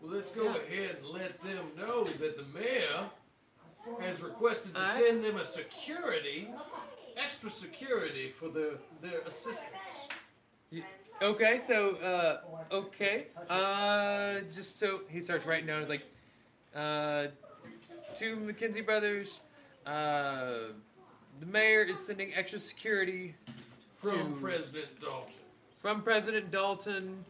Well, let's go ahead and let them know that the mayor has requested to
Aye.
send them a security, extra security for their, their assistance.
Y- Okay, so uh, okay, uh, just so he starts writing down. He's like, uh, to McKenzie brothers, uh, the mayor is sending extra security
From
to-
President Dalton
from President Dalton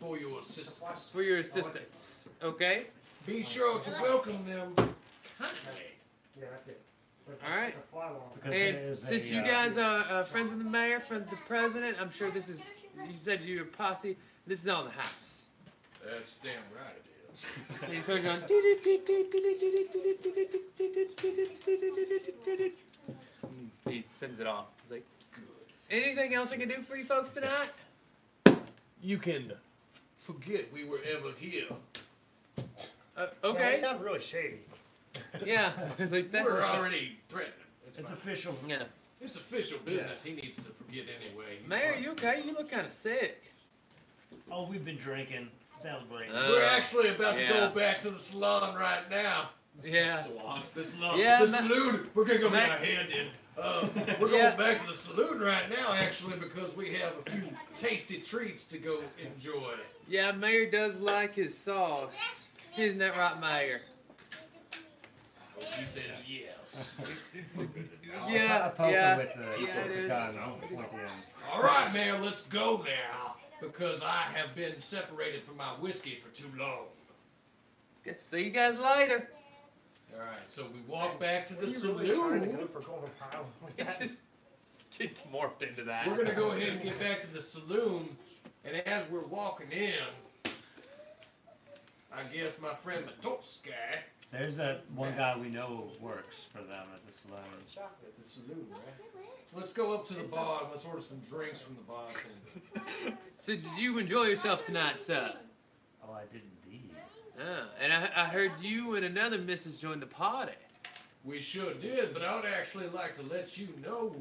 for your assistance.
for your assistance. Okay.
Be sure to welcome them kindly.
Yeah, that's it.
All right.
Because there
And
is a,
since you
uh,
guys are uh, friends of the mayor, friends of the president, I'm sure this is. You said you're a posse. This is on the house.
That's damn right it is.
And he turns around. He sends it off. He's like, Anything else I can do for you folks tonight?
You can forget we were ever here.
Uh, okay.
sounds really shady.
Yeah. (laughs) It's like that's
we're already threatened. It's,
official.
Yeah.
It's official business. He needs to forget anyway. He's
Mayor,
fine.
you okay? You look kind of sick.
Oh, we've been drinking, celebrating.
We're actually about
yeah.
to go back to the salon right now.
Yeah.
Salon. The salon.
Yeah,
the
Ma-
saloon. We're gonna go
Ma-
get our hand in.
(laughs)
Uh, we're
Yeah.
going back to the saloon right now, actually, because we have a few tasty treats to go enjoy.
Yeah, Mayor does like his sauce. Isn't that right, Mayor?
She says (laughs) yes.
Yeah, yeah, yeah, it is.
All right, Mayor, let's go now because I have been separated from my whiskey for too long.
See you guys later.
All right, so we walk back to
Are
the
you really trying to
saloon.
go for Golden
(laughs)
Pile?
It (laughs) just gets morphed into that.
We're gonna go ahead and get back to the saloon, and as we're walking in, I guess my friend Matosky.
There's that one guy we know works for them at the salon.
Chocolate at the saloon, right? Let's go up to the bar and let's order some drinks from the bartender.
So, did you enjoy yourself tonight, sir?
Oh, I did indeed.
Oh, and I, I heard you and another missus joined the party.
We sure did, but I would actually like to let you know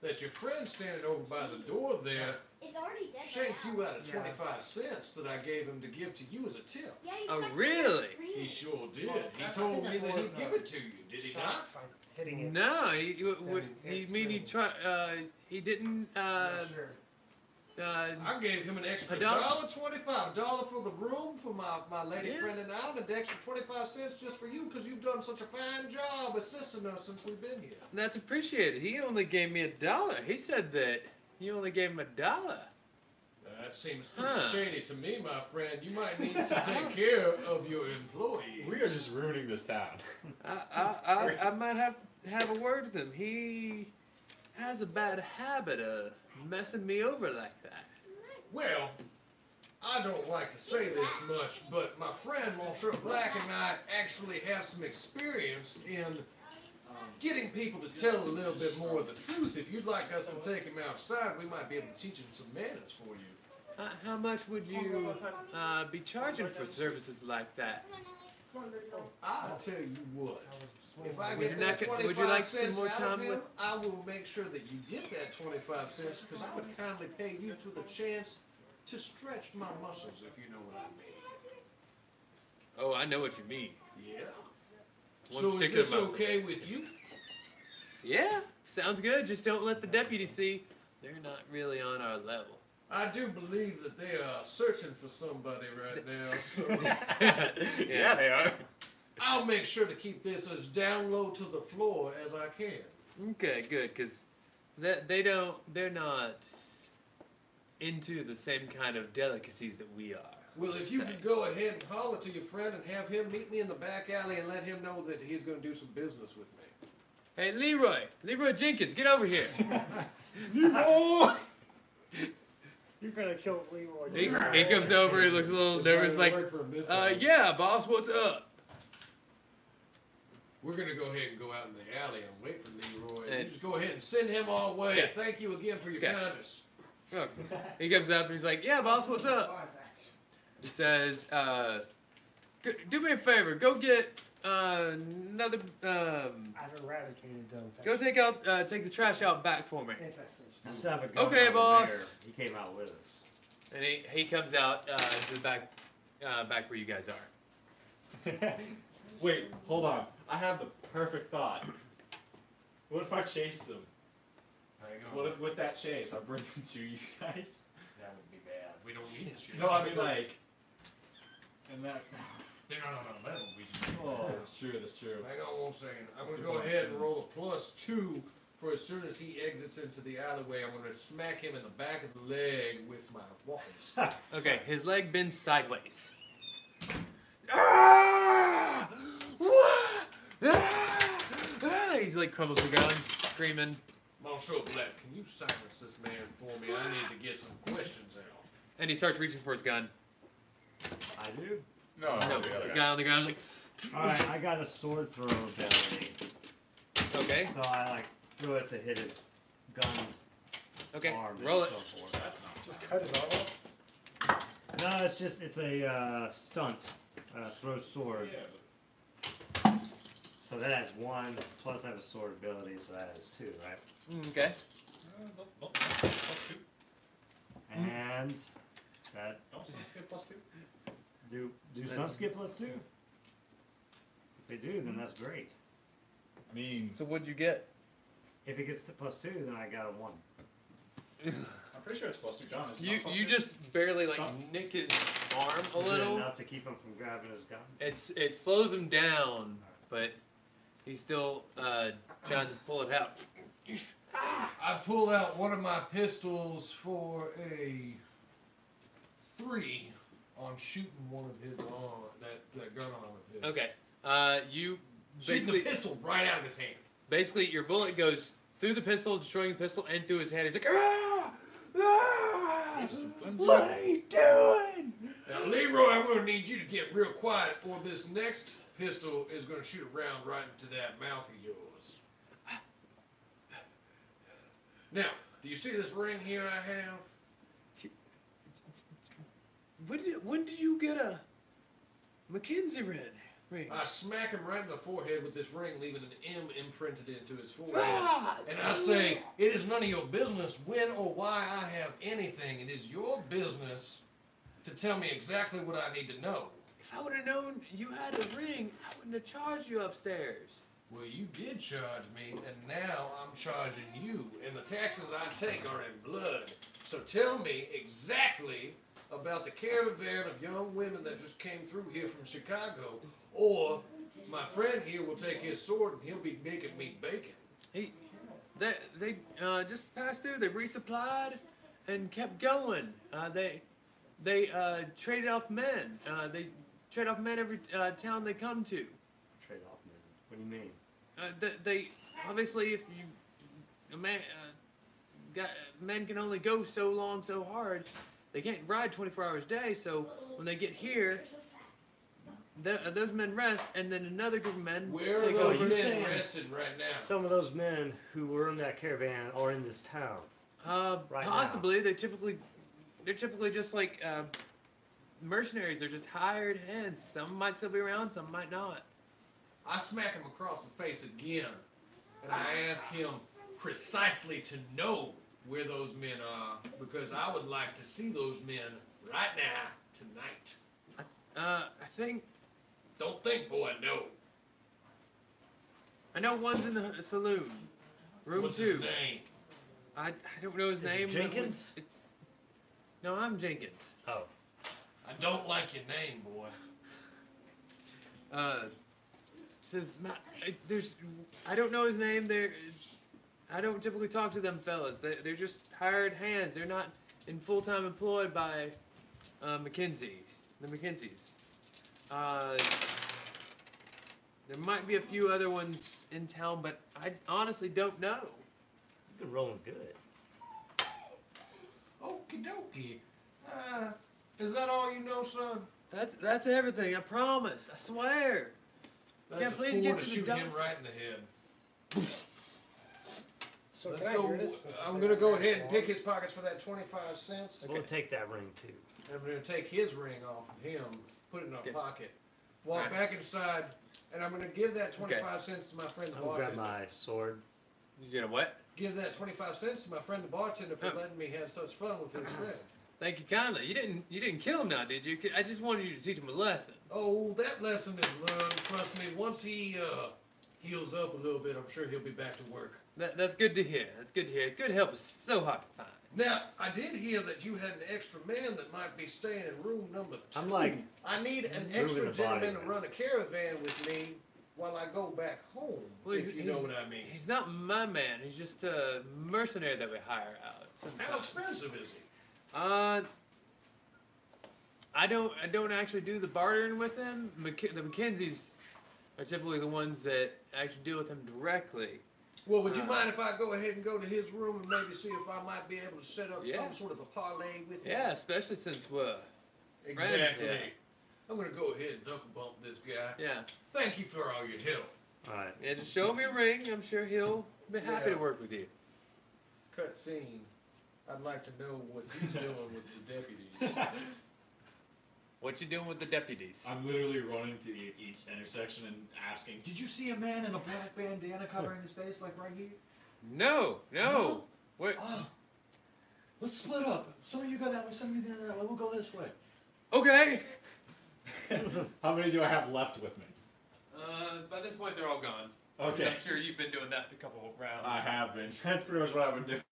that your friend standing over by the door there
It's already dead.
shanked you out of 25 cents that I gave him to give to you as a tip.
Yeah, you
Oh,
fucking
really?
read
He
it.
sure did.
Well,
He
I- I
told
think
me
that's
that
more
he'd
of
give
a
it to you, did he not?
Shot by Hitting it.
No, he, he- what,
Then
he
it's
mean he
really-
try, uh, he didn't. Uh,
Not sure.
uh,
I gave him an extra
A dollar?
dollar twenty-five, dollar for the room for my, my lady
Yeah.
friend and I, and an extra twenty-five cents just for you because you've done such a fine job assisting us since we've been here.
that's appreciated. He only gave me a dollar. He said that you only gave him a dollar.
That seems pretty
Huh.
shady to me, my friend. You might need to take care of your employees.
We are just ruining this town.
I, I, I, I might have to have a word with him. He has a bad habit of messing me over like that.
Well, I don't like to say this much, but my friend Monsieur Black and I actually have some experience in um, getting people to tell a little bit more of the truth. If you'd like us to take him outside, we might be able to teach him some manners for you.
Uh, how much would you uh, be charging for services like that?
I'll tell you what. If I
Would
get
you
that
not get- would you
25
like some
cents
more
out
time
of him,
with-
I will make sure that you get that 25 cents because I would kindly pay you for the chance to stretch my muscles, if you know what I
Oh, I know what you mean.
mean. Yeah.
One
so is
particular
this
muscle.
okay with you?
Yeah, sounds good. Just don't let the deputy see. They're not really on our level. (laughs)
I do believe that they are searching for somebody right now,
(laughs)
so
yeah, they are.
I'll make sure to keep this as down low to the floor as I can.
Okay, good, because that they don't. They're not into the same kind of delicacies that we are.
Well, if you
Say.
could go ahead and holler to your friend and have him meet me in the back alley and let him know that he's going to do some business with me.
Hey, Leroy, Leroy Jenkins, get over
(laughs)
here.
You're gonna kill Leroy.
He, he comes over, he looks a little nervous, like, uh, yeah, boss, what's up?
We're gonna go ahead and go out in the alley and wait for Leroy.
And-
you just go ahead and send him our way.
Yeah.
Thank you again for your
Yeah.
kindness.
Look, He comes up and he's like, yeah, boss, what's up? It says, uh, "Go- "Do me a favor. Go get uh, another. Um,
I've eradicated them.
go take out. Uh, take the trash out back for me."
That's not a gun
Okay,
out
boss.
there. He came out with us.
And he, he comes out uh, to the back, uh, back where you guys are.
Wait, hold on. I have the perfect thought. What if I chase them? What if with that chase I bring them to you guys?
That would be bad. We don't need to.
No, I mean like. And
(laughs)
that.
They're not on our level. We just.
Oh, that's true. That's true.
Hang on one second. I'm
That's
gonna
a
go
good
ahead
point.
and roll a plus two for as soon as he exits into the alleyway, I'm gonna smack him in the back of the leg with my
(laughs)
walking.
Okay, his leg bends sideways. Ah, he's like crumbles to the ground, screaming.
Monsieur Black, can you silence this man for me? I need to get some questions out.
And he starts reaching for his gun.
I do.
No,
no
the other
the
guy.
guy on the ground's like,
All right, I got a sword throw ability.
Okay.
So I like threw it to hit his gun.
Okay.
Arm and
roll it.
so forth.
Just cut his arm off.
No, it's just it's a uh, stunt. Uh, throw sword. So that has one plus I have a sword ability, so that is two, right?
Mm, Okay. Mm-hmm.
And that
Don't skip plus two.
do do stunts
That's-
get plus two? If they do, then that's great.
I mean.
So what'd you get?
If it gets to plus two, then I got a one.
I'm pretty sure it's plus two. John, is it
You
not plus
you
two?
just barely like
Something.
nick his arm a
Is it
little.
enough to keep him from grabbing his gun.
It's it slows him down, but he's still uh, trying to pull it out.
I pull out one of my pistols for a three on shooting one of his arm, that, that gun arm of his.
Okay. Uh, you
Shooting the
basically
pistol right out of his hand.
basically your bullet goes through the pistol, destroying the pistol, and through his head. He's like, ah, ah, what are you doing?
Now, Leroy, I'm going to need you to get real quiet, or this next pistol is going to shoot a round right into that mouth of yours. Now, do you see this ring here I have?
When did when did you get a Mackenzie ring? Ring.
I smack him right in the forehead with this ring, leaving an M imprinted into his forehead.
Ah!
and I say, It is none of your business when or why I have anything. It is your business to tell me exactly what I need to know.
If I would have known you had a ring, I wouldn't have charged you upstairs.
Well, you did charge me, and now I'm charging you, and the taxes I take are in blood. So tell me exactly about the caravan of young women that just came through here from Chicago, or my friend here will take his sword and he'll be making me bacon.
He, they, they uh, just passed through. They resupplied and kept going. Uh, they, they uh, traded off men. Uh, they trade off men every uh, town they come to.
Trade off, man. What do you mean?
Uh, they, they obviously, if you a man, uh, got, men can only go so long, so hard. They can't ride 24 hours a day. So when they get here, th- uh, those men rest, and then another group of men
Where are
take
those
over.
men resting right now?
Some of those men who were in that caravan are in this town.
Uh,
Right now.
possibly. They're typically, they're typically just like uh, mercenaries. They're just hired hands. Some might still be around. Some might not.
I smack him across the face again, and I ask him precisely to know where those men are because I would like to see those men right now, tonight.
Uh, I think
Don't think, boy, no.
I know one's in the saloon, room
What's
two.
his name?
I, I don't know his
Is it
name. but
Jenkins?
It's, no, I'm Jenkins.
Oh.
I don't like your name, boy.
Uh, says Ma- I, there's I don't know his name. There, I don't typically talk to them fellas. They, they're just hired hands. They're not in full time employed by uh, McKinsey's. The McKinsey's. Uh, there might be a few other ones in town, but I honestly don't know.
You're rolling good.
Okie dokie. Uh, is that all you know, son?
That's that's everything. I promise. I swear.
That's
yeah,
a
please
four
get
to
to the
shoot
doc-
him right in the head.
So
Let's
can I
go-
hear this? since it's
I'm
like
gonna
a
go
nice
ahead and
song?
pick his pockets for that twenty-five cents.
We'll take that ring too.
And I'm gonna take his ring off of him, put it in our pocket, walk
Alright.
back inside, and I'm gonna give that
Okay.
twenty-five cents to my friend the
I'm gonna grab
bartender.
my sword.
You gonna what?
Give that twenty-five cents to my friend the bartender for letting me have such fun with his friend.
Thank you kindly. You didn't you didn't kill him now, did you? I just wanted you to teach him a lesson.
Oh, that lesson is learned. Trust me. Once he uh, heals up a little bit, I'm sure he'll be back to work.
That, that's good to hear. That's good to hear. Good help is so hard to find.
Now, I did hear that you had an extra man that might be staying in room number two.
I'm like
I need an
moving
extra
the body,
gentleman to run a caravan with me while I go back home. if you know what I mean.
He's not my man. He's just a mercenary that we hire out.
How
Sometimes.
expensive is he?
Uh, I don't. I don't actually do the bartering with them. Mc, the Mackenzies are typically the ones that actually deal with them directly.
Well, would you
Uh,
mind if I go ahead and go to his room and maybe see if I might be able to set up
Yeah.
some sort of a parlay with him?
Yeah, especially since uh, we're friends
Exactly.
here.
I'm gonna go ahead and knuckle bump this guy.
Yeah.
Thank you for all your help.
All right.
Yeah, just show him your ring. I'm sure he'll be happy
Yeah.
to work with you.
Cut scene. I'd like to know what (laughs) he's doing with the deputy.
What you doing with the deputies?
I'm literally running to the, each intersection and asking, "Did you see a man in a black bandana covering his face, like right here?"
No, no. Where?
Let's split up. Some of you go that way. Some of you go that way. We'll go this way.
Okay.
How many do I have left with me?
Uh, by this point, they're all gone.
Okay.
I'm sure you've been doing that a couple of rounds.
I have been. (laughs) That's pretty much what I've been doing.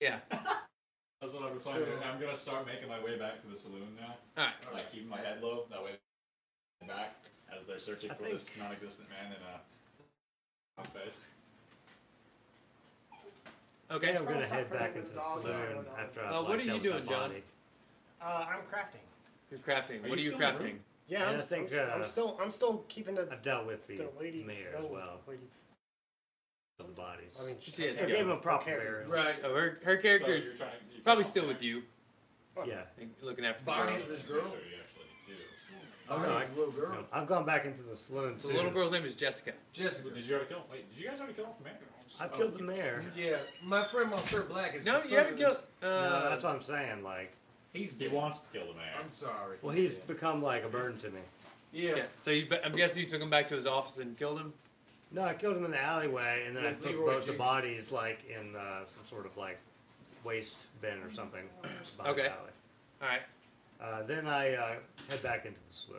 Yeah.
(laughs) That's what I've been planning.
Sure.
I'm gonna start making my way back to the saloon now.
Alright.
Like keeping my head low. That way, I'm back as they're searching
I
for this
think-
non-existent man in a face.
Okay.
I'm gonna head back into the saloon after I.
Uh, what are
blacked out
you
with my
doing, John?
body.
Uh, I'm crafting.
You're crafting.
Are
what
you
are you
still in the
crafting?
room?
Yeah,
And
I'm,
I
st-
think,
I'm, s- I'm
uh,
still I'm still keeping the
I've dealt with the
the lady
mayor as
no,
well
lady.
of the bodies.
I mean,
she
she-
I gave him a proper
Okay.
burial.
Right. Oh, her her character's
So you're trying- you
probably
can-
still with you.
Yeah.
and Looking after the
Barney's
girl.
this girl.
Sure, you actually do.
Oh, no, I,
Barney's a little girl.
no, I've gone back into the saloon
The
too.
little girl's name is Jessica.
Jessica.
Did you already kill? Wait, did you guys already kill off the man?
I killed the mayor.
Yeah, my friend Monsieur Black is.
No, you haven't killed. Uh,
no, that's what I'm saying. Like,
He's
He wants to kill the man.
I'm sorry.
well, he's become like a burden to me.
Yeah.
okay, So you, but I'm guessing you took him back to his office and killed him.
No, I killed him in the alleyway, and then I
With
put
Leroy
both the
Jenkins.
bodies like in uh, some sort of like waste bin or something. (clears throat) just by the
Okay.
alley.
All right.
Uh, then I uh, head back into the saloon.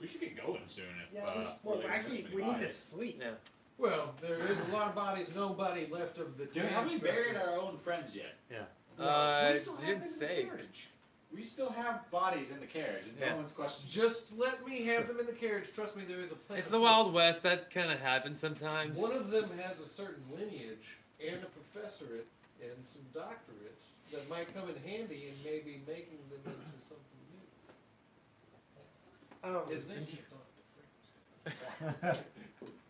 We should get going soon. If,
Yeah,
uh,
well,
really
actually,
existing
we need to
bodies.
sleep.
Yeah.
Well, there is a lot of bodies, nobody left of the.
Dude, haven't
town
we
structure.
buried our own friends yet?
Yeah.
Uh,
we still
you
have
didn't
them in
say.
The carriage. We still have bodies in the carriage, and
Yeah.
no one's questioned.
Just let me have them in the carriage. Trust me, there is a plan.
It's the Wild West. That kind of happens sometimes.
One of them has a certain lineage and a professorate and some doctorates that might come in handy in maybe making them into something new.
Um,
His name's Dr. Frank.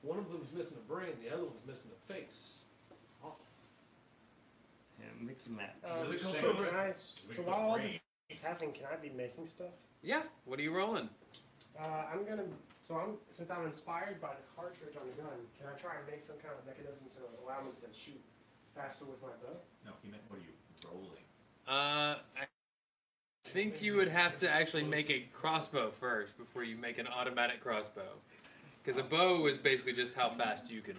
One of them's missing a brain, the other one's missing a face.
Yeah, mix and match.
uh,
They're
so,
saying-
can I,
We
so
got
while all this
brains.
is happening, can I be making stuff?
Yeah. What are you rolling?
Uh, I'm gonna. So I'm since I'm inspired by the cartridge on the gun, can I try and make some kind of mechanism to allow me to shoot faster with my bow?
No, he meant what are you rolling?
Uh, I think you would have to actually make a crossbow first before you make an automatic crossbow, because a bow is basically just how fast you can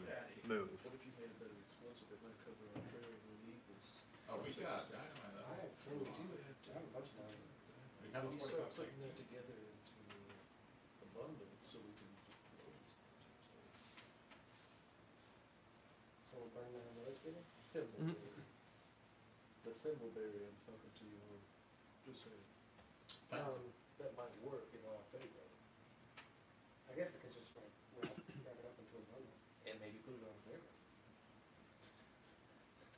move.
What if you made a better explosive that might cover our trail and lead us?
Oh, we got dynamite.
Uh,
I have ten. I have a bunch of them.
We have a
We start
45
putting that together into a bundle so we can.
So we'll burn down the city.
Symbol
Mhm.
barrier. The symbol barrier I'm talking to you on, just saying,
Um,
that might work in our favor.
I guess I could just like wrap, wrap it up into a bundle.
And maybe put it on favor.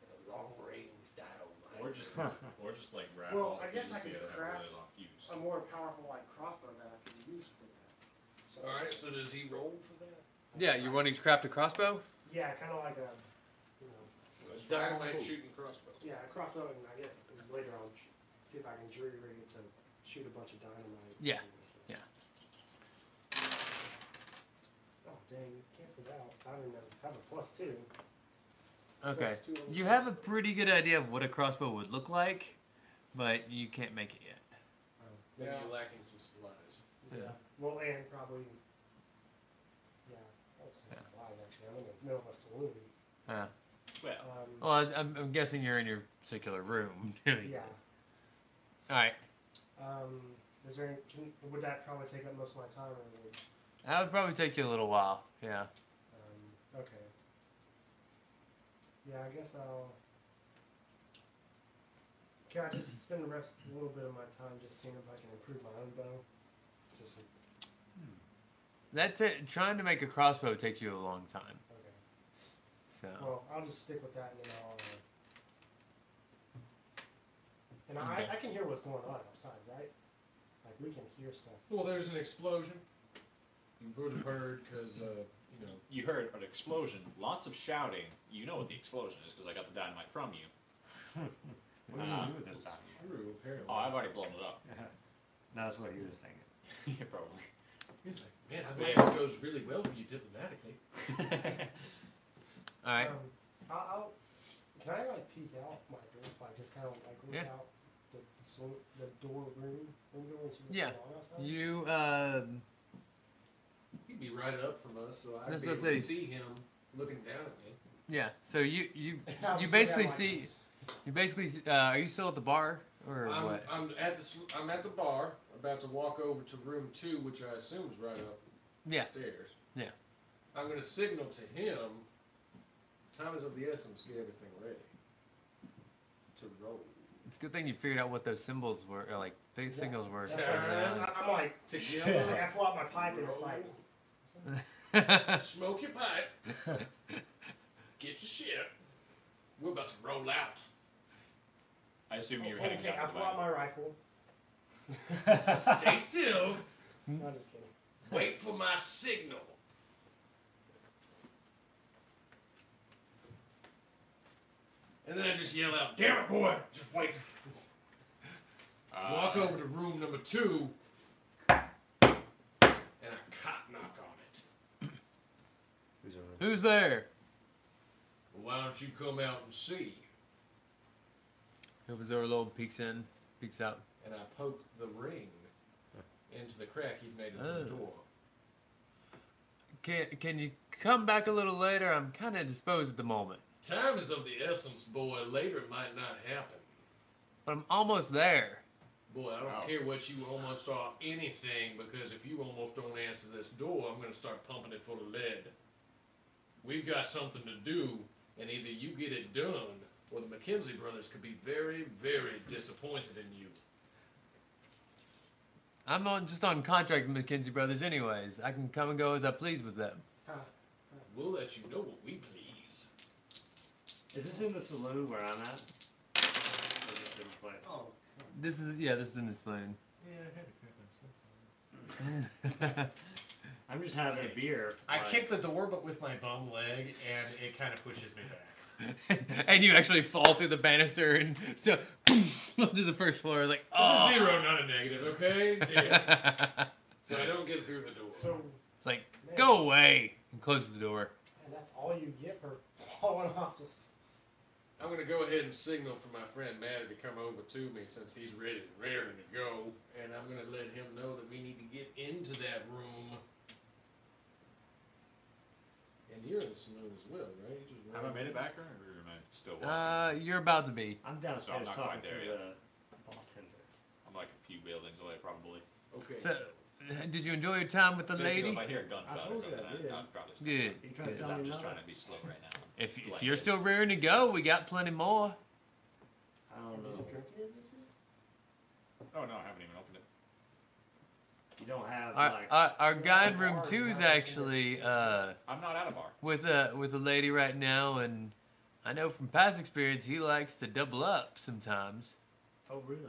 A long range dynamite.
Or just, (laughs) or just like wrap
Well,
all the
I guess
pieces
I could
together and have
craft
really long
A
fuse.
more powerful like crossbow that I could use for that. So,
Alright, so does he roll for that?
Yeah, you're wanting to craft a crossbow?
Yeah, kind of like a, you know,
Dynamite shooting crossbow.
yeah, a crossbow, and I guess later I'll sh- see if I can jury rig it to shoot a bunch of dynamite. or
Yeah,
something.
yeah.
Oh dang, canceled out. I don't even have a plus two.
Okay. You have a pretty good idea of what a crossbow would look like, but you can't make it yet.
Maybe you're lacking some supplies.
Yeah.
Well, and probably. Yeah, I have some supplies actually. I'm in the middle of a Um, saloon.
Yeah. Oh,
Well.
Well, I, I'm, I'm guessing you're in your particular room (laughs) doing.
Yeah.
All right.
Um, is there any, can, would that probably take up most of my time? Or would,
That would probably take you a little while. Yeah.
um, okay. Yeah, I guess I'll. Can I just spend the rest a little bit of my time just seeing if I can improve my own bow? Just
That ta trying to make a crossbow takes you a long time. So.
Well, I'll just stick with that and then I'll. uh, And
Okay.
I, I can hear what's going on outside, right? Like we can hear stuff.
Well, there's an explosion. You would have heard because uh, you know
You heard an explosion, lots of shouting. You know what the explosion is because I got the dynamite from you.
What did you do with this
Uh,
true apparently.
Oh, I've already blown it
(laughs)
up.
No, that's what he was thinking.
yeah, probably.
He's like, man, I bet this goes really well for you diplomatically.
All right.
Um, I'll, I'll, can I like peek out my door, like just kind of like look
Yeah.
out the so, the door room window and see what's
Yeah.
going on outside?
You. Um,
He'd be right up from us, so I'd
That's
be
what I
able to
say.
see him looking down at me.
yeah. So you you (laughs)
I'm
you
just
basically
gonna
see. You basically. s- Uh, are you still at the bar or
I'm,
what?
I'm at the sl- I'm at the bar, about to walk over to room two, which I assume is right up
Yeah.
stairs.
Yeah.
I'm gonna signal to him. Time is of the essence. Get everything ready to roll.
It's a good thing you figured out what those symbols were, or like big signals were.
That's like, I- I'm like
Together.
Like, I pull out my pipe and it's like
Smoke your pipe. Get your shit. We're about to roll out.
I assume you're heading
okay. I
down to the
pull out
back.
my rifle.
(laughs)
Stay still.
Hmm?
No, I'm just kidding.
Wait for my signal. And then I just yell out, "Damn it, boy! Just wait." Walk over to room number two, and I cock knock on it.
(laughs) Who's there?
Well, why don't you come out and see?
Whoever's over little peeks in, peeks out.
And I poke the ring into the crack he's made into
Oh.
the door.
Can can you come back a little later? I'm kind of disposed at the moment,
Time is of the essence, boy. Later might not happen.
but I'm almost there.
Boy, I don't care what you almost are anything because if you almost don't answer this door, I'm going to start pumping it full of lead. We've got something to do, and either you get it done or the McKenzie brothers could be very, very disappointed in you.
I'm on just on contract with McKinsey Brothers, anyways. I can come and go as I please with them.
We'll let you know what we please.
Is this in the saloon where I'm at? Or just in the place?
Oh.
This is yeah, this is in the saloon. (laughs)
Yeah, I had
I'm just having a beer.
I
like-
kick the door, but with my bum leg, and it kind of pushes me back.
(laughs) and you actually fall through the banister and (laughs) to, to the first floor. Like oh,
It's a zero, not a negative, (laughs) okay? Damn. so I don't get through the door.
So
(laughs) It's like go away and closes the door.
and that's all you get for (laughs) falling off. Just
I'm gonna go ahead and signal for my friend Matty to come over to me since he's ready and raring to go, and I'm gonna let him know that we need to get into that room. And you're in the saloon as well, right? You just
Have I
ran
made
in.
it back, or or am I still walking?
Uh, you're about to be.
I'm
so I'm
downstairs
not
talking
quite
to
there
the
yet.
bartender.
I'm like a few buildings away, probably.
Okay. (laughs)
So, did you enjoy your time with the
Just, you know, If
lady?
I hear a
I
gunshot or
told you
something,
I did.
I, I'd probably. stop.
Good,
You trying to
Because
sell
I'm
me
just
nothing?
trying to be slow right now.
If, if
Like
you're still rearing to go, we got plenty more.
I don't know.
Oh no, I haven't even opened it.
You don't have
Our,
like.
Uh,
our, our guy in room two is actually uh,
I'm not at a bar.
with a with a lady right now, and I know from past experience he likes to double up sometimes.
oh really?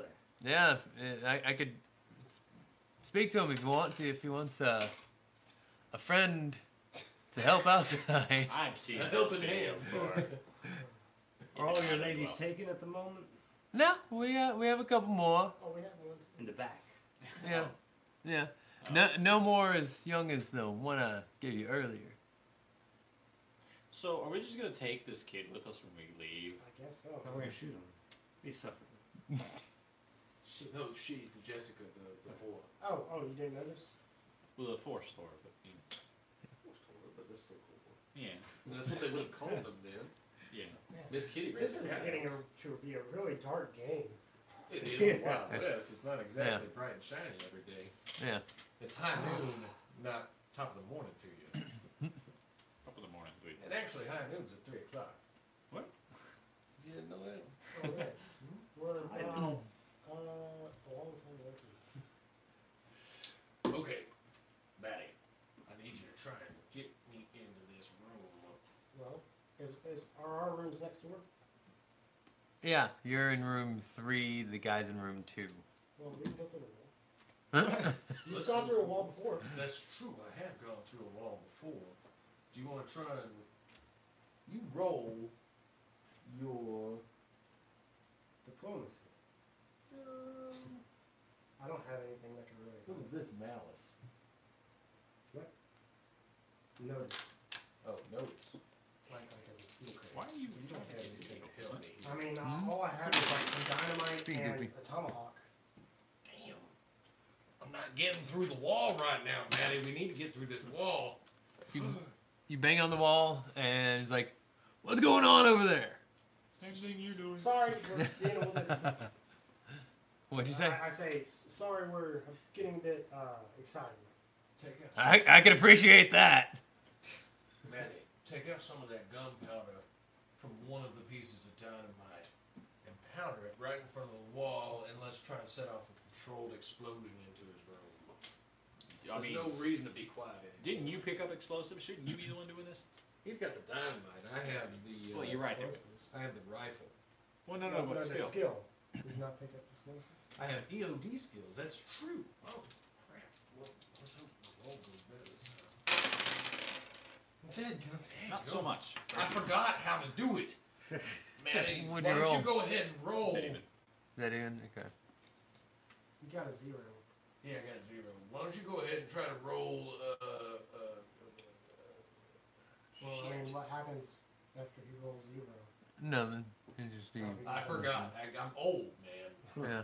Yeah, if- eh, I, I could speak to him if you want to. If he wants uh, a friend to help (laughs) outside.
I'm (laughs) seeing
A
this
helping
video
hand.
(laughs) for.
Are all your ladies taken at the moment?
No, we uh, we have a couple more.
oh, we have one.
In the back.
Yeah, yeah. No, no more as young as the one I gave you earlier.
So, are we just gonna take this kid with us when we leave?
I guess so.
Oh,
Then we're gonna shoot him. He's suffering.
She, no, she, the Jessica, the, the whore.
Oh, oh, you didn't notice?
Well, a force store, but you know.
But that's still cool.
Yeah.
That's what they would have called them then.
Yeah.
Miss Kitty.
This
Red.
is getting a- to be a really dark (laughs) game.
It
(laughs)
is the Wild West. It's not exactly
Yeah.
bright and shiny every day.
Yeah.
It's high
Oh.
noon, not top of the morning to you.
Top of the morning, we.
And actually, high noon's at 3 o'clock.
What?
You didn't know that?
Oh, yeah. We're
I
about,
know.
uh, a long time lucky.
Okay, Batty, I need you to try and get me into this room.
Well, is, is, are our rooms next door?
Yeah, you're in room three. The guy's in room two.
Well, we built them all.
Huh?
You've gone through a wall before.
That's true. I have gone through a wall before. Do you want to try and you roll your
diplomacy? I don't have anything that can really.
What is this malice?
Notice.
Oh, notice.
Like, like as a secret.
Why are you? You don't have anything to help me.
I mean, uh,
Hmm?
all I have is like some dynamite
Pretty good
and
week.
a tomahawk.
Damn. I'm not getting through the wall right now, Maddie. We need to get through this wall.
You, you bang on the wall, and he's like, "What's going on over there?"
Same thing you're doing. Sorry, we're being a little
(laughs)
bit.
What'd you say?
I, I say, "S- sorry, we're getting a bit uh, excited.
Take out.
I, I can appreciate that.
Maddie, take out some of that gunpowder from one of the pieces of dynamite and powder it right in front of the wall, and let's try and set off a controlled explosion into his room.
I
There's
mean,
no reason to be quiet. Anymore.
didn't you pick up explosives? Shouldn't you be the one doing this?
He's got the dynamite. I have the. Uh,
Well, you're right there.
I have the rifle.
Well, no, no, but
the
still.
skill. We did not pick up the skill.
I have EOD skills. That's true. Oh crap! Well, let's hope the roll goes better this time. Dead gun.
Not so much.
I forgot how to do
(laughs)
it. Manny, why
What'd you
don't
roll?
you go ahead and roll?
Didn't even-
Is that in? Okay.
You got a zero.
Yeah, I got a zero. Why don't you go ahead and try to roll? Uh, uh, uh,
Well, I mean, what happens after he rolls zero?
Nothing. It's just the.
uh, I forgot. I, I'm old, man.
Yeah.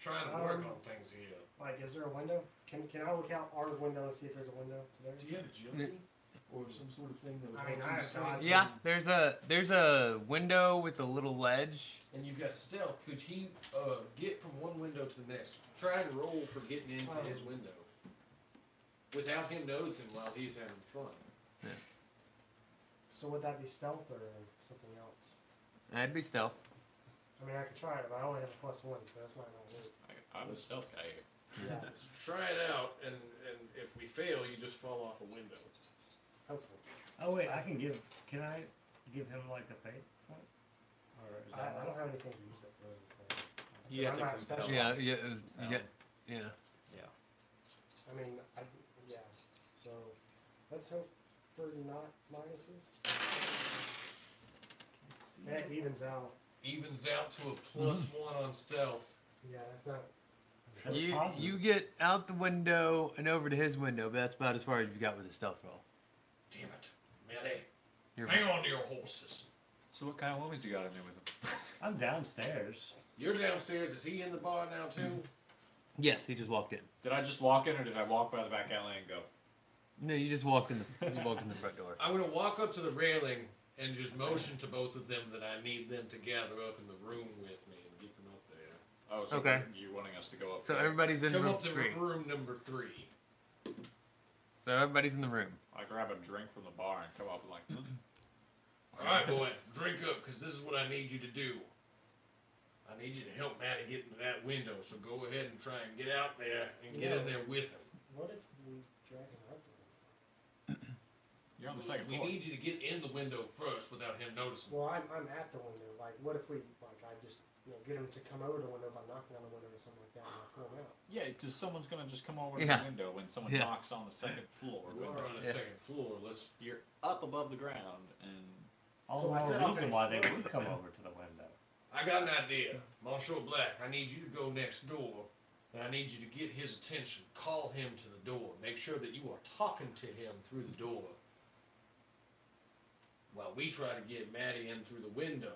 Trying to work
Um,
on things here.
Like, is there a window? Can Can I look out our window and see if there's a window to there?
Do you have agility or some sort of thing that would
I
help
mean,
you
I have
stay-
dodge.
Yeah, there's a there's a window with a little ledge.
And you got stealth. Could he uh, get from one window to the next? Try and roll for getting into
Um,
his window without him noticing while he's having fun.
So would that be stealth or something else?
That'd be stealth.
I mean, I could try it, but I only have a plus one, so that's why I don't work.
I, I'm a stealth guy here.
(laughs) Yeah,
Let's try it out, and, and if we fail, you just fall off a window.
hopefully.
Oh wait, I can give. Can I give him like a fate point? Or is
I,
that
I don't have anything to use it for this thing.
You have
I'm
to
not
compel.
special.
Yeah, yeah, it was-
Um,
yeah, yeah.
I mean, I, yeah. So let's hope for not minuses. That evens out.
Evens out to a plus one on stealth.
Yeah, that's not.
That's
you
positive.
you get out the window and over to his window, but that's about as far as you got with a stealth roll.
Damn it, Manny.
You're
Hang on to your horses.
So what kind of woman's you got in there with him?
I'm downstairs.
You're downstairs. Is he in the bar now, too?
Yes, he just walked in.
Did I just walk in, or did I walk by the back alley and go?
No, you just walked in the you walked in the front door.
I'm going to walk up to the railing and just motion to both of them that I need them to gather up in the room with me and get them up there.
Oh, so
Okay.
you wanting us to go up?
So
there?
everybody's in
Come
room
up to
three.
room number three.
So everybody's in the room.
I grab a drink from the bar and come up and like, "Hmm."
All right, boy, drink up, because this is what I need you to do. I need you to help Matty get into that window, so go ahead and try and get out there and get in there with him.
What if we drag him out there?
you're on the second
we
floor.
need you to get in the window first without him noticing.
Well, I'm, I'm at the window. Like, what if we like I just you know get him to come over to the window by knocking on the window or something like that and I pull him out.
(laughs) Yeah, because someone's gonna just come over to
Yeah.
the window when someone
Yeah.
knocks on the second floor
We're
window.
on the
Yeah.
second floor. Let's.
You're up above the ground, and
All
So
the
I said
more
I'll
reason
finish
why they
the
would come over to the window.
(laughs)
I got an idea, Monsieur Black. I need you to go next door, and I need you to get his attention. Call him to the door. Make sure that you are talking to him through the door. while we try to get Maddie in through the window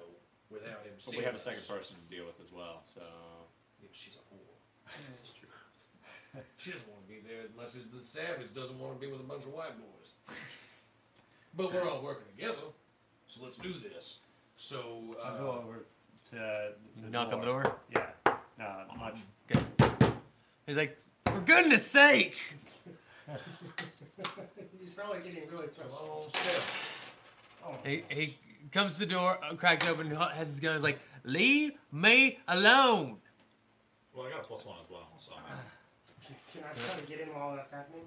without him
But
seeing
we have a
us.
second person to deal with as well, so.
Yeah, she's a whore. That's true. (laughs) She doesn't want to be there as much as the savage doesn't want to be with a bunch of white boys. but we're all working together, so let's do this. So uh,
I'll go over to the
Knock on the door?
Yeah. No, much.
He's like, for goodness sake!
(laughs) He's probably getting really close. Oh,
He, he comes to the door, uh, cracks open, has his gun. He's like, leave me alone.
Well, I got a plus one as well, so.
Can, can I try to get in while that's happening?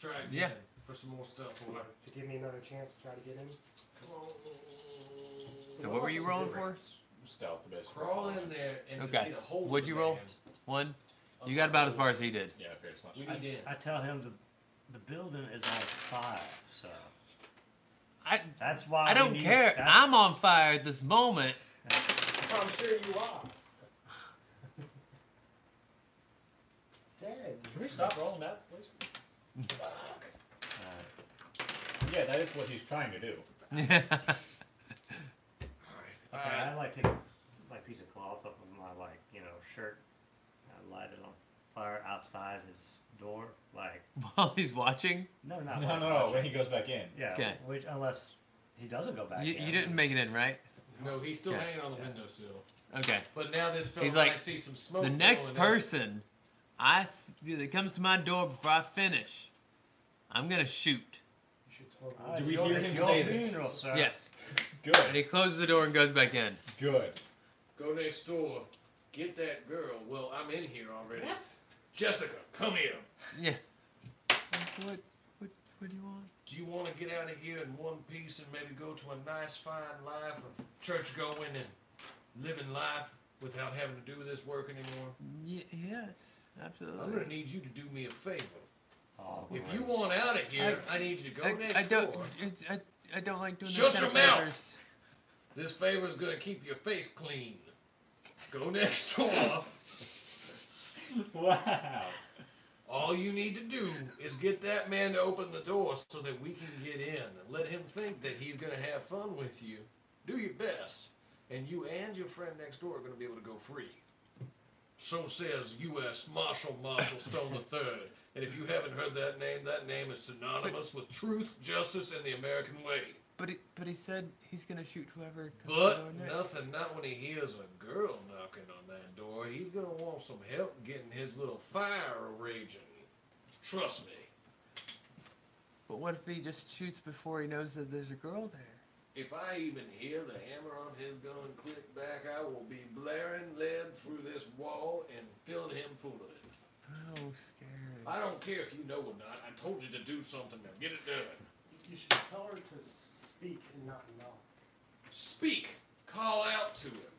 Try again
Yeah.
for some more stuff. Or
To give me another chance to try to get in?
So what were you rolling for?
Stealth, basically.
Crawl in there and just
Okay.
get a hold of
What'd
the
you roll?
man.
One. You got about as far as he did.
Yeah, okay, it's much.
We
I,
need in.
I tell him the, the building is on fire, so.
I,
that's why
I
we
don't
need-
care.
that-
I'm on fire at this moment. (laughs)
I'm sure you are. Dang.
Can we stop rolling that, please? Yeah, that is what he's trying to do.
Okay, I like take my piece of cloth off of my like you know shirt. I light it on fire outside his door, like
While he's watching.
no, not
No,
while he's
no,
watching.
when he goes back in.
Yeah,
Okay.
which unless he doesn't go back
You,
in.
you didn't make it in, right?
No, he's still
Okay.
hanging on the windowsill.
Okay.
But now this fella
He's like,
might see some smoke.
The next
going up.
person I s- that comes to my door before I finish, I'm gonna shoot.
Do we hear him say this? funeral, sir.
Yes.
Good.
And he closes the door and goes back in.
Good.
Go next door. Get that girl. Well, I'm in here already. Jessica, come here.
Yeah. What? What? What do you want?
Do you want to get out of here in one piece and maybe go to a nice, fine life of church going and living life without having to do this work anymore?
Y- yes,
I'm going
absolutely.
to need you to do me a favor.
Oh,
If you
(laughs)
want out of here, I, need you to go
I,
next
I don't.
door.
I, I, I don't like doing
Shut
those
your
kind of
mouth!
favors.
This favor is going to keep your face clean. Go next
(laughs)
door.
wow.
All you need to do is get that man to open the door so that we can get in. and Let him think that he's going to have fun with you. Do your best. And you and your friend next door are going to be able to go free. So says U.S. Marshal Marshall Stone III. And if you haven't heard that name, that name is synonymous with truth, justice, and the American way.
But he, but he said he's gonna shoot whoever. Comes
But
to the door next.
nothing, not when he hears a girl knocking on that door. He's gonna want some help getting his little fire raging. Trust me.
But what if he just shoots before he knows that there's a girl there?
If I even hear the hammer on his gun click back, I will be blaring lead through this wall and filling him full of it.
Oh, scary.
I don't care if you know or not. I told you to do something. Now get it done.
You should tell her to speak and not knock.
Speak. Call out to him.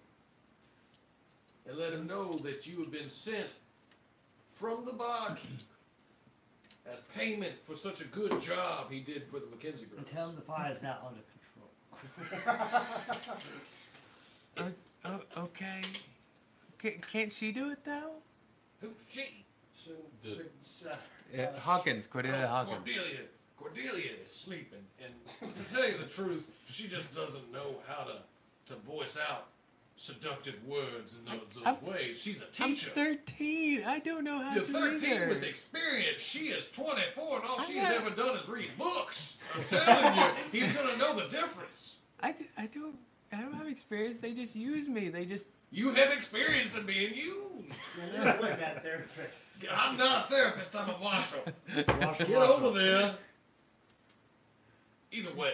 And let him know that you have been sent from the barkeep as payment for such a good job he did for the McKenzie
And
Group.
tell him the fire is not under control.
Oh, okay. Can, can't she do it though?
Who's she?
Should, should, should,
Uh, Hawkins, Cordelia Hawkins.
Oh, Cordelia. Cordelia is sleeping, and to tell you the truth, she just doesn't know how to, to voice out seductive words in those, those
I'm-
ways. She's a
I'm
teacher.
13. I don't know how
You're
to
13
either.
with experience. She is 24, and all
I
she's
got-
ever done is read books. I'm telling you,
(laughs)
he's gonna know the difference.
I, d- I don't I don't have experience. They just use me. They just
You have experience in being used.
you're not really bad therapist.
I'm not a therapist. I'm a marshal.
Marshall,
Get
Marshall.
over there. Either way,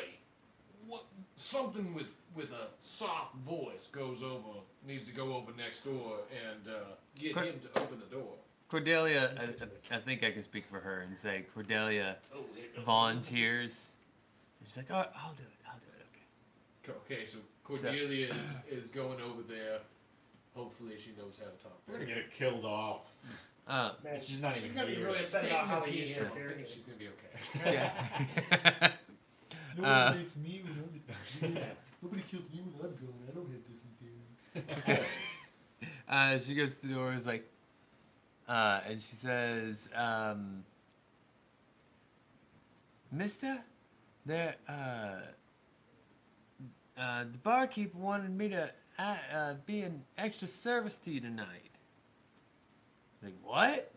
what something with with a soft voice goes over needs to go over next door and uh, get
Quick.
him to open the door.
Cordelia. I, I I think I can speak for her and say Cordelia
Oh, it-
volunteers. She's like, oh, I'll do it. I'll do it. Okay.
Okay, so Cordelia
(clears throat)
is, is going over there. Hopefully, she knows how to talk.
We're gonna get it killed off.
Uh,
Man,
She's not
she's
even
gonna be
here.
really upset about how he used
I
her
don't think
character.
she's gonna be
(laughs)
okay. (laughs)
yeah. (laughs) Uh,
hates me
(laughs)
when I'm Nobody kills me when I'm gone. I don't have dysentery.
uh, she goes to the door. Is like, uh, and she says, um, "Mister, There, uh, uh, the barkeep wanted me to uh, uh, be an extra service to you tonight. Like what?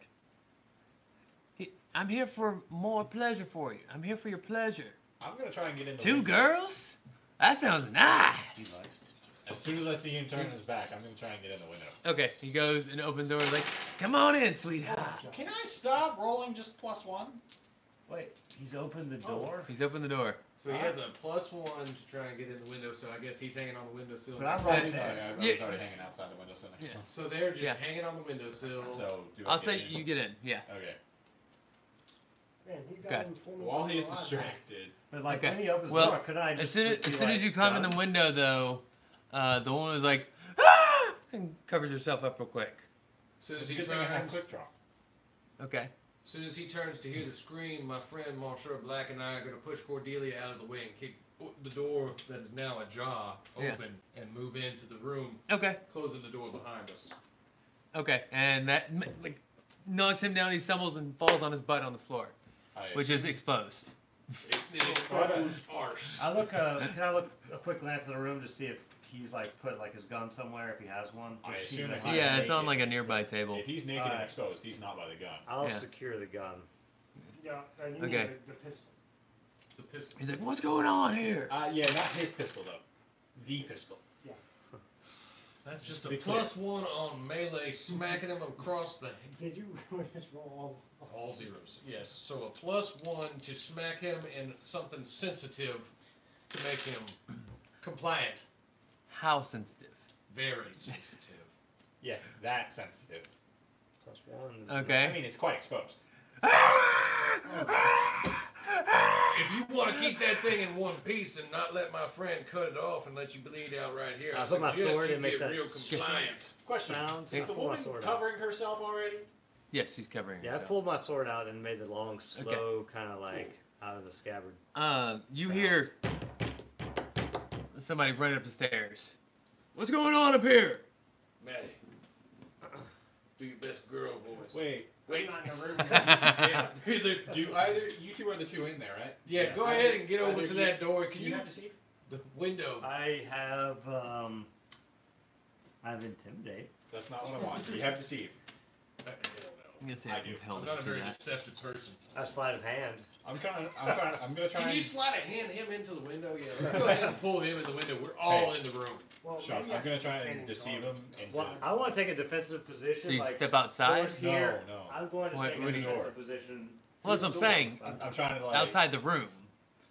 He, I'm here for more pleasure for you. I'm here for your pleasure.
I'm gonna try and get into
Two
Lincoln.
girls? That sounds nice.
As soon as I see him turn his back, I'm gonna try and get in the window.
Okay, he goes and opens the door. Like, come on in, sweetheart.
Can I stop rolling just plus one?
Wait, he's opened the
door?
He's opened the door.
So he has a plus one to try and get in the window, so I guess he's hanging on the windowsill.
But I'm right there. Yeah, everyone's Yeah. already hanging outside the windowsill next
Yeah.
to him.
So they're just
Yeah.
hanging on the windowsill.
So do I
I'll
get
say
in?
you get in. Yeah.
Okay.
Man, he got
Okay.
him 20
Wally's
alive.
distracted.
But like
okay.
when he opens the
well,
door, could I
as
just
soon as,
be
as soon as
like,
you climb in
done?
the window, though, uh, the woman was like, ah! and covers herself up real quick.
So
It's
as
a
he
good thing I had
turns-
quick drop.
Okay.
soon as he turns to hear the scream, my friend Monsieur Black and I are going to push Cordelia out of the way and kick o- the door that is now ajar
Yeah.
open and move into the room.
Okay.
Closing the door behind us.
Okay, and that m- like knocks him down. He stumbles and falls on his butt on the floor,
I
which is
assume-
exposed.
It, it explodes arse.
I look. Uh, can I look a quick glance in the room to see if he's like put like his gun somewhere if he has one?
I
If she's,
assume
like,
if he's
Yeah, it's on
naked,
like a
it's
nearby table.
If he's naked and
Alright.
exposed, he's not by the gun.
I'll
Yeah.
secure the gun.
Yeah, and you
Okay.
need the, the pistol.
The pistol.
He's like, "What's going on here?"
Uh, yeah, not his pistol though. The pistol.
Yeah.
That's just a
be clear.
plus one on melee, smacking him across the
Did you (laughs) ruin his rolls?
all zeros. Yes, so a plus one to smack him in something sensitive to make him compliant.
How sensitive.
Very sensitive.
Yeah, that's sensitive.
Plus one. is-
Okay.
Mm-hmm. I mean, it's quite exposed.
if you want to keep that thing in one piece and not let my friend cut it off and let you bleed out right here, I,
I put my
suggest
sword
you
and make
get
that
real
sh-
compliant.
Question:
Sound.
Is
I
the
pull my
woman
sword out.
covering herself already?
(laughs) Yes, she's covering.
Yeah, I
herself.
pulled my sword out and made the long,
Okay.
slow kind of like out of the scabbard.
Um, you hear somebody running up the stairs. What's going on up here?
Maddie, do your best girl voice.
Wait,
Wait.
I'm not in the room. (laughs) (laughs) yeah, either, (laughs) do either you two are the two in there, right?
Yeah, go ahead and get over
Either
to
you-
that door.
Do
Can
you,
you
have to see? Uh,
the window?
I have. Um, I have intimidate.
That's not what I want. You have to see.
I- I
I'm gonna say
I
I,
do.
don't know.
compelled
I'm
him
Uh, not
to
a
do
very
that.
deceptive person.
I sleight of hand.
I'm trying. I'm trying. I'm gonna try.
Can you
and,
slide a hand him into the window? Yeah,
(laughs)
let's go ahead and pull him in the window. We're all in the room.
Well,
Sean,
maybe I
I'm gonna
should
try
just
and
stand
deceive
guard.
him. Into,
Well, I want to take a defensive position.
So you
like,
step outside?
doors
no,
Here.
no.
I'm going to
What-
take
what
a
do you-
defensive position.
Well, that's what I'm
Doors.
saying.
I'm-
I'm trying to like
Outside the room.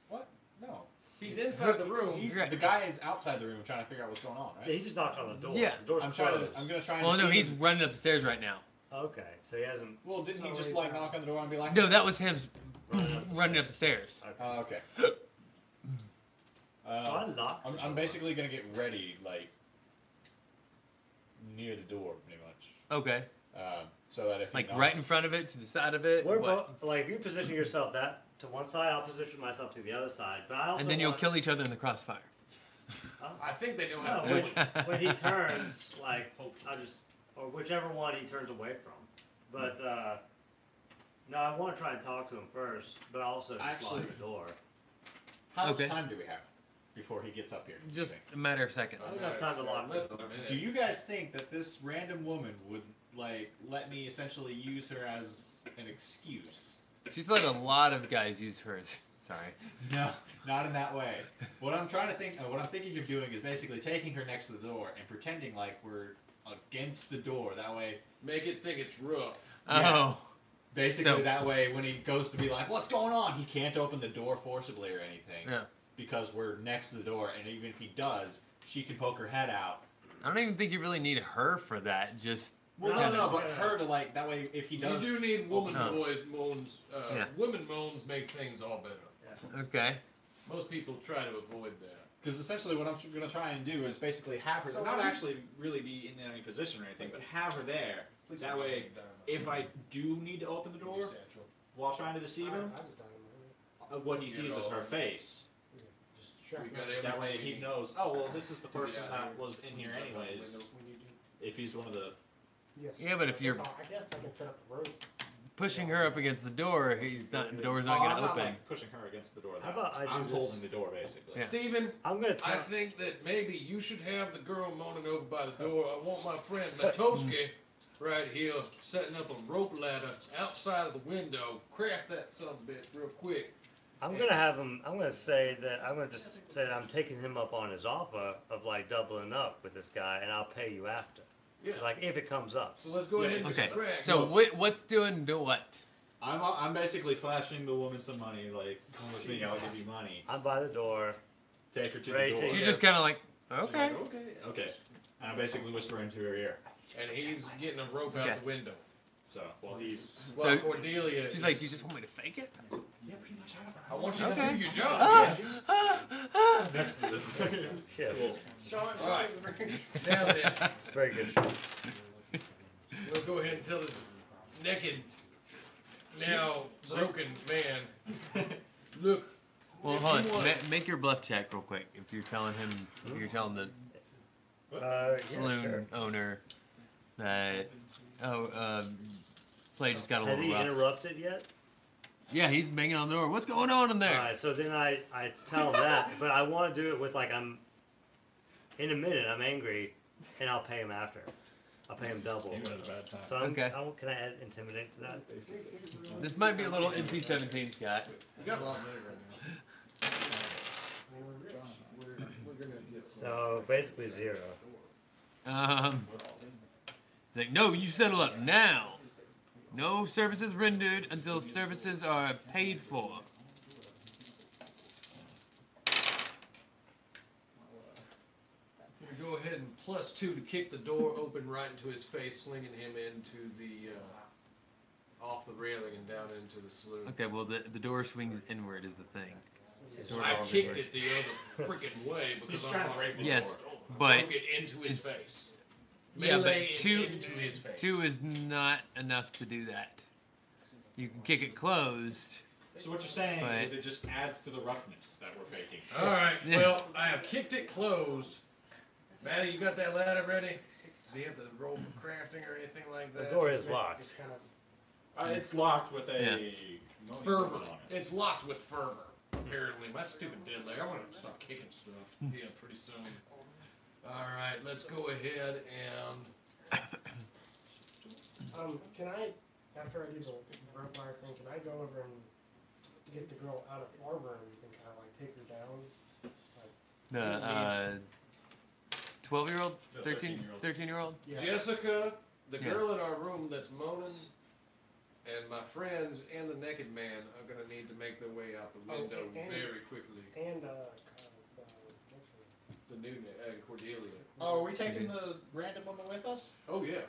What? No.
He's inside the room.
He's,
Right.
The guy is outside the room trying to figure out what's going on,
Yeah,
right?
he just knocked on the door.
Yeah.
The door's
I'm trying.
closed.
To, I'm gonna try. And
Well, Oh, no,
see
he's
him.
running up the stairs right now.
Okay, so he
(coughs)
hasn't.
Well, didn't he
Oh,
just
he's
like
not.
knock on the door and be like?
No, that was him
Running up the
running up the stairs.
Oh,
(laughs)
okay.
So I
Uh,
locked.
I'm,
the
I'm
door.
basically gonna get ready, like near the door, pretty much,
Okay.
um, so that if he
Like
knocks-
right in front of it, to the side of it.
We're
what?
both like if you position yourself that to one side, I'll position myself to the other side. But I also
And then you'll
want-
kill each other in the crossfire.
I think they know how
No,
to
when,
pull it.
when he turns, like I just or whichever one he turns away from. But uh, no, I want to try and talk to him first, but also just
Actually-
lock the door.
How
Okay.
much time do we have before he gets up here? do you
Just
think?
a matter of seconds.
I don't have time to lock
Listen
this
a minute.
Do you guys think that this random woman would like let me essentially use her as an excuse?
She's let a lot of guys use hers. (laughs) Sorry.
No, (laughs) not in that way. What I'm trying to think, uh, what I'm thinking of doing is basically taking her next to the door and pretending like we're against the door. That way,
Make it think it's rough.
Yeah.
Oh.
basically,
So-
that way when he goes to be like, "What's going on?" He can't open the door forcibly or anything
Yeah.
because we're next to the door. And even if he does, she can poke her head out.
I don't even think you really need her for that. Just
Well,
No,
no, no,
no,
but
no.
her to like that way if he does.
you do need woman
Oh.
boys moans. Uh,
Yeah.
Women moans make things all better.
okay.
Most people try to avoid that.
Because essentially, what I'm going to try and do is basically have her
So
not
we-
actually really be in any position or anything, but have her there.
Please
That
don't
way,
give me
uh,
dynamite.
if I do need to open the door
Satchel.
while trying to
I-
deceive him,
I just dynamite.
uh, what he
You
sees
know.
is her face.
Just check
We
my-
got
That way,
everything we
he
need.
knows. Oh well, this is the
Yeah,
person
I
that
mean,
was in here
jump out the
anyways.
window when you do.
If he's one of the
Yes.
Yeah, but if
I
you're-
guess I I guess I can set up a rope.
pushing her up against the door, he's not. The door's not
Oh,
going
I'm
to open.
like, pushing her against the door.
How
that
about
much.
I do
I'm
this-
holding the door basically.
Yeah.
Steven,
I'm gonna
I
tell-
think that maybe you should have the girl moaning over by the door. I want my friend Latoski right here setting up a rope ladder outside of the window. Craft that son of a bitch real quick.
I'm gonna have him. I'm gonna say that I'm gonna just say that I'm taking him up on his offer of like doubling up with this guy, and I'll pay you after.
Yeah.
Like if it comes up.
So let's go ahead and
Okay.
distract.
So wh- what's doing do what?
I'm I'm basically flashing the woman some money. Like come with me, I'll give you money.
I'm by the door.
Take her to
Ready
the
to
door.
go.
You're just kind of like,
She's
okay.
like, okay, (laughs) okay. And I'm basically whispering into her ear.
And he's getting a rope out
Okay.
the window.
So while he's
(laughs) Well, Cordelia.
She's like,
is-
you just want me to fake it?
yeah, pretty much.
I want you to
Okay.
do your job.
Ah,
Yes.
Next to the
Yeah.
(laughs) Cool.
All right.
(laughs)
Now then,
It's very good.
we'll go ahead and tell this naked, now broken
(laughs)
man. Look.
Well,
if
hold on.
you want-
Ma- make your bluff check real quick. If you're telling him, if you're telling the
Uh, yeah,
saloon
sure.
owner that, oh, uh, play just got a
Has
little
he
rough.
interrupted yet?
yeah, he's banging on the door. What's going on in there?
All right, so then I, I tell him that, but I want to do it with like I'm. In a minute, I'm angry, and I'll pay him after. I'll pay him double.
You had a bad time.
So I'm,
Okay.
I, can I add intimidate to that?
This might be a little NC-17, Scott.
You got a lot of money right now.
I mean, we're rich. We're, we're gonna get some.
So basically zero.
Um, he's like, no, you settle up now. No services rendered until services are paid for.
We go ahead and plus two to kick the door open right into his face, slinging him into the uh, off the railing and down into the saloon.
Okay, well, the, the door swings inward is the thing. The door's
I
always
kicked
inward.
it the other freaking way because
He's
I'm
trying to
not
break the
Yes,
door.
but
Broke it into his face.
Yeah, but
Melee it
two-
into his face.
Two is not enough to do that. You can kick it closed.
So what you're saying
Right.
is it just adds to the roughness that we're faking.
All right.
Yeah.
Well, I have kicked it closed. Maddie, you got that ladder ready? Does he have to roll for crafting or anything like
The
that?
door is locked.
Uh, it's locked with a
Fervor. It's locked with fervor. Apparently, my stupid dead leg. I want to stop kicking
(laughs)
stuff. Yeah, pretty soon. All right, let's go ahead and
Um, can I, after I do the rope wire thing, can I go over and get the girl out of armor and kind of like take her down?
The uh, 12 year old, 13
13-year-old.
13 year old.
Yeah.
Jessica, the
Yeah.
girl in our room that's moaning, and my friends and the naked man are gonna need to make their way out the
Oh,
window
and-
very quickly.
And uh, uh, what's her name?
The new na- and Cordelia.
Oh,
Oh,
are
are we taking the random woman with us?
Oh yeah.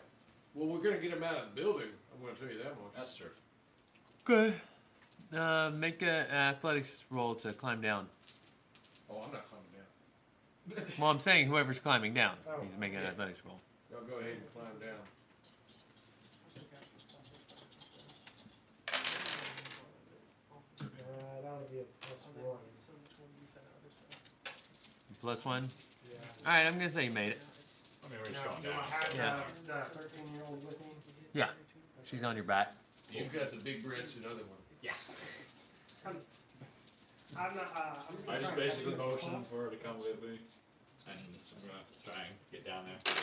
Well, we're gonna get him out of the building. I'm gonna tell you that much.
That's true.
Okay. Uh, make an athletics roll to climb down.
Oh, I'm not climbing down.
Well, I'm saying whoever's climbing down
Oh,
needs to make an
yeah.
athletics roll.
Y'all go ahead and climb down.
Uh, that would be a plus one.
Plus one.
Yeah.
All right, I'm gonna say you made it.
I mean, we're
Now,
just going
do I
down.
have
Yeah.
the thirteen-year-old with me?
Yeah, she's on your back.
You've got the big breasted other one.
Yes.
I'm not. Uh, I'm just
I
trying
just
to catch
basically
her
motioned
pulse.
for her to come with me, and I'm gonna try and get down there.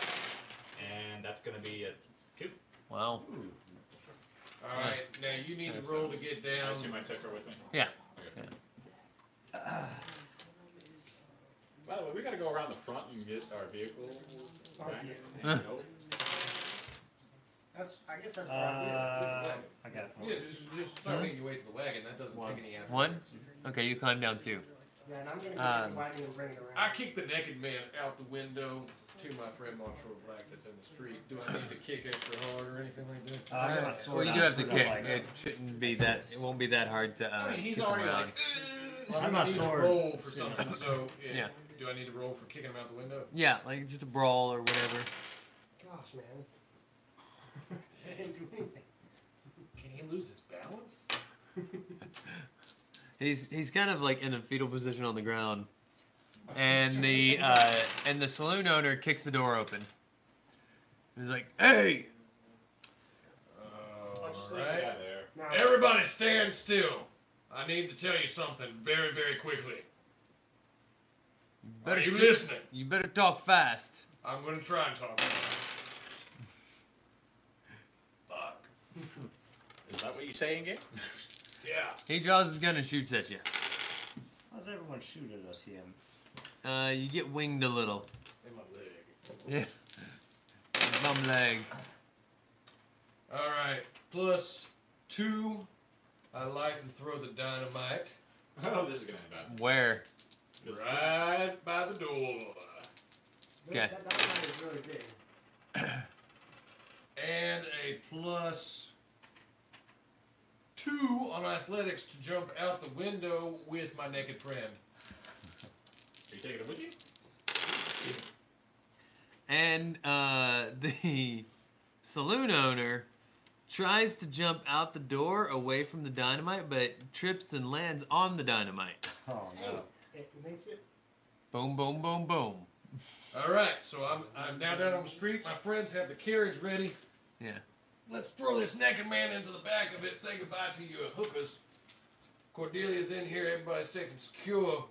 And that's gonna be a two.
Wow.
All right, now you need to roll to get
I
down.
assume I took her with me.
Yeah.
Okay. By the way, we gotta go around the front and get our vehicle.
Our
back.
Huh.
Nope.
That's. I guess that's.
Uh, I got
Yeah,
one.
just, just start making your way to the wagon. That doesn't
One.
take any effort.
One. Hmm? Okay, you climb down two.
yeah, and I'm gonna get
um,
the wagon and bring it around.
I kick the naked man out the window to my friend Montreal Black that's in the street. Do I need to kick extra hard or anything like that?
Uh, I got my
Well,
sword
you
out,
do have to
so that's
kick.
like-
It shouldn't be that. It won't be that hard to. Uh,
I mean, he's
kick him
already
around.
like, well,
I'm
I'm
not
need
sure.
to roll for something. So yeah.
Yeah.
do I need to roll for kicking him out the window?
Yeah, like just a brawl or whatever.
Gosh, man.
(laughs)
I didn't do anything.
Can he lose his balance?
He's he's kind of like in a fetal position on the ground, and the uh, and the saloon owner kicks the door open. He's like, "Hey,
Uh,
I'll just leave the guy there.
Everybody stand still. I need to tell you something very, very quickly. Are you
fi-
listening?
You better talk fast.
I'm going to try and talk.
Is that what you say in game?
Yeah.
He draws his gun and shoots at you.
Why does everyone shoot at us here?
Uh, you get winged a little.
In my leg.
Yeah. Bum leg.
All right. Plus two. I light and throw the dynamite.
(laughs) Oh, this is gonna end bad.
Where?
Right by the door.
Okay.
That, that line is really big.
And a plus two on athletics to jump out the window with my naked friend.
Are you taking it with you?
And uh, (laughs) the saloon owner tries to jump out the door away from the dynamite, but trips and lands on the dynamite.
Oh
no. It makes it.
Boom, boom, boom, boom.
All right, so I'm I'm now down on the street. My friends have the carriage ready.
Yeah.
Let's throw this naked man into the back of it. Say goodbye to your hookers. Cordelia's in here. Everybody's safe and secure.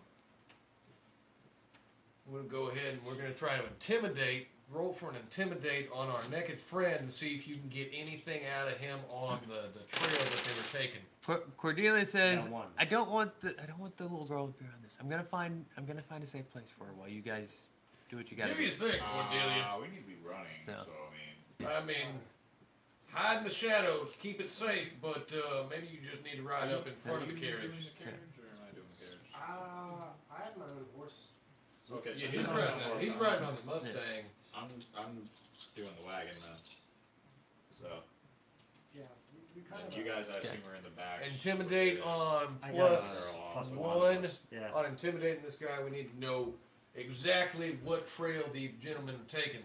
We'll go ahead and we're gonna try to intimidate. Roll for an intimidate on our naked friend and see if you can get anything out of him on the, the trail that they were taking.
Cor- Cordelia says,
Got one.
"I don't want the I don't want the little girl to be around this. I'm gonna find I'm gonna find a safe place for her while you guys do what you gotta
Do your thing, Cordelia.
Uh, we need to be running.
So.
I mean, I mean, hide in the shadows, keep it safe, but uh, maybe you just need to ride up in front of the carriage.
Ah, I have my own horse.
Okay, so
Yeah, he's riding on- he's riding on the Mustang.
I'm, I'm doing the wagon then. So,
Yeah, we, we kind
and
of.
you guys, I assume, are in the back.
Intimidate on
I got
plus,
another
plus
one.
one.
Yeah.
On intimidating this guy, we need to know exactly what trail these gentlemen have taken.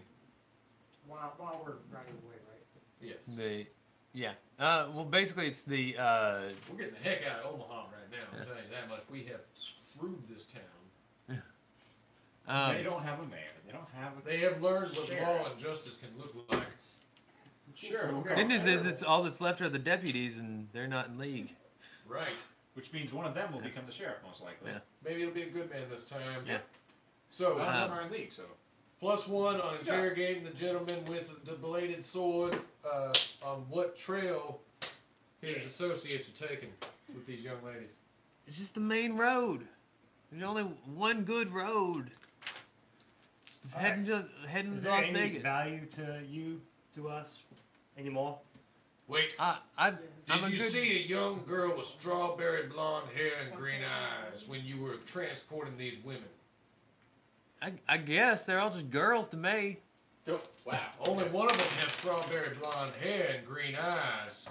While, while we're riding away, right?
Yes.
The yeah. Uh, well, basically it's the uh.
We're getting the heck out of Omaha right now, I'm telling you that much. We have screwed this town.
Um,
they don't have a mayor. They don't have a.
They have learned what
Sheriff.
law and justice can look like.
Sure. Okay.
Good news is it's all that's left are the deputies, and they're not in league.
Right.
Which means one of them will become the sheriff, most likely.
Yeah.
Maybe it'll be a good man this time.
Yeah.
So,
None of them are in league, so.
Plus one on
Good job.
interrogating the gentleman with the bladed sword uh, on what trail his associates are taking with these young ladies.
It's just the main road. There's only one good road. It's
All
heading to heading
Is
to
there
Las
any
Vegas.
value to you, to us, anymore?
Wait.
I, I,
Did you see a young girl with strawberry blonde hair and green eyes when you were transporting these women?
I, I guess they're all just girls to me.
Wow. Only one of them has strawberry blonde hair and green eyes.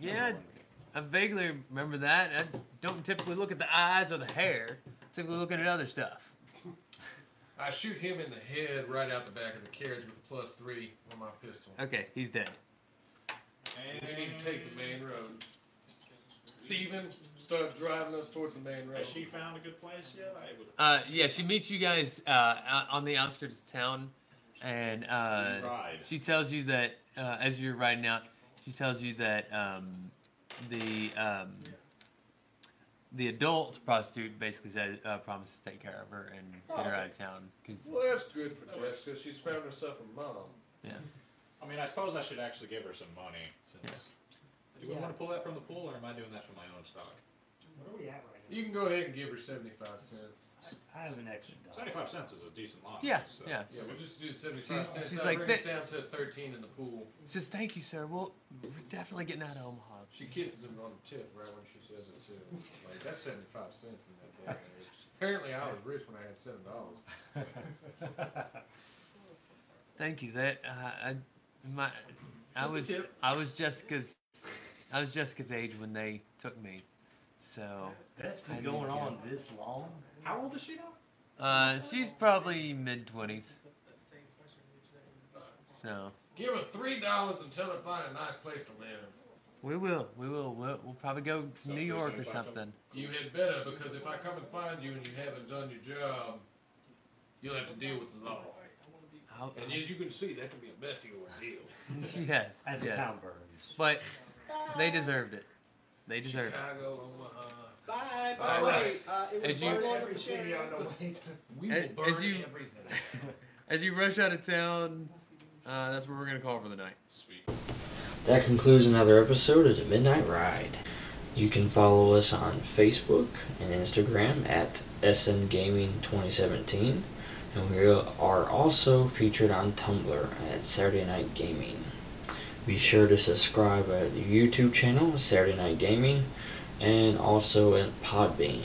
Yeah, I vaguely remember that. I don't typically look at the eyes or the hair. Typically looking at other stuff.
I shoot him in the head right out the back of the carriage with a plus three on my pistol.
Okay, he's dead.
we need to take the main road. Steven, start driving us towards the main road.
Has she found a good place yet? I would.
Uh, yeah, she meets you guys uh, out on the outskirts of town, and
We
uh,
ride.
she tells you that uh, as you're riding out, she tells you that um, the um, the adult prostitute basically said, uh, promises to take care of her and get
Oh.
her out of town. 'cause-
Well, that's good for Jessica. She's found herself a mom.
yeah.
I mean, I suppose I should actually give her some money since. Do we
Yeah.
want to pull that from the pool, or am I doing that from my own stock?
What are we at right
You can go ahead and give her seventy-five cents.
I have an extra dollar.
Seventy-five cents is a decent loss.
Yeah,
so-
yeah.
Yeah, we'll just do seventy-five
She's-
cents.
she's
That'll
like,
bring us
"Th-
down to thirteen in the pool.
She says, "Thank you, sir. Well, we're definitely getting out of Omaha."
She kisses him on the tip right when she says it too. Like that's seventy-five cents in that day. and age. Apparently, I was rich when I had seven dollars.
Thank you. That uh, I, my, I
Just a
was
tip.
I was Jessica's I was Jessica's age when they took me, so
That's
I
been
need
going
to
on this long.
How old is she now?
go. Uh, she's probably mid twenties. No,
Give her three dollars and tell her to find a nice place to live.
we will, we will, we'll, we'll probably go to
So,
New York or
75 total?
something.
You had better because if I come and find you and you haven't done your job, you'll have to deal with the law.
(laughs) I'll-
And as you can see, that can be a messy ordeal.
yes,
As the
yes.
town burns.
But They deserved it. They deserved it.
Chicago, Omaha.
Bye. Uh,
All right. As you-
We will
As- as
burn
you-
everything.
As you rush out of town, uh, that's where we're gonna call for the night. Sweet.
That concludes another episode of the Midnight Ride. You can follow us on Facebook and Instagram at SM Gaming 2017, and we are also featured on Tumblr at Saturday Night Gaming. Be sure to subscribe at the YouTube channel Saturday Night Gaming, and also at Podbean.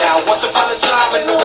Now, once upon a time, I know